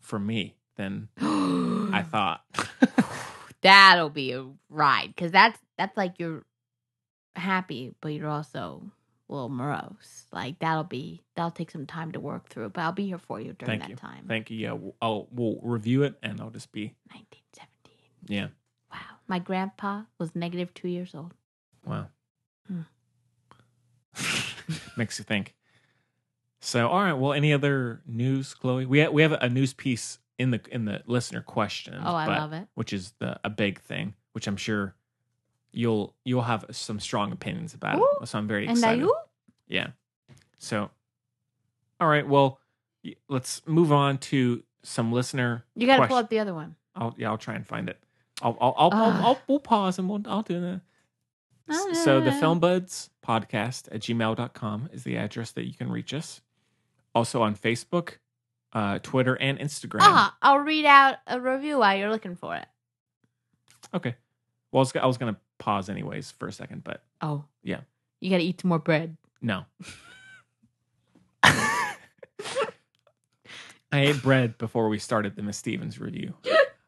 A: for me than
B: Mm.
A: I thought?
B: That'll be a ride because that's that's like you're happy, but you're also a little morose. Like that'll be that'll take some time to work through, but I'll be here for you during
A: Thank
B: that
A: you.
B: time.
A: Thank you. Yeah, we'll, I'll, we'll review it and I'll just be,
B: 1917.
A: yeah,
B: Wow, my grandpa was negative two years old.
A: Wow.
B: Hmm.
A: Makes you think. So, all right. Well, any other news, Chloe? We ha- we have a news piece in the in the listener questions.
B: Oh, I
A: but-
B: love it.
A: Which is the a big thing, which I'm sure you'll you'll have some strong opinions about.
B: Ooh,
A: it, so I'm very
B: And I,
A: excited.
B: ooh,
A: Yeah. So, all right. Well, y- let's move on to some listener.
B: you got to pull
A: questions.
B: up the other one.
A: I'll yeah, I'll try and find it. I'll I'll I'll,
B: Ugh.
A: I'll, I'll we'll pause and we'll I'll do that. S- So the
B: Alright.
A: Film Buds podcast at gmail.com is the address that you can reach us. Also on Facebook, uh, Twitter, and Instagram.
B: Ah, I'll read out a review while you're looking for it.
A: Okay. Well, I was, go- I was going to pause anyways for a second, but
B: Oh,
A: Yeah.
B: you got to eat some more bread.
A: no. I ate bread before we started the Miss Stevens review.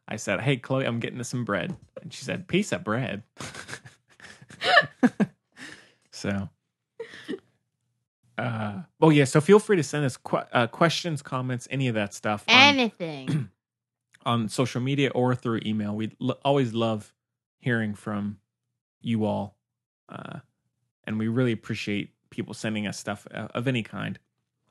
A: I said, Hey, Chloe, I'm getting us some bread. And she said, Piece of bread. So, uh, oh yeah. So feel free to send us que- uh, questions, comments, any of that stuff on,
B: Anything.
A: on social media or through email. We l- always love hearing from you all, uh, and we really appreciate people sending us stuff uh, of any kind.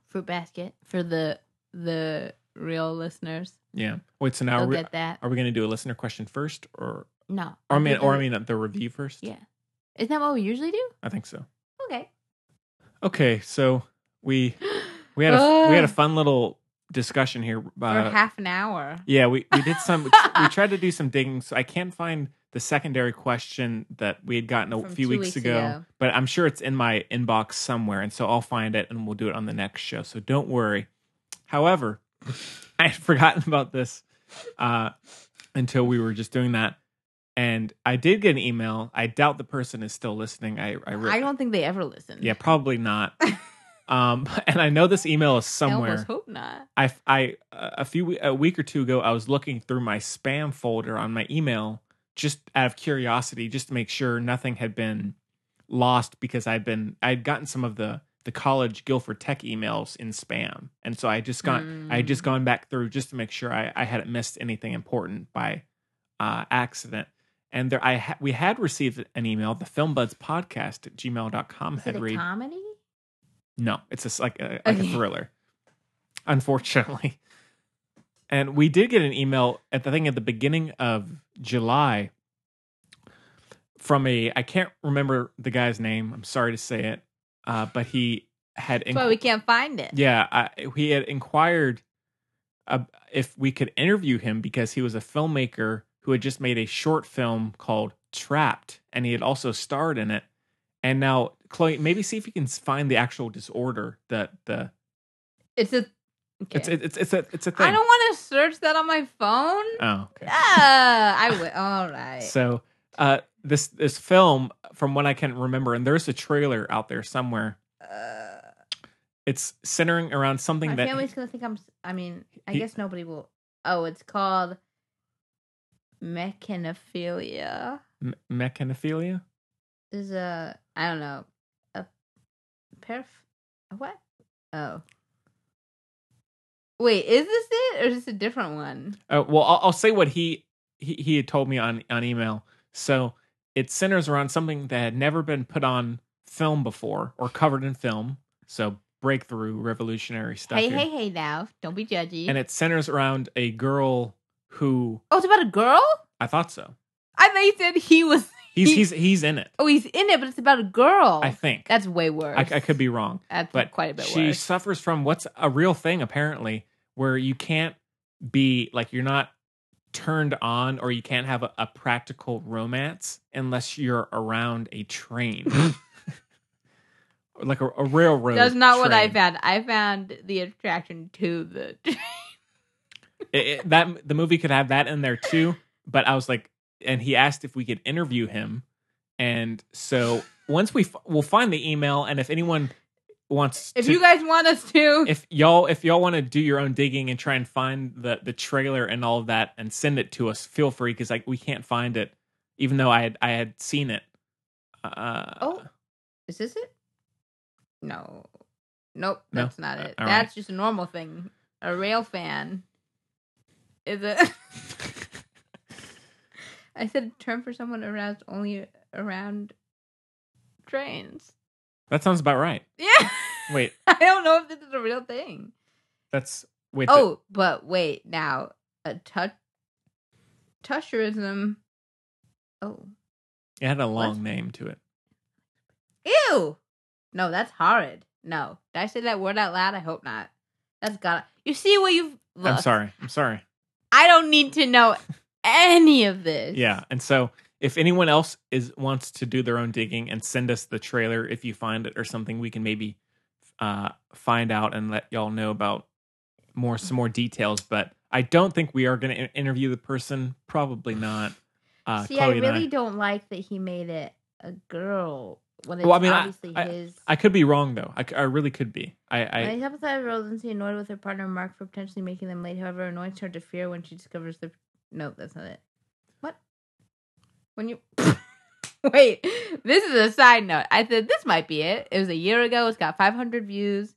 B: Fruit basket for the the real listeners.
A: Yeah. Wait. So now
B: They'll
A: are we,
B: get that.
A: are we going to do a listener question first, or
B: No.
A: or I mean,
B: mean,
A: or I mean the review first?
B: Yeah. Isn't that what we usually do?
A: I think so.
B: Okay.
A: Okay. So we we had a we had a fun little discussion here.
B: for
A: Uh,
B: half an hour.
A: Yeah, we, we did some. we tried to do some digging. So I can't find the secondary question that we had gotten a
B: From
A: few
B: two
A: weeks,
B: weeks
A: ago,
B: ago.
A: but I'm sure it's in my inbox somewhere, and so I'll find it and we'll do it on the next show. So don't worry. However, I had forgotten about this uh, until we were just doing that, and I did get an email. I doubt the person is still listening. I I, re-
B: I don't think they ever listen.
A: yeah, probably not. um, and I know this email is
B: I
A: somewhere.
B: almost hope not.
A: I, I uh, a few a week or two ago, I was looking through my spam folder on my email just out of curiosity, just to make sure nothing had been lost because I'd been I'd gotten some of the the college Guilford Tech emails in spam, and so I just got I had
B: Mm.
A: just gone back through just to make sure I, I hadn't missed anything important by uh, accident. And there, I ha- we had received an email, the Film Buds podcast at gmail.com
B: Is it
A: had
B: a
A: read.
B: comedy?
A: No, it's just like a, like a
B: Okay.
A: thriller, unfortunately. And we did get an email at the thing at the beginning of July from a I can't remember the guy's name. I'm sorry to say it, uh, but he had
B: That's why we can't find it.
A: yeah, I, he had inquired uh, if we could interview him because he was a filmmaker who had just made a short film called Trapped, and he had also starred in it. And now, Chloe, maybe see if you can find the actual disorder that the
B: It's a. Okay.
A: it's it's it's a it's a thing.
B: I don't want to search that on my phone.
A: oh, okay.
B: Uh, I will. All right.
A: So uh, this this film, from what I can remember, and there's a trailer out there somewhere.
B: Uh,
A: It's centering around something
B: my
A: that
B: family's gonna think I'm. s- I mean, I
A: He-
B: guess nobody will. Oh, it's called mechanophilia.
A: me- mechanophilia.
B: Is a I don't know a perf a what? Oh, wait, is this it or is this a different one?
A: Uh, well, I'll, I'll say what he, he he had told me on on email. So it centers around something that had never been put on film before or covered in film. So breakthrough, revolutionary stuff.
B: hey,
A: here.
B: hey, hey! Now, don't be judgy.
A: And it centers around a girl who
B: oh, it's about a girl.
A: I thought so.
B: I thought you said he was.
A: He's
B: He-
A: he's he's in it.
B: Oh, he's in it, but it's about a girl.
A: I think.
B: That's way worse.
A: I, I could be wrong.
B: That's
A: but
B: quite a bit
A: she
B: worse.
A: suffers from what's a real thing apparently where you can't be like you're not turned on or you can't have a, a practical romance unless you're around a train Or like a, a railroad
B: That's not what I
A: train.
B: found. I found the attraction to the.
A: It- it- that the movie could have that in there too but i was like and he asked if we could interview him and so once we f- we'll find the email and if anyone wants
B: if
A: to
B: you guys want us to,
A: if y'all if y'all want to do your own digging and try and find the the trailer and all of that and send it to us feel free because like we can't find it even though i had i had seen it uh
B: oh, is this it? No, nope,
A: No?
B: that's not
A: Uh,
B: it.
A: all right.
B: that's just a normal thing. A rail fan is it? I said a term for someone aroused only around trains.
A: that sounds about right
B: Yeah,
A: wait
B: I don't know if this is a real thing.
A: that's wait the-
B: Oh, but wait now. A tu- Tusherism. Oh.
A: it had a long
B: what?
A: name to it
B: Ew. No, that's horrid. No. Did I say that word out loud? I hope not. That's gotta. You see what you've.
A: i'm
B: look,
A: sorry i'm sorry
B: I don't need to know any of this.
A: yeah and so if anyone else is wants to do their own digging and send us the trailer if you find it or something we can maybe uh find out and let y'all know about more some more details but i don't think we are going to interview the person probably not uh
B: see,
A: Chloe
B: I really
A: and
B: don't like that he made it a girl when it's
A: Well, I mean, I-
B: obviously
A: I-
B: his.
A: I, I could be wrong though i, c- I really could be i i
B: When he's episode roles and she annoyed with her partner Mark for potentially making them late. However, annoyance turned to fear when she discovers the. No, that's not it. What? When you. Wait, this is a side note. I said this might be it. It was a year ago. It's got 500 views.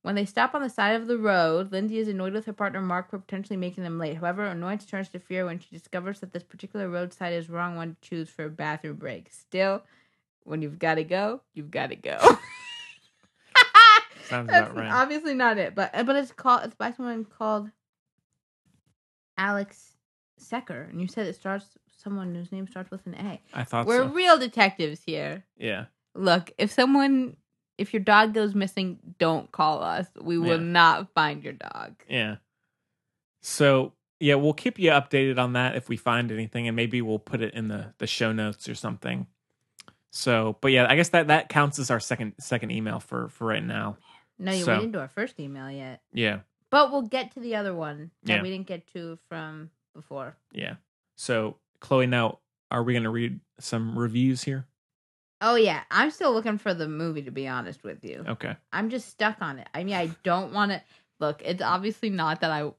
B: When they stop on the side of the road, Lindsay is annoyed with her partner Mark for potentially making them late. However, annoyance turns to fear when she discovers that this particular roadside is the wrong one to choose for a bathroom break. Still, when you've got to go, you've got to go.
A: Sounds
B: That's
A: about right.
B: obviously not it, but uh, but it's called it's by someone called Alex Secker, and you said it starts someone whose name starts with an A.
A: I thought
B: We're
A: so.
B: real detectives here.
A: yeah.
B: Look, if someone, if your dog goes missing, don't call us. We will
A: Yeah.
B: not find your dog.
A: Yeah. So yeah, we'll keep you updated on that if we find anything, and maybe we'll put it in the the show notes or something. So, but yeah, I guess that that counts as our second second email for for right now.
B: No, you
A: So-
B: went into our first email yet,
A: Yeah,
B: but we'll get to the other one that
A: Yeah.
B: we didn't get to from before.
A: yeah. So, Chloe, now are we going to read some reviews here?
B: Oh yeah, I'm still looking for the movie to be honest with you.
A: Okay.
B: I'm just stuck on it. I mean, I don't want to look. It's obviously not that I.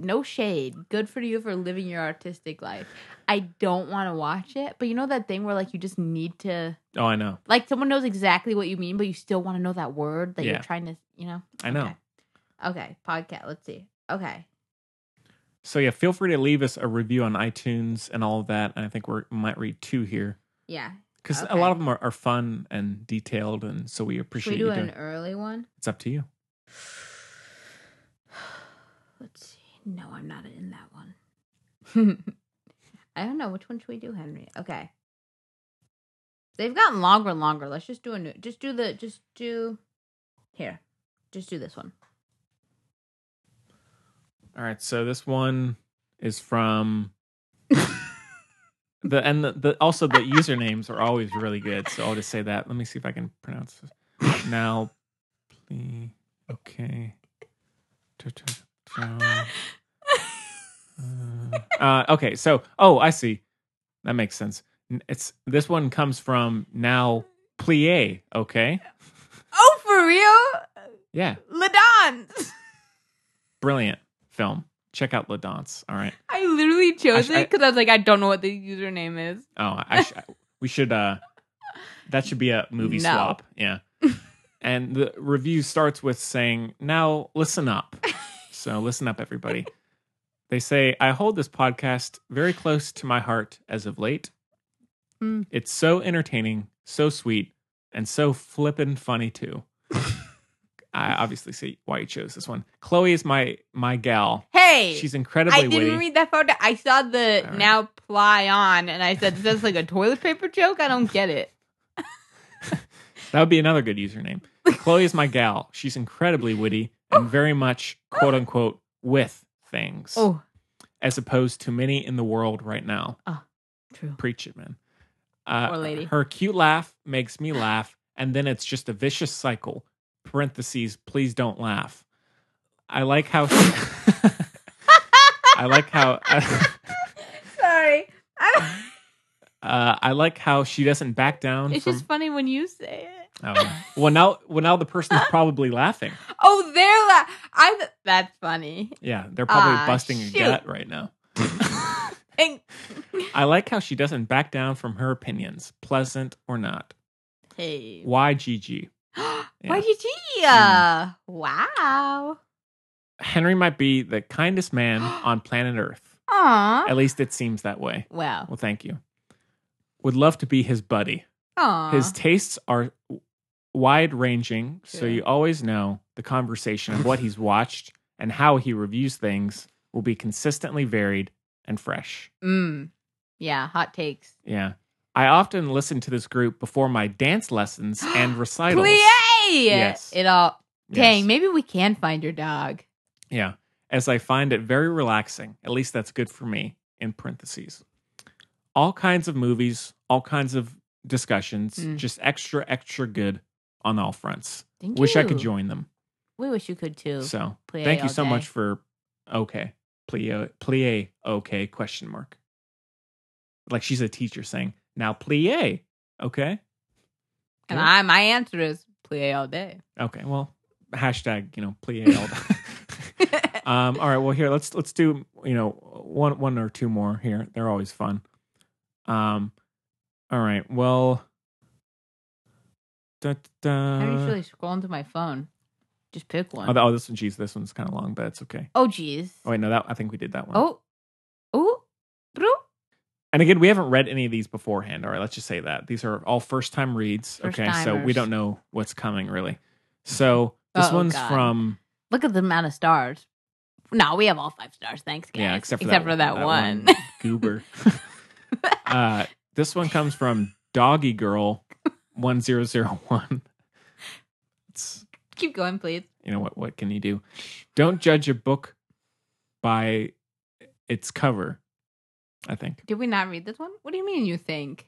B: No shade. Good for you for living your artistic life. I don't want to watch it, but you know that thing where like you just need to
A: Oh, I know.
B: like someone knows exactly what you mean, but you still want to know that word that
A: Yeah.
B: you're trying to, you know.
A: I know.
B: Okay, podcast. Let's see. Okay,
A: So yeah, feel free to leave us a review on iTunes and all of that. And I think we might read two here
B: yeah.
A: because a
B: Okay.
A: lot of them are, are fun and detailed, and so we
B: Should we
A: appreciate
B: do
A: you
B: an
A: doing.
B: early one?
A: It's up to you.
B: Let's see. No, I'm not in that one. I don't know which one should we do, Henry. Okay. They've gotten longer and longer. Let's just do a new. Just do the. Just do. Here, just do this one.
A: All right, so this one is from the and the, the also the usernames are always really good. So I'll just say that. Let me see if I can pronounce this. Now, please, okay. Tu- tu- tu- Uh, okay, so oh, I see. That makes sense. N- It's this one comes from now plie. Okay,
B: Oh, for real,
A: yeah,
B: Ladon.
A: brilliant film. Check out La Danse. All right.
B: I literally chose
A: I sh-
B: it because I was like, I don't know what the username is.
A: Oh, I sh- we should. uh That should be a movie
B: No.
A: swap. Yeah. and the review starts with saying, "Now listen up." so listen up, everybody. They say, "I hold this podcast very close to my heart as of late.
B: Hmm.
A: It's so entertaining, so sweet, and so flippin' funny too." I obviously see why you chose this one. Chloe is my my gal.
B: Hey,
A: She's
B: I
A: incredibly
B: didn't
A: witty.
B: read that photo. I saw the
A: All right.
B: now ply on, and I said, "Is this like a toilet paper joke?" I don't get it.
A: That would be another good username. Chloe is my gal. She's incredibly witty and very much quote unquote with things,
B: Oh,
A: as opposed to many in the world right now.
B: true.
A: Preach it, man. Uh,
B: Or lady.
A: Her cute laugh makes me laugh, and then it's just a vicious cycle. Parentheses, please don't laugh. I like how. I like how.
B: Sorry. I
A: Uh, I like how she doesn't back down.
B: it's
A: from,
B: just funny when you say it.
A: Oh. well now, well now the person's probably laughing.
B: Oh, they're la- I. Th- that's funny.
A: Yeah, they're probably
B: Ah,
A: busting
B: shoot.
A: your gut right now.
B: And-
A: I like how she doesn't back down from her opinions, pleasant or not.
B: hey,
A: Why GG?
B: why did you? Uh, Wow.
A: Henry might be the kindest man on planet Earth. At
B: Aw.
A: least it seems that way.
B: Wow.
A: Well, thank you. Would love to be his buddy.
B: Aw.
A: His tastes are wide ranging, so
B: Yeah.
A: you always know the conversation of what he's watched and how he reviews things will be consistently varied and fresh.
B: Mm. Yeah. Hot takes.
A: Yeah. I often listen to this group before my dance lessons and recitals.
B: Plie!
A: Yes.
B: It all.
A: Yes.
B: Dang, maybe we can find your dog.
A: Yeah. As I find it very relaxing. At least that's good for me, in parentheses. All kinds of movies, all kinds of discussions,
B: Mm.
A: just extra, extra good on all fronts.
B: Thank
A: Wish I
B: you.
A: could join them.
B: We wish you could too.
A: So
B: Plie
A: thank you
B: all
A: so
B: day.
A: much for okay. Plie plie okay question mark. Like she's a teacher saying, now plie. Okay.
B: and
A: Good.
B: I, my answer is plie all day.
A: Okay. Well, hashtag, you know, plie all day. um, all right. Well, here let's let's do you know one one or two more here. They're always fun. Um, All right. Well. Da, da.
B: I'm usually scrolling to my phone. Just pick one.
A: Oh, th- oh, this one, geez, this one's kind of long, but it's okay.
B: oh, jeez.
A: Oh wait, no, that I think we did that one.
B: Oh, oh, bro.
A: And again, we haven't read any of these beforehand. All right, let's just say that these are all first time reads. okay, so we
B: First-timers.
A: don't know what's coming really. So this
B: Oh,
A: one's
B: God.
A: from
B: Look at the amount of stars. No, we have all five stars. Thanks, guys.
A: yeah, except for that,
B: one.
A: goober. uh, this one comes from Doggy Girl one zero zero one. It's
B: Keep going, please.
A: you know what? What can you do? Don't judge a book by its cover. I think.
B: Did we not read this one? What do you mean you think?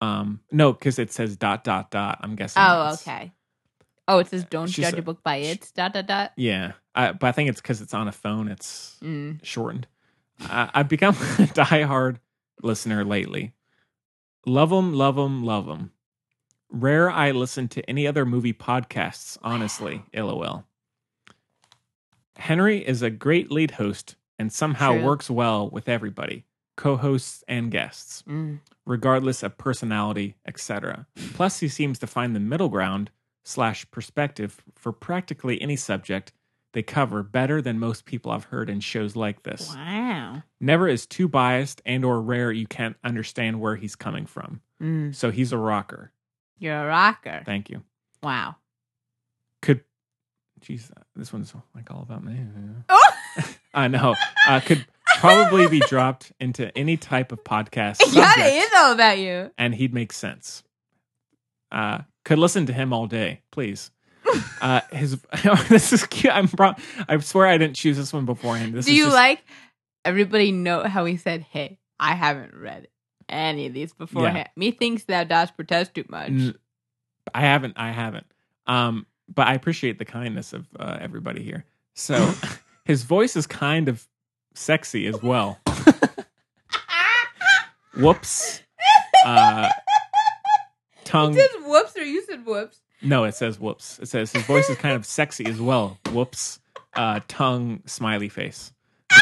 A: Um, no, because it says dot dot dot. I'm guessing.
B: Oh,
A: it's-
B: okay. Oh, it says don't
A: She
B: judge
A: said-
B: a book by its dot dot dot.
A: Yeah, I, but I think it's because it's on a phone. It's
B: Mm.
A: shortened. I, I've become a diehard listener lately. Love 'em, love 'em, love 'em. Rare I listen to any other movie podcasts. Honestly, lol. Henry is a great lead host and somehow
B: True.
A: works well with everybody, co-hosts and guests
B: Mm.
A: regardless of personality, etc. Plus, he seems to find the middle ground slash perspective for practically any subject they cover better than most people I've heard in shows like this.
B: Wow.
A: Never is too biased and or rare you can't understand where he's coming from.
B: Mm.
A: So he's a rocker.
B: You're a rocker.
A: Thank you.
B: Wow.
A: Could, jeez, this one's like all about me.
B: Oh!
A: I know. Uh, could probably be dropped into any type of podcast.
B: yeah,
A: subject.
B: it is all about you.
A: and he'd make sense. Uh, could listen to him all day, please. Uh, his this is cute. I'm pro- I swear I didn't choose this one beforehand. This
B: do
A: is
B: you
A: just-
B: like everybody know how he said, Hey, I haven't read any of these beforehand. Methinks thou dost protest too much.
A: N- I haven't. I haven't. Um, but I appreciate the kindness of uh, everybody here. So his voice is kind of sexy as well. Whoops. Uh,
B: It
A: tongue.
B: says whoops or you said whoops.
A: No, it says whoops. It says his voice is kind of sexy as well. Whoops. Uh, tongue, smiley face.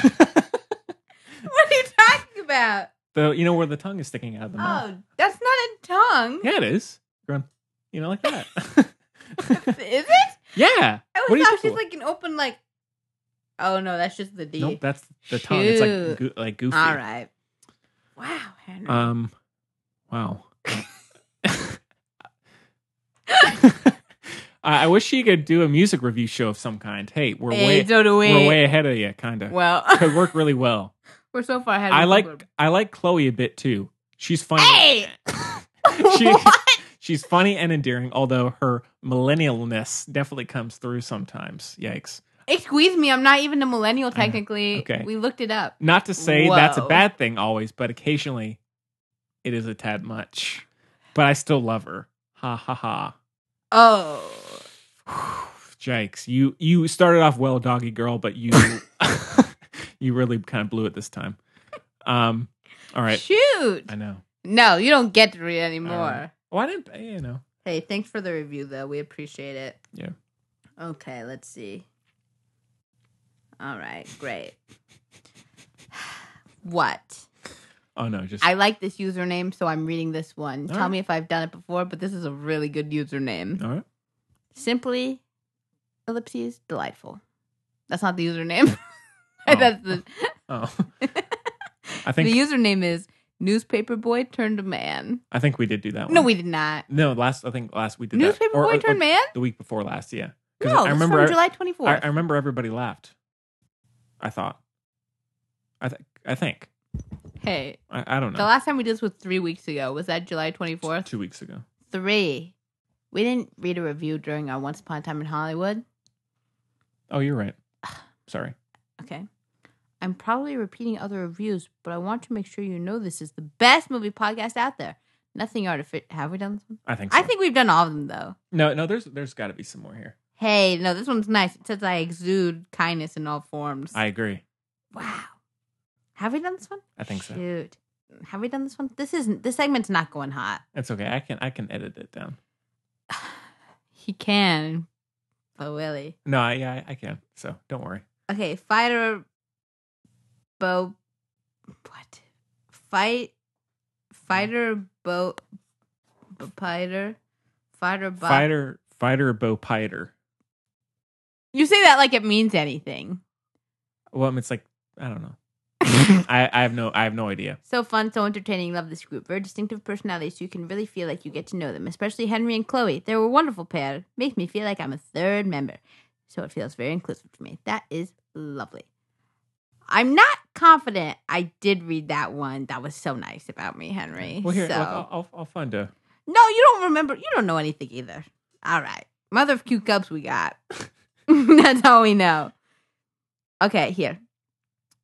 B: What are you talking about?
A: The you know where the tongue is sticking out of the mouth.
B: Oh, that's not a tongue.
A: Yeah, it is. Run. You know, like that.
B: Is it?
A: yeah.
B: I
A: What do
B: was
A: you
B: thought
A: think it
B: she's
A: was?
B: like an open like Oh no, that's just the D.
A: Nope, that's the tongue. It's like
B: Shoot.
A: goo like goofy.
B: All right. Wow, Henry.
A: Um. Wow. I I wish you could do a music review show of some kind. Hey, we're
B: hey,
A: way
B: so do we.
A: we're way ahead of you, kind of.
B: well,
A: Could work really well.
B: we're so far ahead. of
A: I like
B: people.
A: I like Chloe a bit too. She's funny.
B: Hey,
A: She-
B: what?
A: She's funny and endearing, although her millennialness definitely comes through sometimes. Yikes.
B: Excuse me, I'm not even a millennial technically.
A: okay.
B: We looked it up.
A: Not to say that's a
B: Whoa.
A: bad thing always, but occasionally it is a tad much. But I still love her. Ha ha ha.
B: Oh.
A: Yikes. You you started off well, doggy girl, but you you really kind of blew it this time. Um all right.
B: Shoot.
A: I Uh, know.
B: No, you don't get to read anymore.
A: right. Why didn't eh, you know?
B: Hey, thanks for the review though. We appreciate it.
A: Yeah.
B: Okay, let's see. All right, great. what?
A: Oh no, just
B: I like this username, so I'm reading this one.
A: All
B: Tell
A: right.
B: me if I've done it before, but this is a really good username.
A: all right.
B: Simply ellipses delightful. That's not the username.
A: Oh.
B: That's the
A: Oh. I think
B: the username is newspaper boy turned man.
A: I think we did do that one.
B: No, we did not.
A: No, last I think last we did
B: Newspaper
A: that. Or-
B: boy
A: or-
B: turned
A: or
B: man.
A: The week before last, yeah. 'Cause
B: No,
A: I
B: that's
A: remember
B: from July twenty
A: I,
B: fourth.
A: I remember everybody laughed. I thought. I th- I think.
B: Hey,
A: I, I don't know.
B: the last time we did this was three weeks ago. Was that July twenty fourth?
A: Two weeks ago.
B: Three. We didn't read a review during our Once Upon a Time in Hollywood.
A: Oh, you're right. Sorry.
B: Okay. I'm probably repeating other reviews, but I want to make sure you know this is the best movie podcast out there. Nothing artificial. Have we done this one?
A: I think so.
B: I think we've done all of them, though.
A: no, no, there's there's gotta be some more here.
B: Hey, no, this one's nice. It says I exude kindness in all forms.
A: I agree.
B: wow. Have we done this one?
A: I think so.
B: Shoot. Have we done this one? This isn't. This segment's not going hot.
A: It's okay. I can I can edit it down.
B: He can, but will he?
A: No, I, yeah, I, I can. So don't worry.
B: Okay, fighter bo what? Fight Fighter boat. Fighter. Fighter bot.
A: Fighter, fighter, bow, piter.
B: You say that like it means anything.
A: Well, it's like I don't know. I, I have no I have no idea.
B: So fun, so entertaining. Love this group. Very distinctive personalities, so you can really feel like you get to know them, especially Henry and Chloe. They were a wonderful pair. Makes me feel like I'm a third member. So it feels very inclusive to me. That is lovely. I'm not confident I did read that one. That was so nice about me, Henry.
A: Well, here
B: so.
A: I'll, I'll, I'll, I'll find a.
B: No, you don't remember. You don't know anything either. All right. Mother of cute cups we got. That's all we know. Okay, here.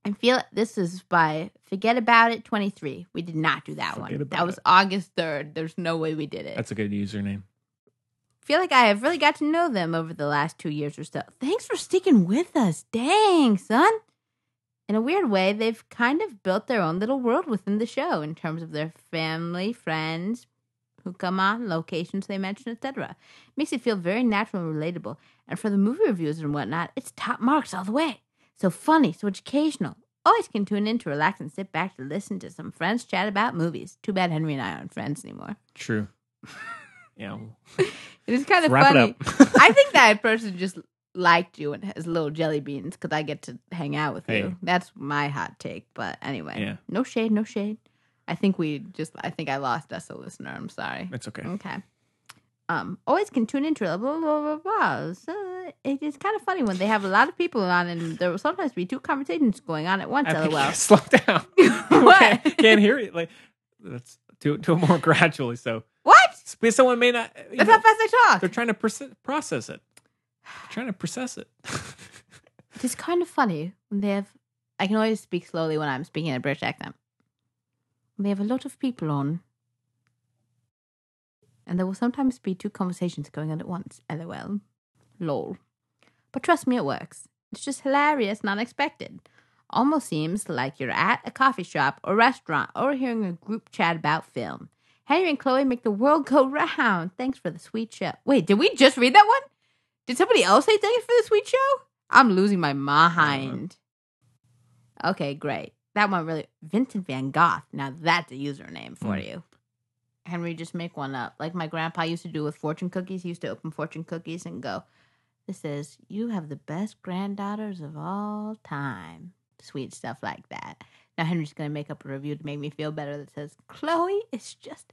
B: I feel this is by Forget About It 23. We did not do that
A: Forget
B: one.
A: About
B: That was
A: It.
B: August 3rd. There's no way we did it.
A: That's a good username.
B: feel like I have really got to know them over the last two years or so. Thanks for sticking with us. Dang, son. In a weird way, they've kind of built their own little world within the show in terms of their family, friends, who come on, locations they mention, etc. Makes it feel very natural and relatable. And for the movie reviews and whatnot, it's top marks all the way. So funny, so educational. Always can tune in to relax and sit back to listen to some friends chat about movies. Too bad Henry and I aren't friends anymore.
A: True. yeah. well,
B: It is kind of
A: Wrap
B: funny.
A: it up.
B: I think that person just liked you and has little jelly beans because I get to hang out with
A: Hey.
B: you. That's my hot take. But anyway,
A: Yeah.
B: no shade, no shade. I think we just, I think I lost us a listener. I'm sorry.
A: it's okay.
B: Okay. Um, always can tune into it. Blah blah blah blah. So it is kind of funny when they have a lot of people on, and there will sometimes be two conversations going on at once.
A: I think
B: LOL.
A: slow down.
B: What?
A: Can't, can't hear it. Like let's do it, do it more gradually. So
B: What?
A: but someone may not. you
B: That's
A: know,
B: how fast I
A: they're
B: talk.
A: trying to proce- process it. They're trying to process it.
B: It's kind of funny when they have. I can always speak slowly when I'm speaking in a British accent. They have a lot of people on, and there will sometimes be two conversations going on at once. LOL, lol. But trust me, it works. It's just hilarious and unexpected. Almost seems like you're at a coffee shop or restaurant or hearing a group chat about film. Henry and Chloe make the world go round. Thanks for the sweet show. Wait, did we just read that one? Did somebody else say thanks for the sweet show? I'm losing my mind. Okay, great. That one really. Vincent Van Gogh. Now that's a username for you. Henry, just make one up. Like my grandpa used to do with fortune cookies. He used to open fortune cookies and go, This says, You have the best granddaughters of all time. Sweet stuff like that. Now Henry's going to make up a review to make me feel better that says, Chloe is just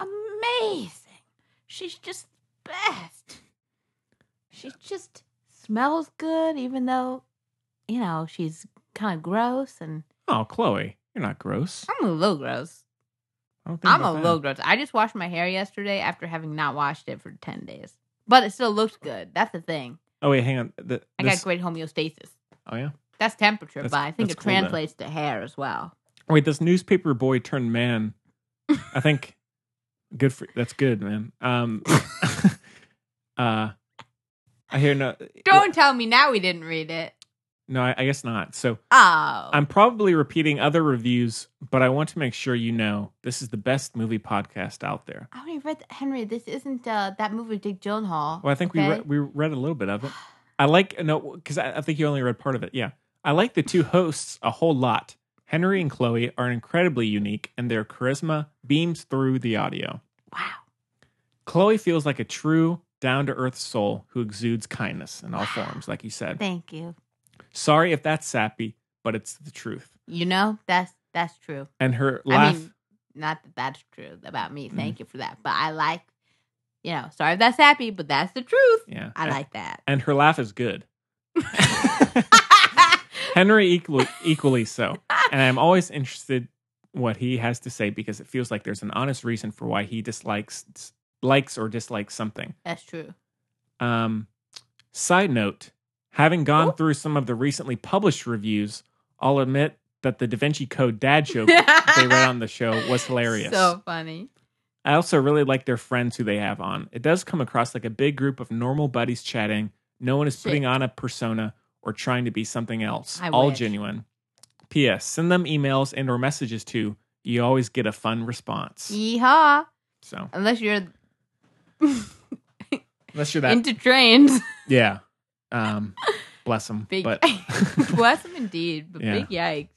B: amazing. She's just the best. She just smells good, even though, you know, she's kind of gross and
A: oh, Chloe, you're not gross.
B: I'm a little gross.
A: I don't think
B: I'm a
A: about that.
B: little gross. I just washed my hair yesterday after having not washed it for 10 days. But it still looks good. That's the thing.
A: Oh wait, hang on. The,
B: I
A: this-
B: got great homeostasis.
A: Oh yeah.
B: That's temperature,
A: That's-
B: but I think it
A: that's cool, though.
B: translates to hair as well.
A: Wait, this newspaper boy turned man. I think good for that's good, man. Um uh I hear no
B: Don't tell me now we didn't read it.
A: no, I, I guess not. So
B: Oh.
A: I'm probably repeating other reviews, but I want to make sure you know this is the best movie podcast out there.
B: I already read that. Henry, this isn't uh, that movie with Dick Gyllenhaal.
A: Well, I think we
B: okay?
A: re- we read a little bit of it. I like no because I, I think you only read part of it. Yeah, I like the two hosts a whole lot. Henry and Chloe are incredibly unique, and their charisma beams through the audio.
B: Wow.
A: Chloe feels like a true, down to earth soul who exudes kindness in all forms, like you said.
B: Thank you.
A: Sorry if that's sappy, but it's the truth.
B: You know, that's that's true.
A: And her laugh.
B: I mean, not that that's true about me. Thank
A: Mm-hmm.
B: you for that. But I like, you know, sorry if that's happy, but that's the truth.
A: yeah.
B: I
A: and-
B: like that.
A: And her laugh is good. Henry equally, equally so. And I'm always interested what he has to say because it feels like there's an honest reason for why he dislikes likes or dislikes something.
B: that's true.
A: Um, side note, having gone
B: Oh.
A: through some of the recently published reviews, I'll admit that the Da Vinci Code dad joke they read on the show was hilarious.
B: So funny.
A: I also really like their friends who they have on. It does come across like a big group of normal buddies chatting. No one is putting
B: Shit.
A: on a persona or trying to be something else.
B: I
A: All
B: wish.
A: genuine. P.S. Send them emails and or messages too. You always get a fun response.
B: Yeehaw.
A: So
B: Unless you're
A: unless you're that,
B: into trains.
A: yeah. Um, bless them.
B: Big
A: But
B: bless him indeed, but
A: Yeah.
B: big yikes.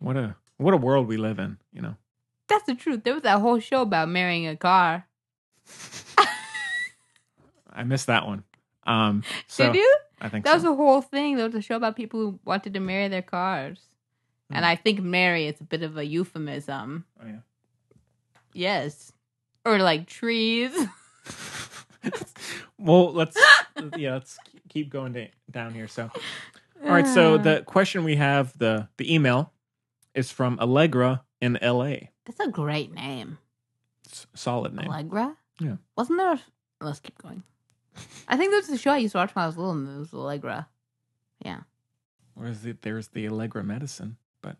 A: what a what a world we live in. You know.
B: That's the truth. There was that whole show about marrying a car.
A: I missed that one. Um, so
B: Did you?
A: I think
B: That was
A: so.
B: the whole thing. There was a show about people who wanted to marry their cars. And
A: Mm.
B: I think marry is a bit of a euphemism.
A: Oh, yeah.
B: Yes. Or like trees.
A: well, let's yeah, let's keep going da- down here. So, all right. So
B: Ah. Uh,
A: the question we have the the email is from Allegra in L.A.
B: That's a great name.
A: S- solid name.
B: Allegra?
A: Yeah.
B: Wasn't there a... Let's keep going. I think there was a show I used to watch when I was little and it was Allegra. Yeah.
A: Or is it there's the Allegra medicine? But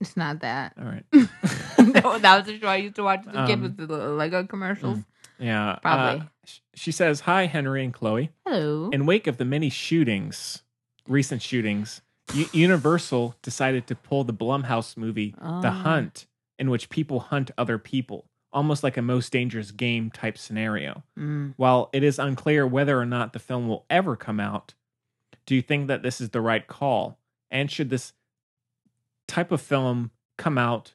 B: It's not that.
A: all right.
B: no, that was a show I used to watch as a kid
A: Um,
B: with the Lego commercials.
A: Yeah. uh,
B: Probably.
A: sh- she says, "Hi, Henry and Chloe.
B: Hello.
A: In wake of the many shootings, recent shootings, U- Universal decided to pull the Blumhouse movie
B: Oh.
A: The Hunt, in which people hunt other people, almost like a most dangerous game type scenario.
B: Mm.
A: While it is unclear whether or not the film will ever come out, do you think that this is the right call? And should this type of film come out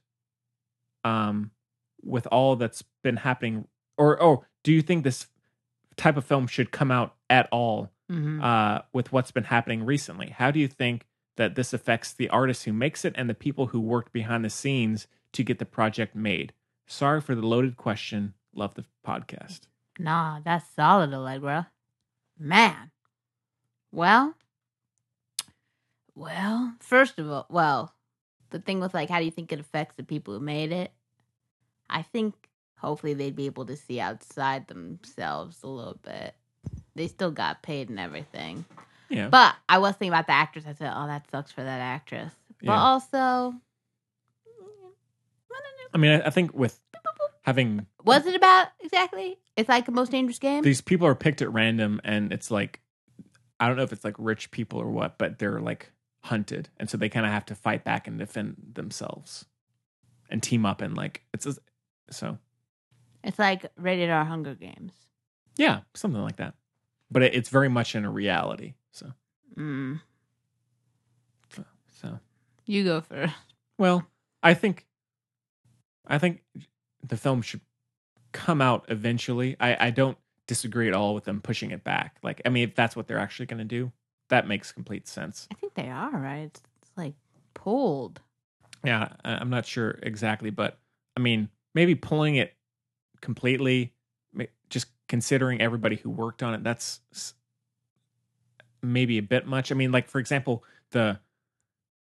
A: um, with all that's been happening? Or, oh, do you think this type of film should come out at all
B: Mhm.
A: uh, with what's been happening recently. How do you think that this affects the artist who makes it and the people who worked behind the scenes to get the project made? Sorry for the loaded question. Love the podcast.
B: Nah, that's solid, Allegra. Man. Well, well, first of all, well, the thing with like, how do you think it affects the people who made it? I think hopefully they'd be able to see outside themselves a little bit. They still got paid and everything.
A: Yeah.
B: But I was thinking about the actress. I said, oh, that sucks for that actress. But
A: Yeah.
B: also,
A: I mean, I, I think with having
B: what's it about exactly? It's like the most dangerous game.
A: these people are picked at random and it's like, I don't know if it's like rich people or what, but they're like hunted. And so they kind of have to fight back and defend themselves and team up and like, it's just, so.
B: it's like rated R Hunger Games.
A: Yeah, something like that. But it, it's very much in a reality. So,
B: Mm.
A: so
B: You go first.
A: well, I think, I think the film should come out eventually. I I don't disagree at all with them pushing it back. Like, I mean, if that's what they're actually going to do, that makes complete sense.
B: I think they are right. It's, it's like pulled.
A: Yeah, I- I'm not sure exactly, but I mean, maybe pulling it completely, ma- just considering everybody who worked on it, that's s- maybe a bit much. I mean, like for example, the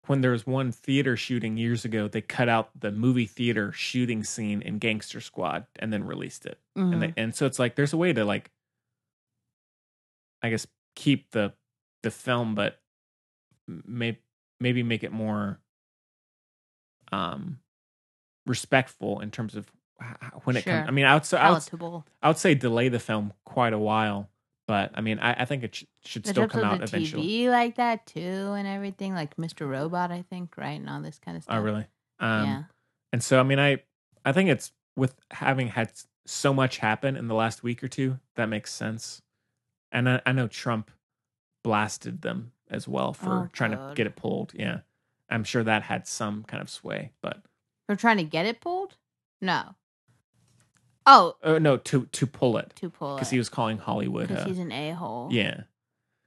A: when there was one theater shooting years ago, they cut out the movie theater shooting scene in Gangster Squad and then released it,
B: Mm-hmm.
A: and
B: Mm.
A: they, and so it's like there's a way to like, I guess keep the the film, but maybe maybe make it more um respectful in terms of h- h- when it
B: Sure.
A: comes. I mean, I would, so I, would,
B: Palatable.
A: I would say delay the film quite a while, but I mean, I, I think it sh- should
B: There's
A: still come out
B: episodes of
A: eventually.
B: TV like that too, and everything like Mr. Robot, I think, right, and all this kind of stuff.
A: Oh, really? Um,
B: yeah.
A: And so, I mean, I I think it's with having had s- so much happen in the last week or two that makes sense. And I, I know Trump blasted them as well for
B: Oh,
A: trying to
B: God.
A: get it pulled. Yeah, I'm sure that had some kind of sway, but
B: For trying to get it pulled? No. Oh,
A: oh no, to to pull it
B: to pull it.
A: because he was calling Hollywood.
B: Because
A: uh,
B: he's an a hole.
A: yeah.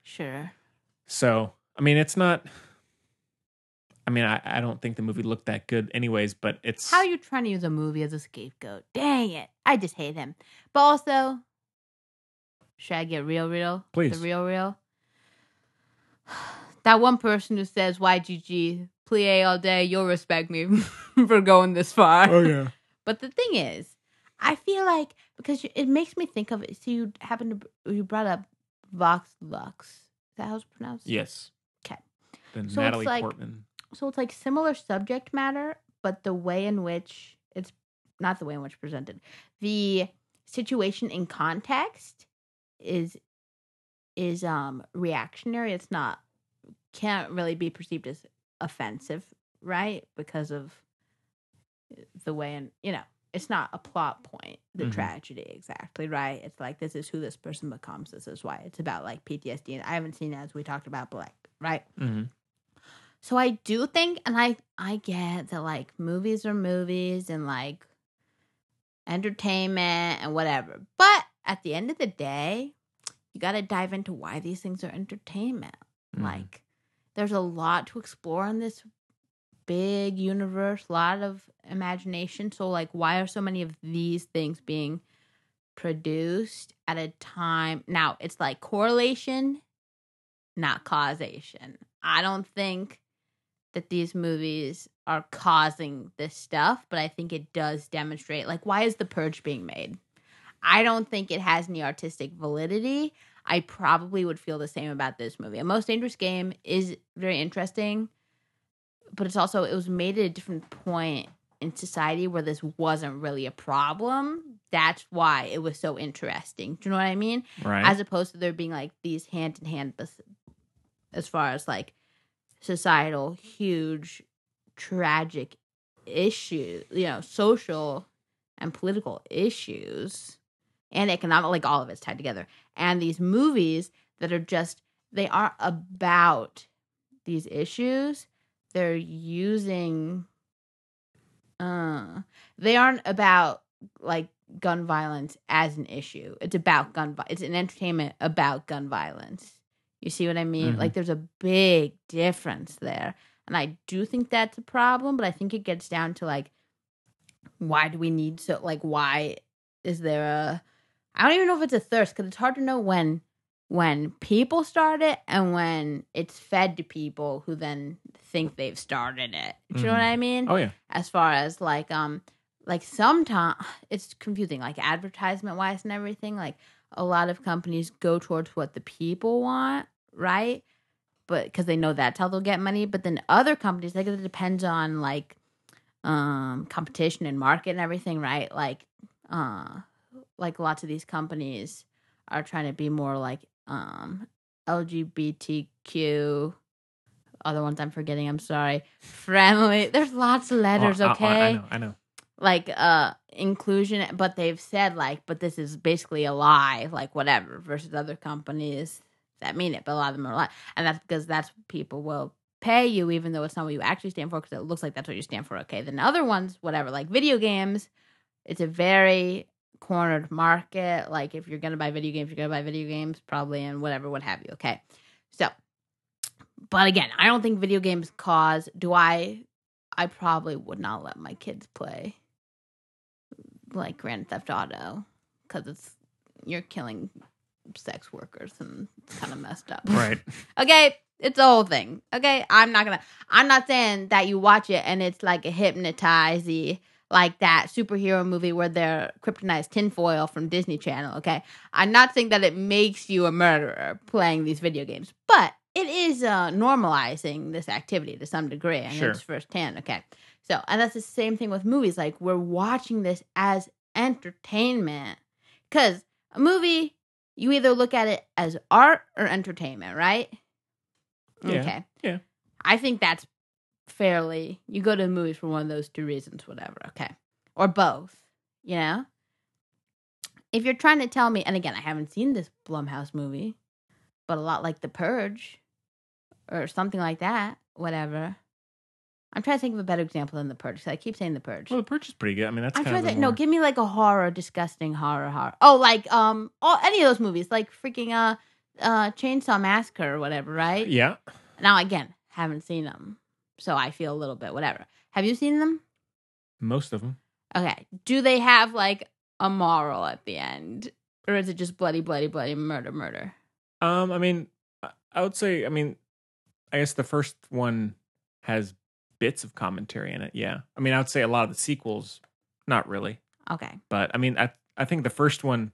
B: Sure.
A: So, I mean, it's not. I mean, I, I don't think the movie looked that good, anyways. But it's
B: How are you trying to use a movie as a scapegoat? Dang it. I just hate him. But also, should I get real, real?
A: Please.
B: The real, real? That one person who says YGG, plie all day, you'll respect me for going this far.
A: Oh, yeah,
B: But the thing is, I feel like because you- it makes me think of it. So you happen to you brought up Vox Lux. Is that how it's pronounced?
A: yes.
B: 'Kay.
A: Then
B: So it's
A: Natalie
B: like-
A: Portman.
B: so it's like similar subject matter, but the way in which it's not the way in which presented, the situation in context is is um reactionary. It's not can't really be perceived as offensive, right? Because of eh, the way in you know, it's not a plot point, the
A: Mhm.
B: tragedy exactly, right? It's like this is who this person becomes, this is why. It's about like PTSD and I haven't seen it as we talked about, but like right.
A: Mhm.
B: So I do think, and I I get that like movies are movies and like entertainment and whatever. But at the end of the day, you got to dive into why these things are entertainment. Like, there's a lot to explore in this big universe, a lot of imagination. So, like, why are so many of these things being produced at a time? Now, it's like correlation, not causation. I don't think that these movies are causing this stuff, but I think it does demonstrate, like, why is The Purge being made? I don't think it has any artistic validity. I probably would feel the same about this movie. A Most Dangerous Game is very interesting, but it's also it was made at a different point in society where this wasn't really a problem. That's why it was so interesting. Do you know what I mean?
A: Right.
B: as opposed to there being like these hand in hand bes- as far as like societal huge tragic issue you know social and political issues and economic like all of it's tied together and these movies that are just they are about these issues they're using uh they aren't about like gun violence as an issue. It's about gun vi- it's an entertainment about gun violence. You see what I mean?
A: Mhm.
B: Like there's a big difference there. And I do think that's a problem, but I think it gets down to like why do we need so like why is there a I don't even know if it's a thirst cuz it's hard to know when when people start it and when it's fed to people who then think they've started it. Do you know what
A: Mhm.
B: I mean?
A: Oh yeah.
B: as far as like um like sometimes it's confusing like advertisement wise and everything like a lot of companies go towards what the people want right but because they know that's how they'll get money but then other companies like it depends on like um competition and market and everything right like uh like lots of these companies are trying to be more like um lgbtq other ones i'm forgetting i'm sorry friendly there's lots of letters
A: Oh, I-
B: okay
A: I- I, know. I know.
B: like uh inclusion but they've said like but this is basically a lie like whatever versus other companies that mean it but a lot of them are a lie and that's because that's what people will pay you even though it's not what you actually stand for because it looks like that's what you stand for okay then other ones whatever like video games it's a very cornered market like if you're gonna buy video games you're gonna buy video games probably and whatever what have you okay so but again i don't think video games cause do i I probably would not let my kids play like Grand Theft Auto because it's you're killing sex workers and it's kind of messed up.
A: Right.
B: Okay, it's the whole thing. Okay, I'm not gonna. I'm not saying that you watch it and it's like a hypnotizy like that superhero movie where they're kryptonized tinfoil from Disney Channel. Okay, I'm not saying that it makes you a murderer playing these video games, but it is uh, normalizing this activity to some degree, and
A: Sure.
B: it's firsthand. Okay, so and that's the same thing with movies. Like we're watching this as entertainment because a movie you either look at it as art or entertainment, right?
A: Yeah,
B: Okay.
A: yeah.
B: I think that's fairly. You go to a movie for one of those two reasons, whatever. Okay. Or both, you know? If you're trying to tell me, and again, I haven't seen this Blumhouse movie, but a lot like The Purge or something like that, whatever. I'm trying to think of a better example than The Purge 'cause I keep saying The Purge.
A: Well, the purge is pretty good. I mean, that's
B: I'm
A: kind
B: trying
A: of
B: to
A: the
B: no.
A: more-
B: Give me like a horror, disgusting horror, horror. Oh, like um, all any of those movies, like freaking uh, uh, Chainsaw Massacre or whatever, right?
A: yeah.
B: Now again, haven't seen them, so I feel a little bit whatever. Have you seen them?
A: Most of them.
B: Okay. Do they have like a moral at the end, or is it just bloody, bloody, bloody murder, murder?
A: Um, I mean, I- I would say, I mean, I guess the first one has bits of commentary in it. Yeah. I mean, I would say a lot of the sequels, not really,
B: Okay.
A: but I mean, I I think the first one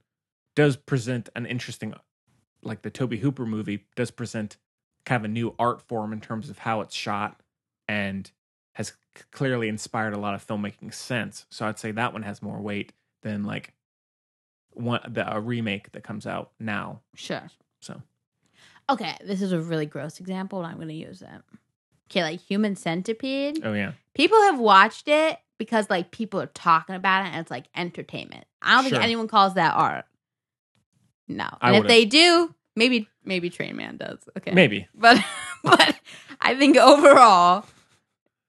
A: does present an interesting, like the Toby Hooper movie does present kind of a new art form in terms of how it's shot and has c- clearly inspired a lot of filmmaking sense. So I'd say that one has more weight than like one the a remake that comes out now.
B: Sure.
A: So
B: Okay. This is a really gross example, and I'm going to use it. Okay, like Human Centipede.
A: oh yeah.
B: people have watched it because like people are talking about it and it's like entertainment. I don't
A: Sure.
B: think anyone calls that art. No.
A: I
B: And if
A: would've-
B: they do, maybe maybe Train Man does. Okay.
A: Maybe.
B: But but I I think overall,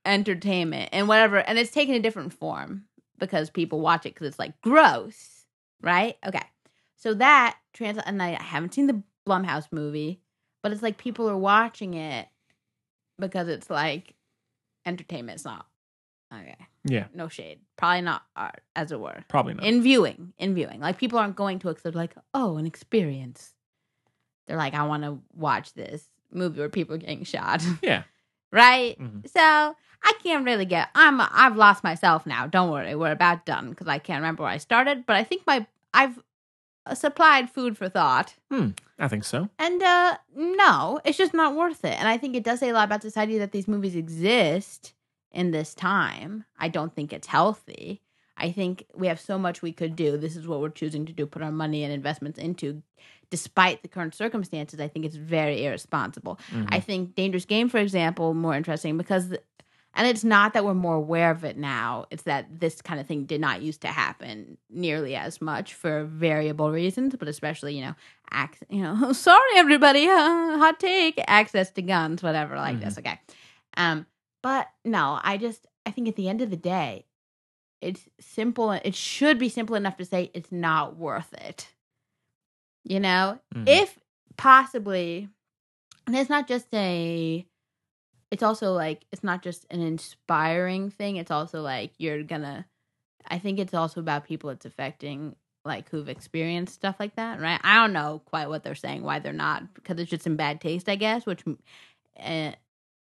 B: entertainment and whatever, and it's taken a different form because people watch it because it's like gross, right? Okay, so that trans and I, I haven't seen the Blumhouse movie, but it's like people are watching it because it's like entertainment. It's not okay.
A: Yeah.
B: No shade. Probably not art, as it were.
A: Probably not.
B: In viewing, in viewing, like people aren't going to it 'cause they're like, oh, an experience. They're like, I want to watch this movie where people are getting shot,
A: yeah.
B: right?
A: Mhm.
B: So I can't really get. I'm. I've lost myself now. Don't worry, we're about done because I can't remember where I started. But I think my I've uh, supplied food for thought.
A: I think so.
B: And uh no, it's just not worth it. And I think it does say a lot about society that these movies exist in this time. I don't think it's healthy. I think we have so much we could do. This is what we're choosing to do, put our money and investments into despite the current circumstances. I think it's very irresponsible. I think Dangerous Game for example more interesting because th- and it's not that we're more aware of it now. It's that this kind of thing did not used to happen nearly as much for variable reasons, but especially, you know, ac- you know, sorry everybody, uh, hot take, access to guns, whatever like this, okay. Um but no, I just I think at the end of the day, it's simple it should be simple enough to say it's not worth it. You know,
A: Mhm.
B: if possibly and it's not just a it's also like it's not just an inspiring thing it's also like you're gonna i think it's also about people it's affecting like who've experienced stuff like that right i don't know quite what they're saying why they're not because it's just in bad taste i guess which uh,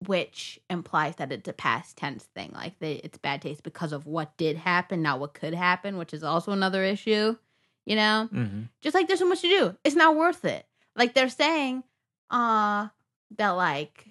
B: which implies that it's a past tense thing like they, it's bad taste because of what did happen not what could happen which is also another issue you know
A: Mm-hmm.
B: just like there's so much to do it's not worth it like they're saying uh that like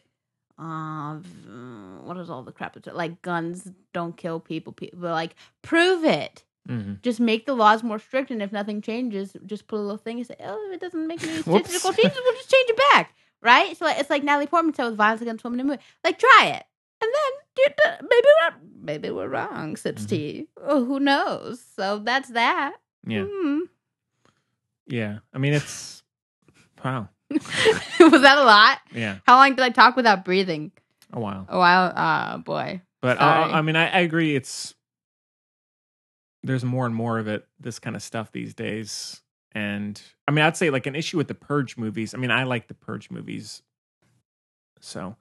B: uh v- what is all the crap that's like guns don't kill people people like prove it
A: Mm-hmm.
B: just make the laws more strict and if nothing changes just put a little thing and say oh if it doesn't make any
A: Whoops.
B: statistical changes we'll just change it back right so like, it's like natalie portman said with violence against women in movie like try it and then do it- maybe we're, maybe we're wrong said
A: Mhm.
B: steve oh, who knows so that's that
A: Yeah.
B: Hmm.
A: Yeah. I mean, it's wow.
B: was that a lot?
A: Yeah,
B: How long did I talk without breathing?
A: a while.
B: A while. Ah, boy.
A: But I,
B: Sorry.
A: I mean, I, I agree. It's there's more and more of it, this kind of stuff these days. And I mean, I'd say like an issue with the Purge movies. I mean, I like the Purge movies, so.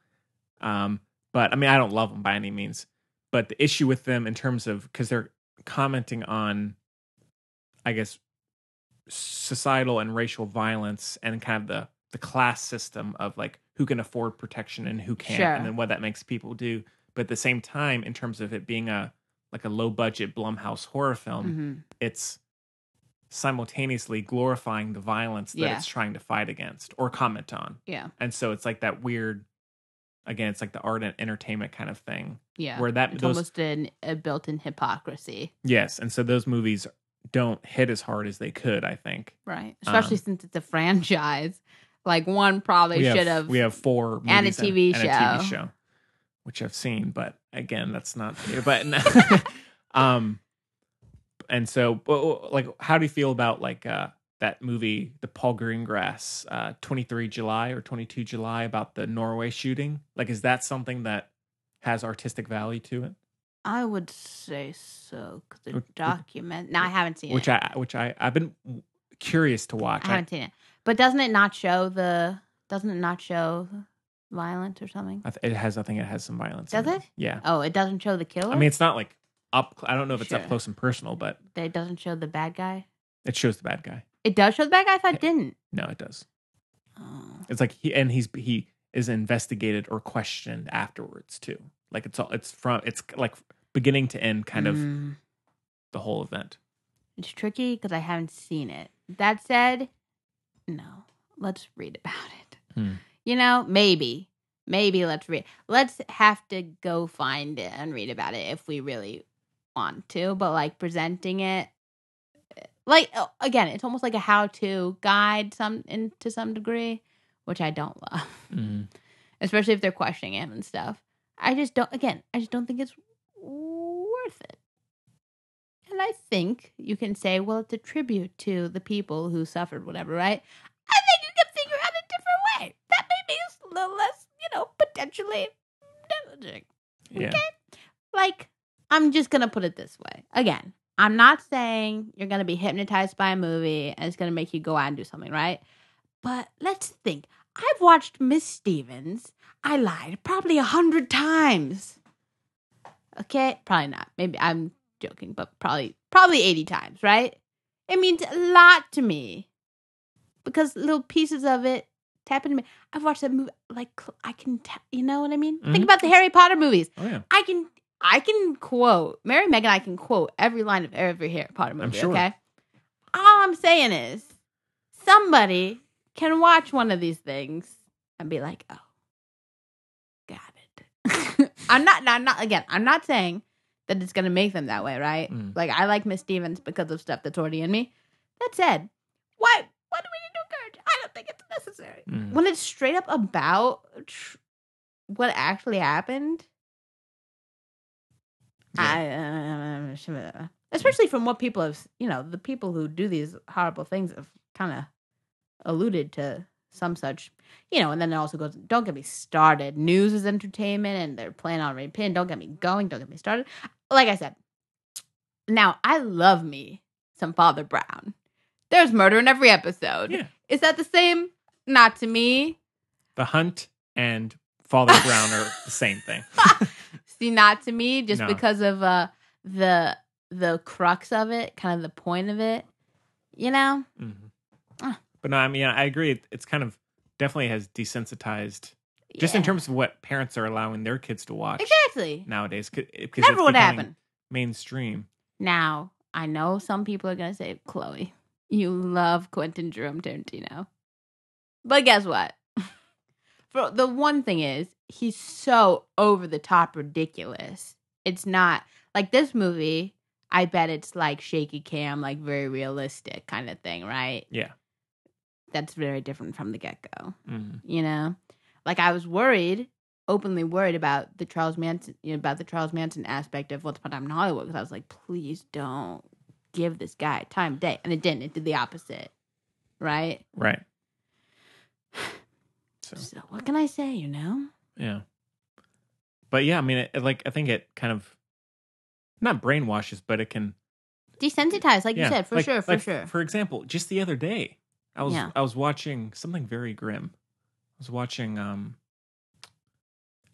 A: Um, but I mean, I don't love them by any means. But the issue with them in terms of because they're commenting on, I guess, societal and racial violence and kind of the the class system of like who can afford protection and who can't,
B: Sure.
A: and then what that makes people do. But at the same time, in terms of it being a like a low budget Blumhouse horror film,
B: Mm-hmm.
A: it's simultaneously glorifying the violence that
B: Yeah.
A: it's trying to fight against or comment on.
B: Yeah.
A: And so it's like that weird again, it's like the art and entertainment kind of thing.
B: Yeah.
A: Where that
B: it's
A: those
B: almost an, a built-in hypocrisy,
A: yes, and so those movies don't hit as hard as they could, I think.
B: right?
A: Um,
B: Especially since it's a franchise. Like one probably
A: we
B: should
A: have
B: have.
A: we have four movies
B: and a TV
A: and a TV
B: show.
A: show, which I've seen, but again, that's not but um and so but, like how do you feel about like uh that movie the Paul Greengrass uh 23 July or 22 July about the Norway shooting? Like is that something that has artistic value to it?
B: I would say so because the
A: Which- which-
B: document. No, I haven't seen
A: Which
B: it.
A: I which I I've been curious to watch.
B: I haven't seen it. But doesn't it not show the? Doesn't it not show violence or something?
A: I th- it has I think it has some violence. in
B: Does it?
A: Uh, Yeah.
B: Oh, it doesn't show the killer.
A: I mean it's not like up cl- I don't know if it's up
B: Sure.
A: close and personal, but
B: it doesn't show the bad guy.
A: it shows the bad guy.
B: It does show the bad guy. I thought
A: Yeah.
B: it didn't.
A: No, it does.
B: Oh.
A: It's like he and he's he is investigated or questioned afterwards too. Like it's all it's from it's like beginning to end kind of
B: Mm.
A: the whole event.
B: It's tricky because I haven't seen it. That said, no, let's read about it.
A: Hmm.
B: You know, maybe, maybe let's read. Let's have to go find it and read about it if we really want to. But like presenting it, like oh, again, it's almost like a how-to guide, some in, to some degree, which I don't love, especially if they're questioning it and stuff. I just don't. Again, I just don't think it's worth it. And I think you can say, well, it's a tribute to the people who suffered whatever, right? I think you can figure out a different way. That maybe is a little less, you know, potent- sexually damaging.
A: Yeah.
B: Like, I'm just gonna put it this way. Again, I'm not saying you're gonna be hypnotized by a movie and it's gonna make you go out and do something, right? But let's think. I've watched Miss Stevens. I lied probably a hundred times. Okay, probably not. Maybe I'm joking, but probably probably eighty times, right? It means a lot to me because little pieces of it tap into me. I've watched that movie like cl- I can, ta- you know what I mean.
A: Mhm.
B: Think about the Harry Potter movies.
A: Oh yeah.
B: I can I can quote Mary Meg and I can quote every line of every Harry Potter movie.
A: sure.
B: Okay. All I'm saying is somebody can watch one of these things and be like, oh, got it. I'm not, not, not again. I'm not saying that it's gonna make them that way, right?
A: Mm.
B: Like I like Miss Stevens because of stuff that's already in me. That said, why? Why do we need to encourage? I don't think it's necessary
A: Mm.
B: when it's straight up about tr- what actually happened I,
A: Mm.
B: uh, especially from what people have you know the people who do these horrible things have kind of alluded to some such you know and then it also goes don't get me started news is entertainment and they're playing on repin don't get me going don't get me started like i said now i love me some father brown there's murder in every episode
A: Yeah.
B: is that the same not to me.
A: The Hunt and Father Brown are the same thing.
B: Ah. See, not to me, just
A: No.
B: because of uh the the crux of it, kind of the point of it. You know?
A: Mhm.
B: Ah.
A: But no, I mean, I agree. It- It's kind of definitely has desensitized just in
B: Yeah.
A: terms of what parents are allowing their kids to watch
B: Exactly.
A: nowadays. Because
B: Never would happen.
A: Mainstream.
B: Now, I know some people are gonna say, Chloe, you love Quentin Jerome Tarantino. But guess what? For the one thing is, he's so over the top ridiculous. It's not like this movie, I bet it's like shaky cam, like very realistic kind of thing, right?
A: Yeah.
B: That's very different from the get go
A: Mhm.
B: you know like i was worried openly worried about the charles manson you know, about the charles manson aspect of once upon a time in hollywood because i was like please don't give this guy time of day and it didn't it did the opposite right
A: Right. So.
B: so what can i say you know
A: Yeah. But yeah, I mean, it, it, like I think it kind of not brainwashes, but it can.
B: desensitized like
A: yeah,
B: you said for
A: like-
B: sure for
A: like,
B: sure
A: For example, just the other day, I was
B: Yeah.
A: I was watching something very grim. I was watching um,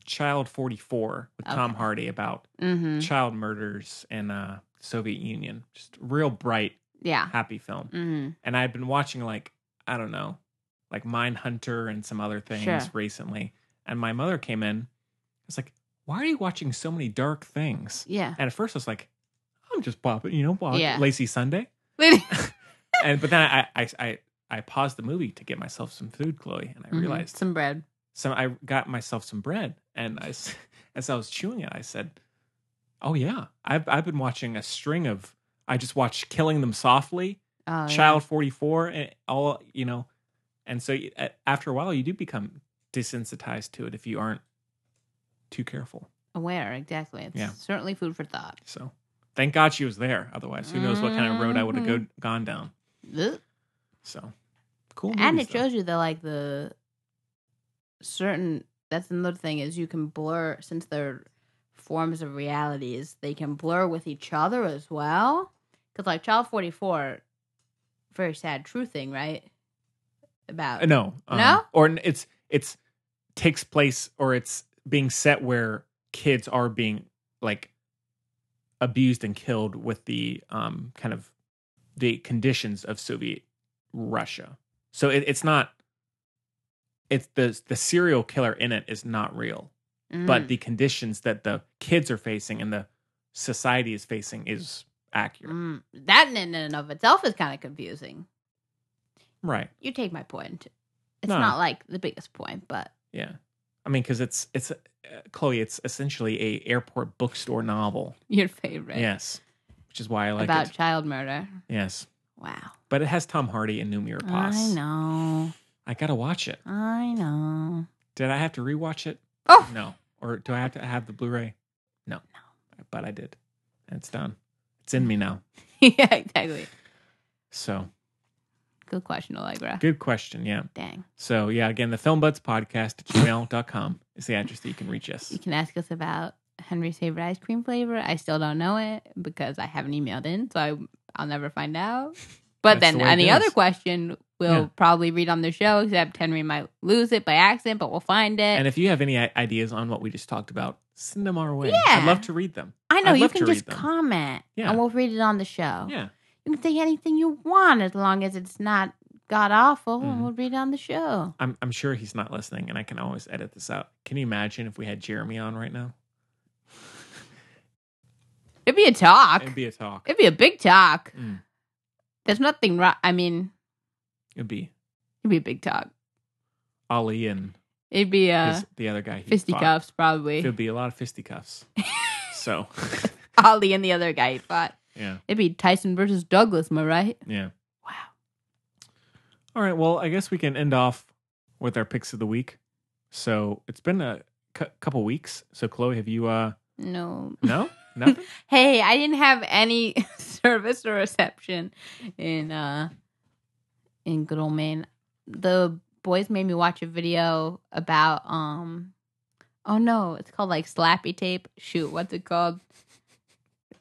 A: Child Forty Four with Tom
B: Okay.
A: Hardy about
B: mm-hmm
A: child murders in uh, Soviet Union. Just real bright,
B: yeah
A: happy film.
B: mm-hmm
A: And I had been watching like I don't know, like Mine Hunter and some other things
B: Sure.
A: recently. And my mother came in. It's like, why are you watching so many dark things?
B: yeah
A: And at first I was like, I'm just popping, you know, watch
B: Yeah.
A: Lazy Sunday. And but then I I, I I paused the movie to get myself some food, Chloe, and I
B: Mhm.
A: realized
B: some bread
A: some I got myself some bread, and I, s- as I was chewing it, I said, "Oh yeah, I've I've been watching a string of I just watched Killing Them Softly,
B: oh, yeah.
A: Child Forty Four, and all you know." And so you- a- after a while, you do become desensitized to it if you aren't too careful.
B: aware exactly it's
A: Yeah.
B: certainly food for thought
A: So thank God she was there; otherwise, who knows what kind of road I would have
B: Mm-hmm.
A: go, gone down.
B: Ugh.
A: So cool,
B: and
A: movies,
B: it
A: though.
B: shows you that like the certain that's another thing is you can blur since they're forms of realities they can blur with each other as well because like child 44 very sad true thing right about
A: Uh, No,
B: No?
A: or n- it's it's takes place or it's being set where kids are being like abused and killed with the um kind of the conditions of Soviet Russia. So it, it's not it's the the serial killer in it is not real, but
B: Mm.
A: the conditions that the kids are facing and the society is facing is accurate.
B: Mm. that in and of itself is kind of confusing
A: Right.
B: you take my point it's
A: No.
B: not like the biggest point but
A: Yeah. I mean cuz it's it's uh, Chloe it's essentially a airport bookstore novel.
B: your favorite
A: Yes. Which is why I like
B: about
A: it.
B: child murder
A: Yes.
B: wow
A: But it has Tom Hardy and Numi Rapace.
B: i know
A: I gotta watch it.
B: i know
A: Did I have to rewatch it?
B: Oh.
A: No. Or do I have to have the Blu-ray? No. No. But I did.
B: Mm.
A: And it's done. It's in me now.
B: yeah exactly
A: So
B: Good question, Allegra.
A: Good question. Yeah.
B: Dang.
A: So, yeah, again, the Film Buds podcast at gmail.com is the address that you can reach us.
B: You can ask us about Henry's favorite ice cream flavor. I still don't know it because I haven't emailed in, so I, I'll never find out.
A: That's
B: But then
A: the way it
B: any other
A: goes.
B: question we'll
A: Yeah.
B: probably read on the show, except Henry might lose it by accident, but we'll find it.
A: And if you have any i- ideas on what we just talked about, send them our way.
B: Yeah.
A: I'd love to read them.
B: I know
A: I'd
B: you
A: love
B: can
A: to read
B: just
A: them.
B: comment
A: Yeah.
B: and we'll read it on the show.
A: Yeah.
B: You can say anything you want as long as it's not god awful
A: Mhm.
B: and we'll read it on the show.
A: I'm, I'm sure he's not listening and I can always edit this out. Can you imagine if we had Jeremy on right now?
B: It'd be a talk.
A: It'd be a talk.
B: It'd be a big talk.
A: Mm.
B: There's nothing wrong. I mean,
A: It'd be
B: it'd be a big talk.
A: Ollie and
B: It'd be uh,
A: his, the other guy. he fought.
B: fisticuffs, probably.
A: It'd be a lot of fisticuffs. so,
B: Ollie and the other guy he fought.
A: yeah.
B: It'd be Tyson versus Douglas, am I right?
A: Yeah.
B: Wow.
A: All right. Well, I guess we can end off with our picks of the week. So it's been a cou- couple weeks. So Chloe, have you? uh
B: No.
A: No, nothing.
B: Hey, I didn't have any service or reception in uh in good old Maine. The boys made me watch a video about um oh no, it's called like slappy tape. Shoot, what's it called?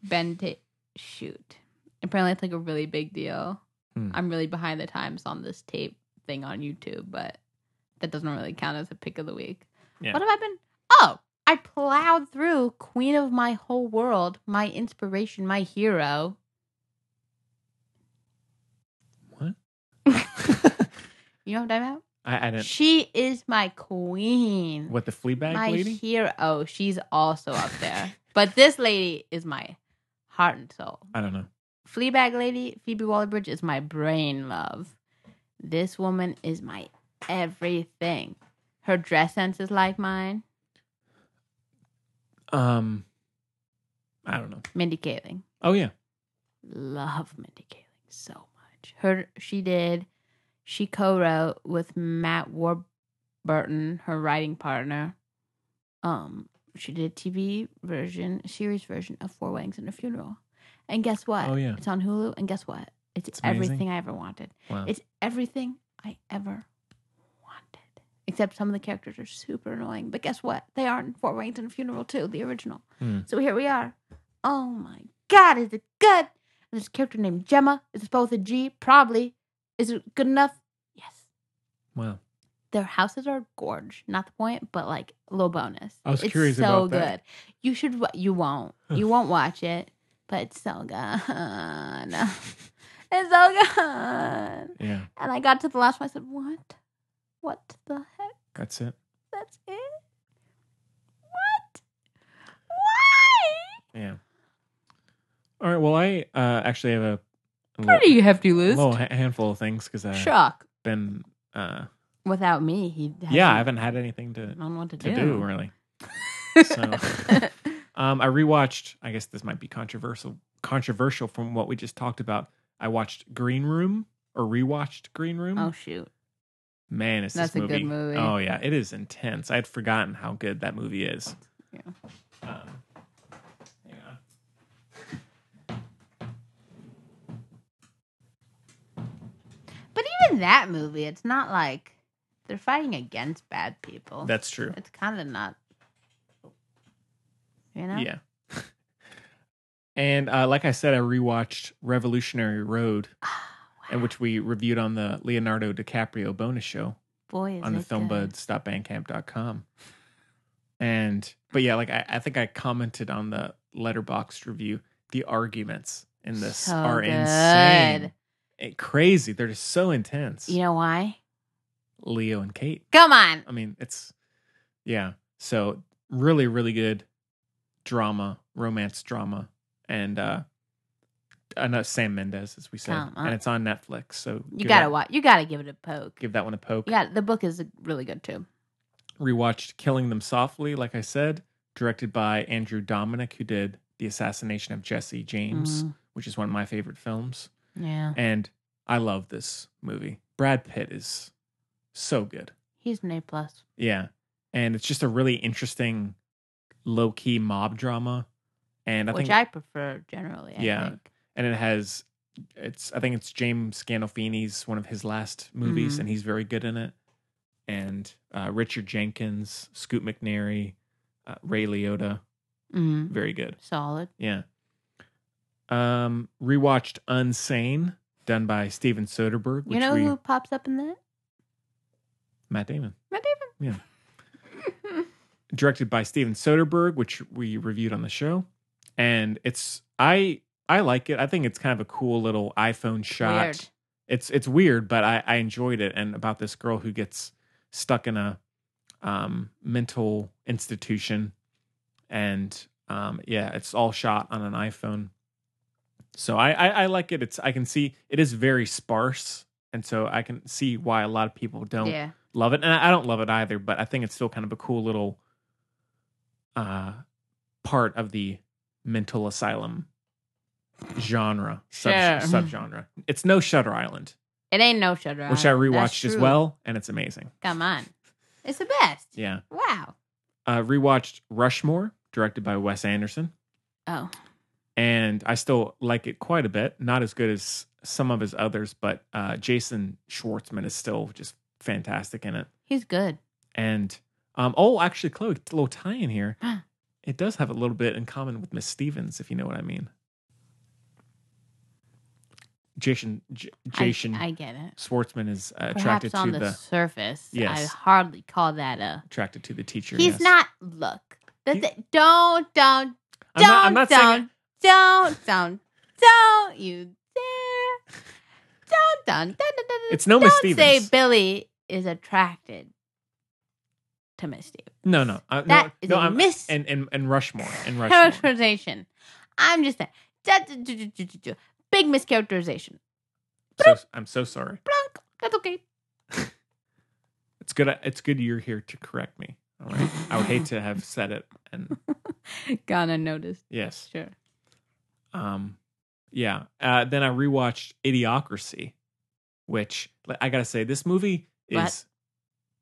B: Bend tape. Shoot. Apparently it's like a really big deal.
A: Hmm.
B: I'm really behind the times on this tape thing on YouTube, but that doesn't really count as a pick of the week.
A: Yeah.
B: What have I been Oh, I plowed through Queen of My Whole World, my inspiration, my hero.
A: What?
B: You know what I'm talking
A: I, I
B: about?
A: didn't.
B: She is my queen.
A: What the flea bag
B: my
A: lady?
B: hero. She's also up there. but this lady is my heart and soul.
A: I don't know.
B: Fleabag Lady, Phoebe Waller Bridge is my brain love. This woman is my everything. Her dress sense is like mine.
A: Um, I don't know.
B: Mindy Kaling.
A: Oh yeah,
B: love Mindy Kaling so much. Her she did she co-wrote with Matt Warburton, her writing partner. Um, she did a TV version, series version of Four Weddings and a Funeral. And guess what?
A: Oh, yeah.
B: It's on Hulu and guess what? It's,
A: It's amazing.
B: everything I ever wanted.
A: wow.
B: It's everything I ever wanted. Except some of the characters are super annoying. But guess what? They are in Four Weddings and a Funeral too, the original.
A: Hmm.
B: So here we are. Oh my God, is it good? And there's a character named Gemma. Is it spelled with a G? Probably. Is it good enough? Yes.
A: wow.
B: Their houses are gorge. Not the point, but like low bonus.
A: I was
B: it's
A: curious
B: so
A: about
B: good.
A: that.
B: You should. wa- You won't. You won't watch it, but it's so good. it's so good.
A: Yeah,
B: And I got to the last one. I said, "What? What the heck?
A: that's it.
B: That's it? What? Why?"
A: Yeah. All right. Well, I uh actually have a a
B: Pretty hefty list.
A: little ha- handful of things because I've
B: Shock.
A: been uh
B: Without me, he
A: yeah I haven't had anything to
B: don't know what to,
A: to
B: do.
A: do really. so. Um, I rewatched. I guess this might be controversial. Controversial from what we just talked about. I watched Green Room or rewatched Green Room.
B: oh shoot!
A: Man, is
B: that's
A: this
B: a
A: movie?
B: good movie.
A: Oh yeah, it is intense. I had forgotten how good that movie is.
B: Yeah.
A: Um, hang on.
B: But even that movie, it's not like they're fighting against bad people.
A: That's true.
B: it's kind of not. You know.
A: Yeah. and uh, like I said, I rewatched Revolutionary Road, and which we reviewed on the Leonardo DiCaprio bonus show.
B: Boy, is
A: on the
B: it good.
A: filmbuds.bandcamp.com. And but yeah, like I, I think I commented on the letterboxed review, the arguments in this
B: So
A: are
B: good.
A: insane. Eh, crazy. They're just so intense.
B: You know why?
A: Leo and Kate.
B: Come on.
A: I mean, it's yeah. So really, really good drama, romance drama, and uh another Sam Mendes, as we said.
B: Come on.
A: And it's on Netflix. So
B: You
A: give
B: gotta
A: that-
B: watch. You gotta give it a poke.
A: give that one a poke.
B: Yeah, the book is uh, really good too.
A: rewatched Killing Them Softly, like I said, directed by Andrew Dominic, who did The Assassination of Jesse James,
B: Mhm.
A: which is one of my favorite films.
B: Yeah,
A: And I love this movie. Brad Pitt is so good.
B: he's an A plus.
A: Yeah. And it's just a really interesting low key mob drama. And I
B: which
A: think
B: I prefer generally. I
A: Yeah.
B: think.
A: and it has It's I think it's James Gandolfini's one of his last movies,
B: Mm-hmm.
A: and he's very good in it. And uh, Richard Jenkins, Scoot McNairy, uh, Ray Liotta,
B: Mm,
A: very good.
B: solid.
A: Yeah. Um, rewatched Unsane, done by Steven Soderbergh, which
B: You know
A: we
B: who pops up in that?
A: Matt Damon.
B: Matt Damon.
A: directed by Steven Soderbergh, which we reviewed on the show, and it's I I like it. I think it's kind of a cool little iPhone shot.
B: Weird.
A: It's it's weird, but I I enjoyed it. And about this girl who gets stuck in a um, mental institution, and um, yeah, it's all shot on an iPhone. So I, I I like it. It's I can see it is very sparse, and so I can see why a lot of people don't
B: Yeah.
A: love it and i I don't love it either but i think it's still kind of a cool little uh part of the mental asylum genre sub,
B: Sure.
A: subgenre it's no shutter island
B: It ain't no Shutter
A: which i
B: Island. That's
A: rewatched as
B: true.
A: well and it's amazing
B: Come on. It's the best.
A: yeah
B: Wow.
A: uh rewatched rushmore directed by wes anderson
B: Oh.
A: and i still like it quite a bit not as good as some of his others but uh jason schwartzman is still just fantastic in it
B: He's good.
A: And um, oh, actually, Chloe, a little tie in here. it does have a little bit in common with Miss Stevens, if you know what I mean. Jason J-
B: I-
A: Jason
B: I, get it.
A: Schwartzman is uh,
B: Perhaps
A: attracted
B: on
A: to
B: the,
A: the,
B: surface,
A: Yes.
B: I hardly call that a.
A: attracted to the teacher.
B: He's
A: yes.
B: not. Look. That's
A: He-
B: it. Don't, don't,
A: I'm not- I'm
B: don't,
A: not saying-
B: don't, don't, don't, don't you dare. Don't, don't, don't, don't, don't.
A: It's no
B: don't
A: Miss
B: say
A: Stevens.
B: Billy is attracted to Miss Stevens.
A: No, no, I,
B: That
A: no,
B: is
A: no.
B: a
A: I'm-
B: miss-
A: and, and and Rushmore and Rushmore.
B: Characterization. I'm just saying. Da- da- da- da- da- da- da. Big mischaracterization.
A: so, I'm so sorry.
B: Blank. That's okay.
A: It's good. It's good you're here to correct me. All right. I would hate to have said it. And
B: Gone unnoticed.
A: yes.
B: Sure.
A: Um, yeah. Uh, then I rewatched Idiocracy, which like, I gotta say, this movie is.
B: What?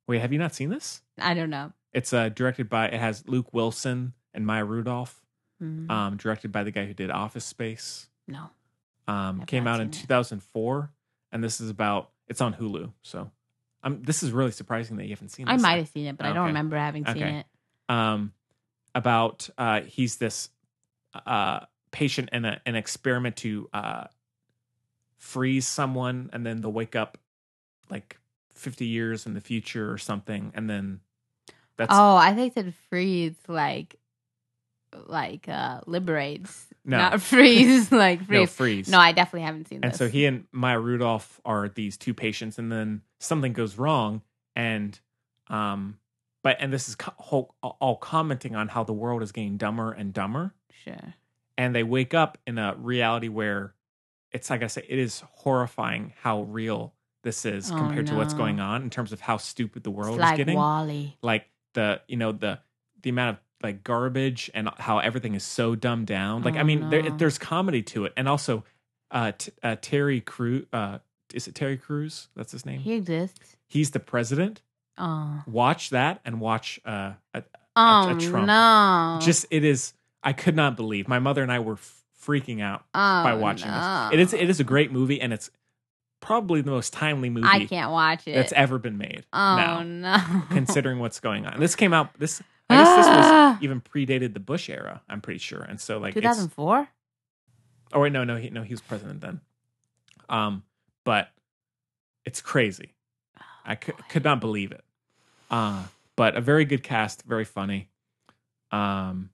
A: Wait, have you not seen this?
B: I don't know.
A: It's uh, directed by. It has Luke Wilson and Maya Rudolph.
B: Mm,
A: Um, directed by the guy who did Office Space.
B: no.
A: Um,
B: I've
A: came
B: not
A: out in
B: seen it.
A: 2004, and this is about. It's on Hulu, so. Um, this is really surprising that you haven't seen.
B: I
A: this.
B: might have seen it, but I don't
A: Okay.
B: remember having seen
A: Okay.
B: it.
A: um, about uh, he's this uh, patient in a, an experiment to uh, freeze someone, and then they'll wake up like 50 years in the future or something, and then that's
B: oh, I think that freeze like like uh liberates.
A: No.
B: Not freeze, like
A: no
B: freeze.
A: freeze.
B: No, I definitely haven't seen
A: and
B: this.
A: so he and Maya Rudolph are these two patients, and then something goes wrong, and um, but and this is co- whole, all commenting on how the world is getting dumber and dumber.
B: sure.
A: and they wake up in a reality where it's like I say, it is horrifying how real this is
B: Oh,
A: compared to what's
B: no.
A: going on in terms of how stupid the world
B: It's
A: is
B: like
A: getting.
B: Wally.
A: Like the you know the the amount of like garbage and how everything is so dumbed down. Like I
B: Oh,
A: mean, there,
B: no.
A: there's comedy to it, and also uh, t- uh Terry Crew. Uh, is it Terry Crews? That's his name.
B: He exists.
A: He's the president.
B: Oh.
A: Watch that and watch uh, a,
B: Oh
A: a Trump.
B: no.
A: just it is. I could not believe my mother and I were f- freaking out
B: oh,
A: by watching
B: no.
A: this. It is it is a great movie, and it's probably the most timely movie
B: I can't watch it.
A: that's ever been made.
B: oh
A: now,
B: no.
A: considering what's going on, this came out this. I guess this
B: Ah.
A: was even predated the Bush era. I'm pretty sure, and so like it's
B: 2004?
A: oh wait no no he no he was president then, um but it's crazy.
B: Oh,
A: I could could not believe it. Uh but a very good cast, very funny. Um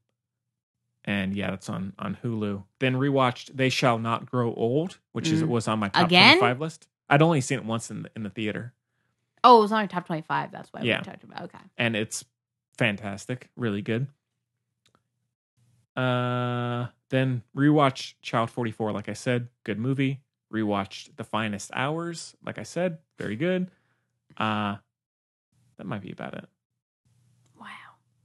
A: and yeah, that's on on Hulu. Then rewatched They Shall Not Grow Old, which is
B: Mm.
A: was on my top
B: Again?
A: 25 list. I'd only seen it once in the, in the theater
B: Oh, it was on your top 25. That's why
A: Yeah.
B: we talked about. Okay.
A: and it's fantastic, really good. Uh then rewatched Child 44 like I said, good movie. Rewatched The Finest Hours, like I said, very good. Uh that might be about it.
B: Wow.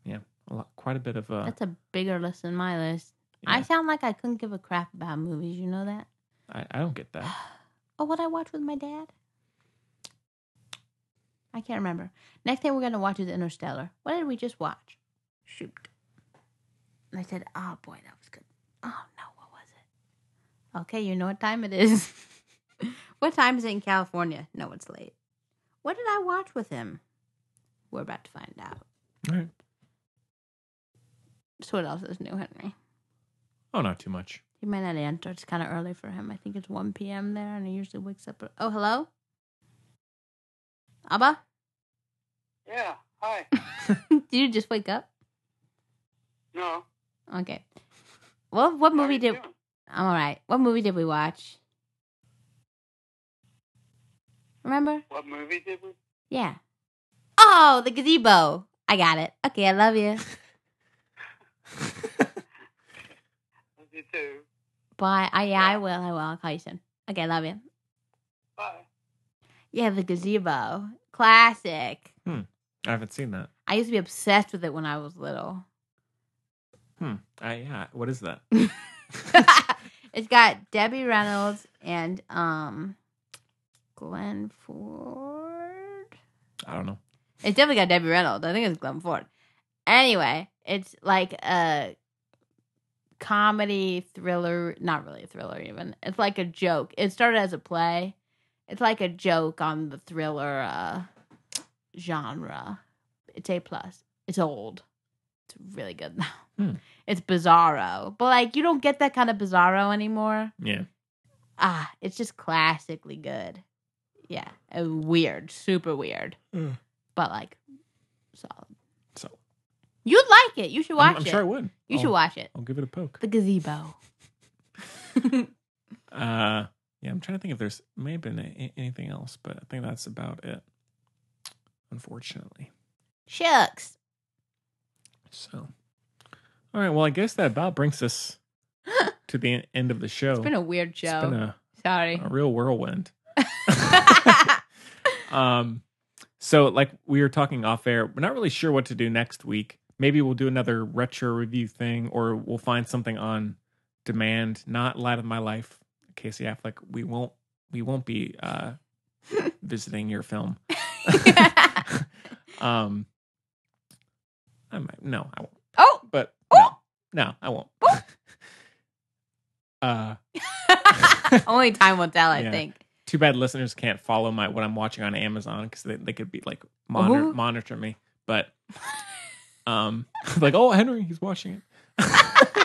A: Yeah, a lot, quite a bit of uh
B: That's a bigger list than my list. I
A: Yeah.
B: sound like I couldn't give a crap about movies. You know that?
A: I, I don't get that.
B: Oh, what I watched with my dad? I can't remember. Next thing we're going to watch is Interstellar. What did we just watch? Shoot. And I said, oh boy, that was good. Oh no, what was it? Okay, you know what time it is. what time is it in California? No, it's late. What did I watch with him? We're about to find out.
A: All right.
B: So what else is new, Henry?
A: Oh, not too much.
B: He might not answer. It's kind of early for him. I think it's 1 p.m. there, and he usually wakes up. at- Oh, hello? Abba?
C: Yeah. Hi.
B: Did you just wake up?
C: No.
B: Okay. Well, what
C: How are
B: movie
C: you
B: did...
C: doing?
B: I'm all right. What movie did we watch? Remember?
C: What movie did we?
B: Yeah. Oh, the gazebo. I got it. Okay, I love you.
C: Love you too.
B: Bye. I, yeah, I will. I will. I'll call you soon. Okay, I love you.
C: Bye.
B: Yeah, the gazebo. Classic.
A: I haven't seen that.
B: I used to be obsessed with it when I was little.
A: Hmm. I, yeah. What is that?
B: it's got Debbie Reynolds and um Glenn Ford.
A: I don't know.
B: It's definitely got Debbie Reynolds. I think it's Glenn Ford. Anyway, it's like a comedy thriller, not really a thriller even. It's like a joke. It started as a play. It's like a joke on the thriller uh, genre. It's A plus. It's old. It's really good though.
A: Hmm.
B: It's bizarro, but like you don't get that kind of bizarro anymore.
A: Yeah.
B: Ah, it's just classically good. Yeah, it was weird, super weird,
A: Mm.
B: but like solid.
A: So
B: You'd like it. You should watch
A: I'm, I'm
B: it.
A: sure I would.
B: you
A: I'll-
B: should watch it.
A: I'll give it a poke.
B: The gazebo.
A: Uh, yeah, I'm trying to think if there's maybe been a- anything else, but I think that's about it. Unfortunately.
B: Shucks.
A: So, all right. Well, I guess that about brings us to the end of the show.
B: It's been a weird
A: It's
B: show.
A: been a-
B: Sorry.
A: a real whirlwind. um, so like we were talking off air, we're not really sure what to do next week. Maybe we'll do another retro review thing, or we'll find something on demand. Not Light of My Life, Casey Affleck. We won't we won't be uh, visiting your film. um, I might no, I won't.
B: oh.
A: But no, no I won't. uh,
B: Only time will tell, I
A: Yeah.
B: think.
A: too bad listeners can't follow my what I'm watching on Amazon because they, they could be like monitor
B: Oh.
A: monitor me, but um like oh Henry he's watching it.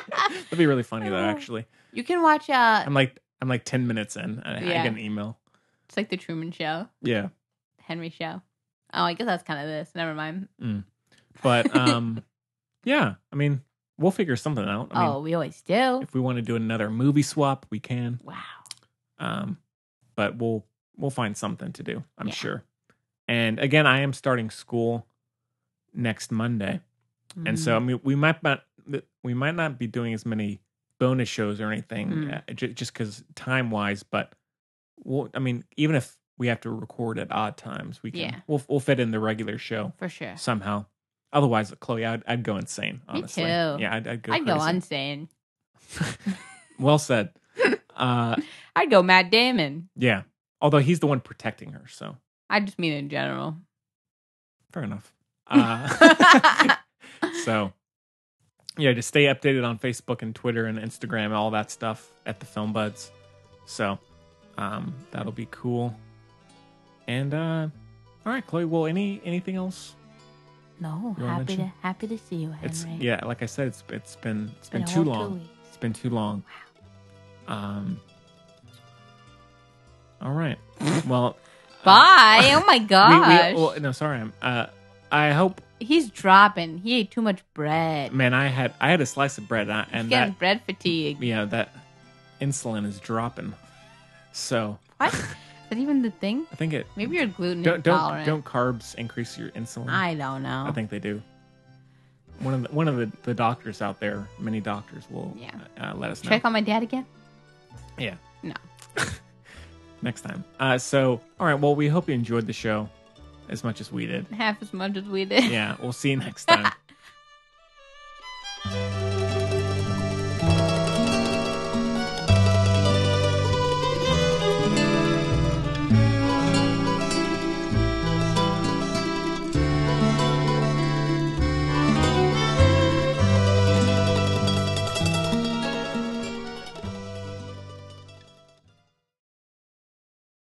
A: That'd be really funny though.
B: Oh.
A: Actually,
B: You can watch uh
A: I'm like I'm like ten minutes in. I, I
B: Yeah.
A: get an email.
B: it's like the Truman show,
A: Yeah,
B: Henry show. Oh, I guess that's kind of this. Never mind.
A: but um yeah, I mean we'll figure something out. I mean,
B: oh, we always do.
A: if we want to do another movie swap, we can.
B: Wow.
A: um, but we'll we'll find something to do i'm
B: Yeah.
A: sure and again i am starting school next monday
B: Mm,
A: and so i
B: Mm-hmm.
A: mean we might not we might not be doing as many bonus shows or anything
B: Mm.
A: uh, ju- just because time wise but we'll i mean even if we have to record at odd times we can
B: Yeah.
A: we'll, we'll fit in the regular show
B: for sure.
A: somehow otherwise chloe i'd, I'd go insane honestly
B: too.
A: yeah i'd, I'd go
B: I'd go
A: crazy.
B: insane.
A: well said uh
B: I'd go Matt Damon.
A: yeah although he's the one protecting her so
B: I just mean in general.
A: Fair enough. Uh, so, yeah, just stay updated on Facebook and Twitter and Instagram and all that stuff at the Film Buds. So, um, that'll be cool. And uh, all right, Chloe. Well, any anything else?
B: No,
A: You wanna
B: happy to
A: mention?
B: happy to see you, Henry.
A: It's yeah, like I said, it's it's been it's been,
B: Been a
A: too
B: whole two
A: long.
B: weeks.
A: it's been too long. Um. All right. Well,
B: Bye. oh my
A: we, we,
B: gosh.
A: well, no, sorry. I'm, uh, I hope,
B: He's dropping. He ate too much bread.
A: man. I had I had a slice of bread, and, I,
B: He's
A: and that
B: getting bread fatigue.
A: you know that insulin is dropping. So
B: What? Is that even the thing?
A: I think it
B: Maybe you're gluten
A: don't don't
B: intolerant.
A: don't carbs increase your insulin.
B: I don't know.
A: I think they do. One of the, one of the, the doctors out there, many doctors will
B: Yeah.
A: uh, let us know.
B: Check on my dad again?
A: yeah,
B: No.
A: next time. Uh, so all right, well we hope you enjoyed the show as much as we did.
B: Half as much as we did.
A: Yeah, we'll see you next time.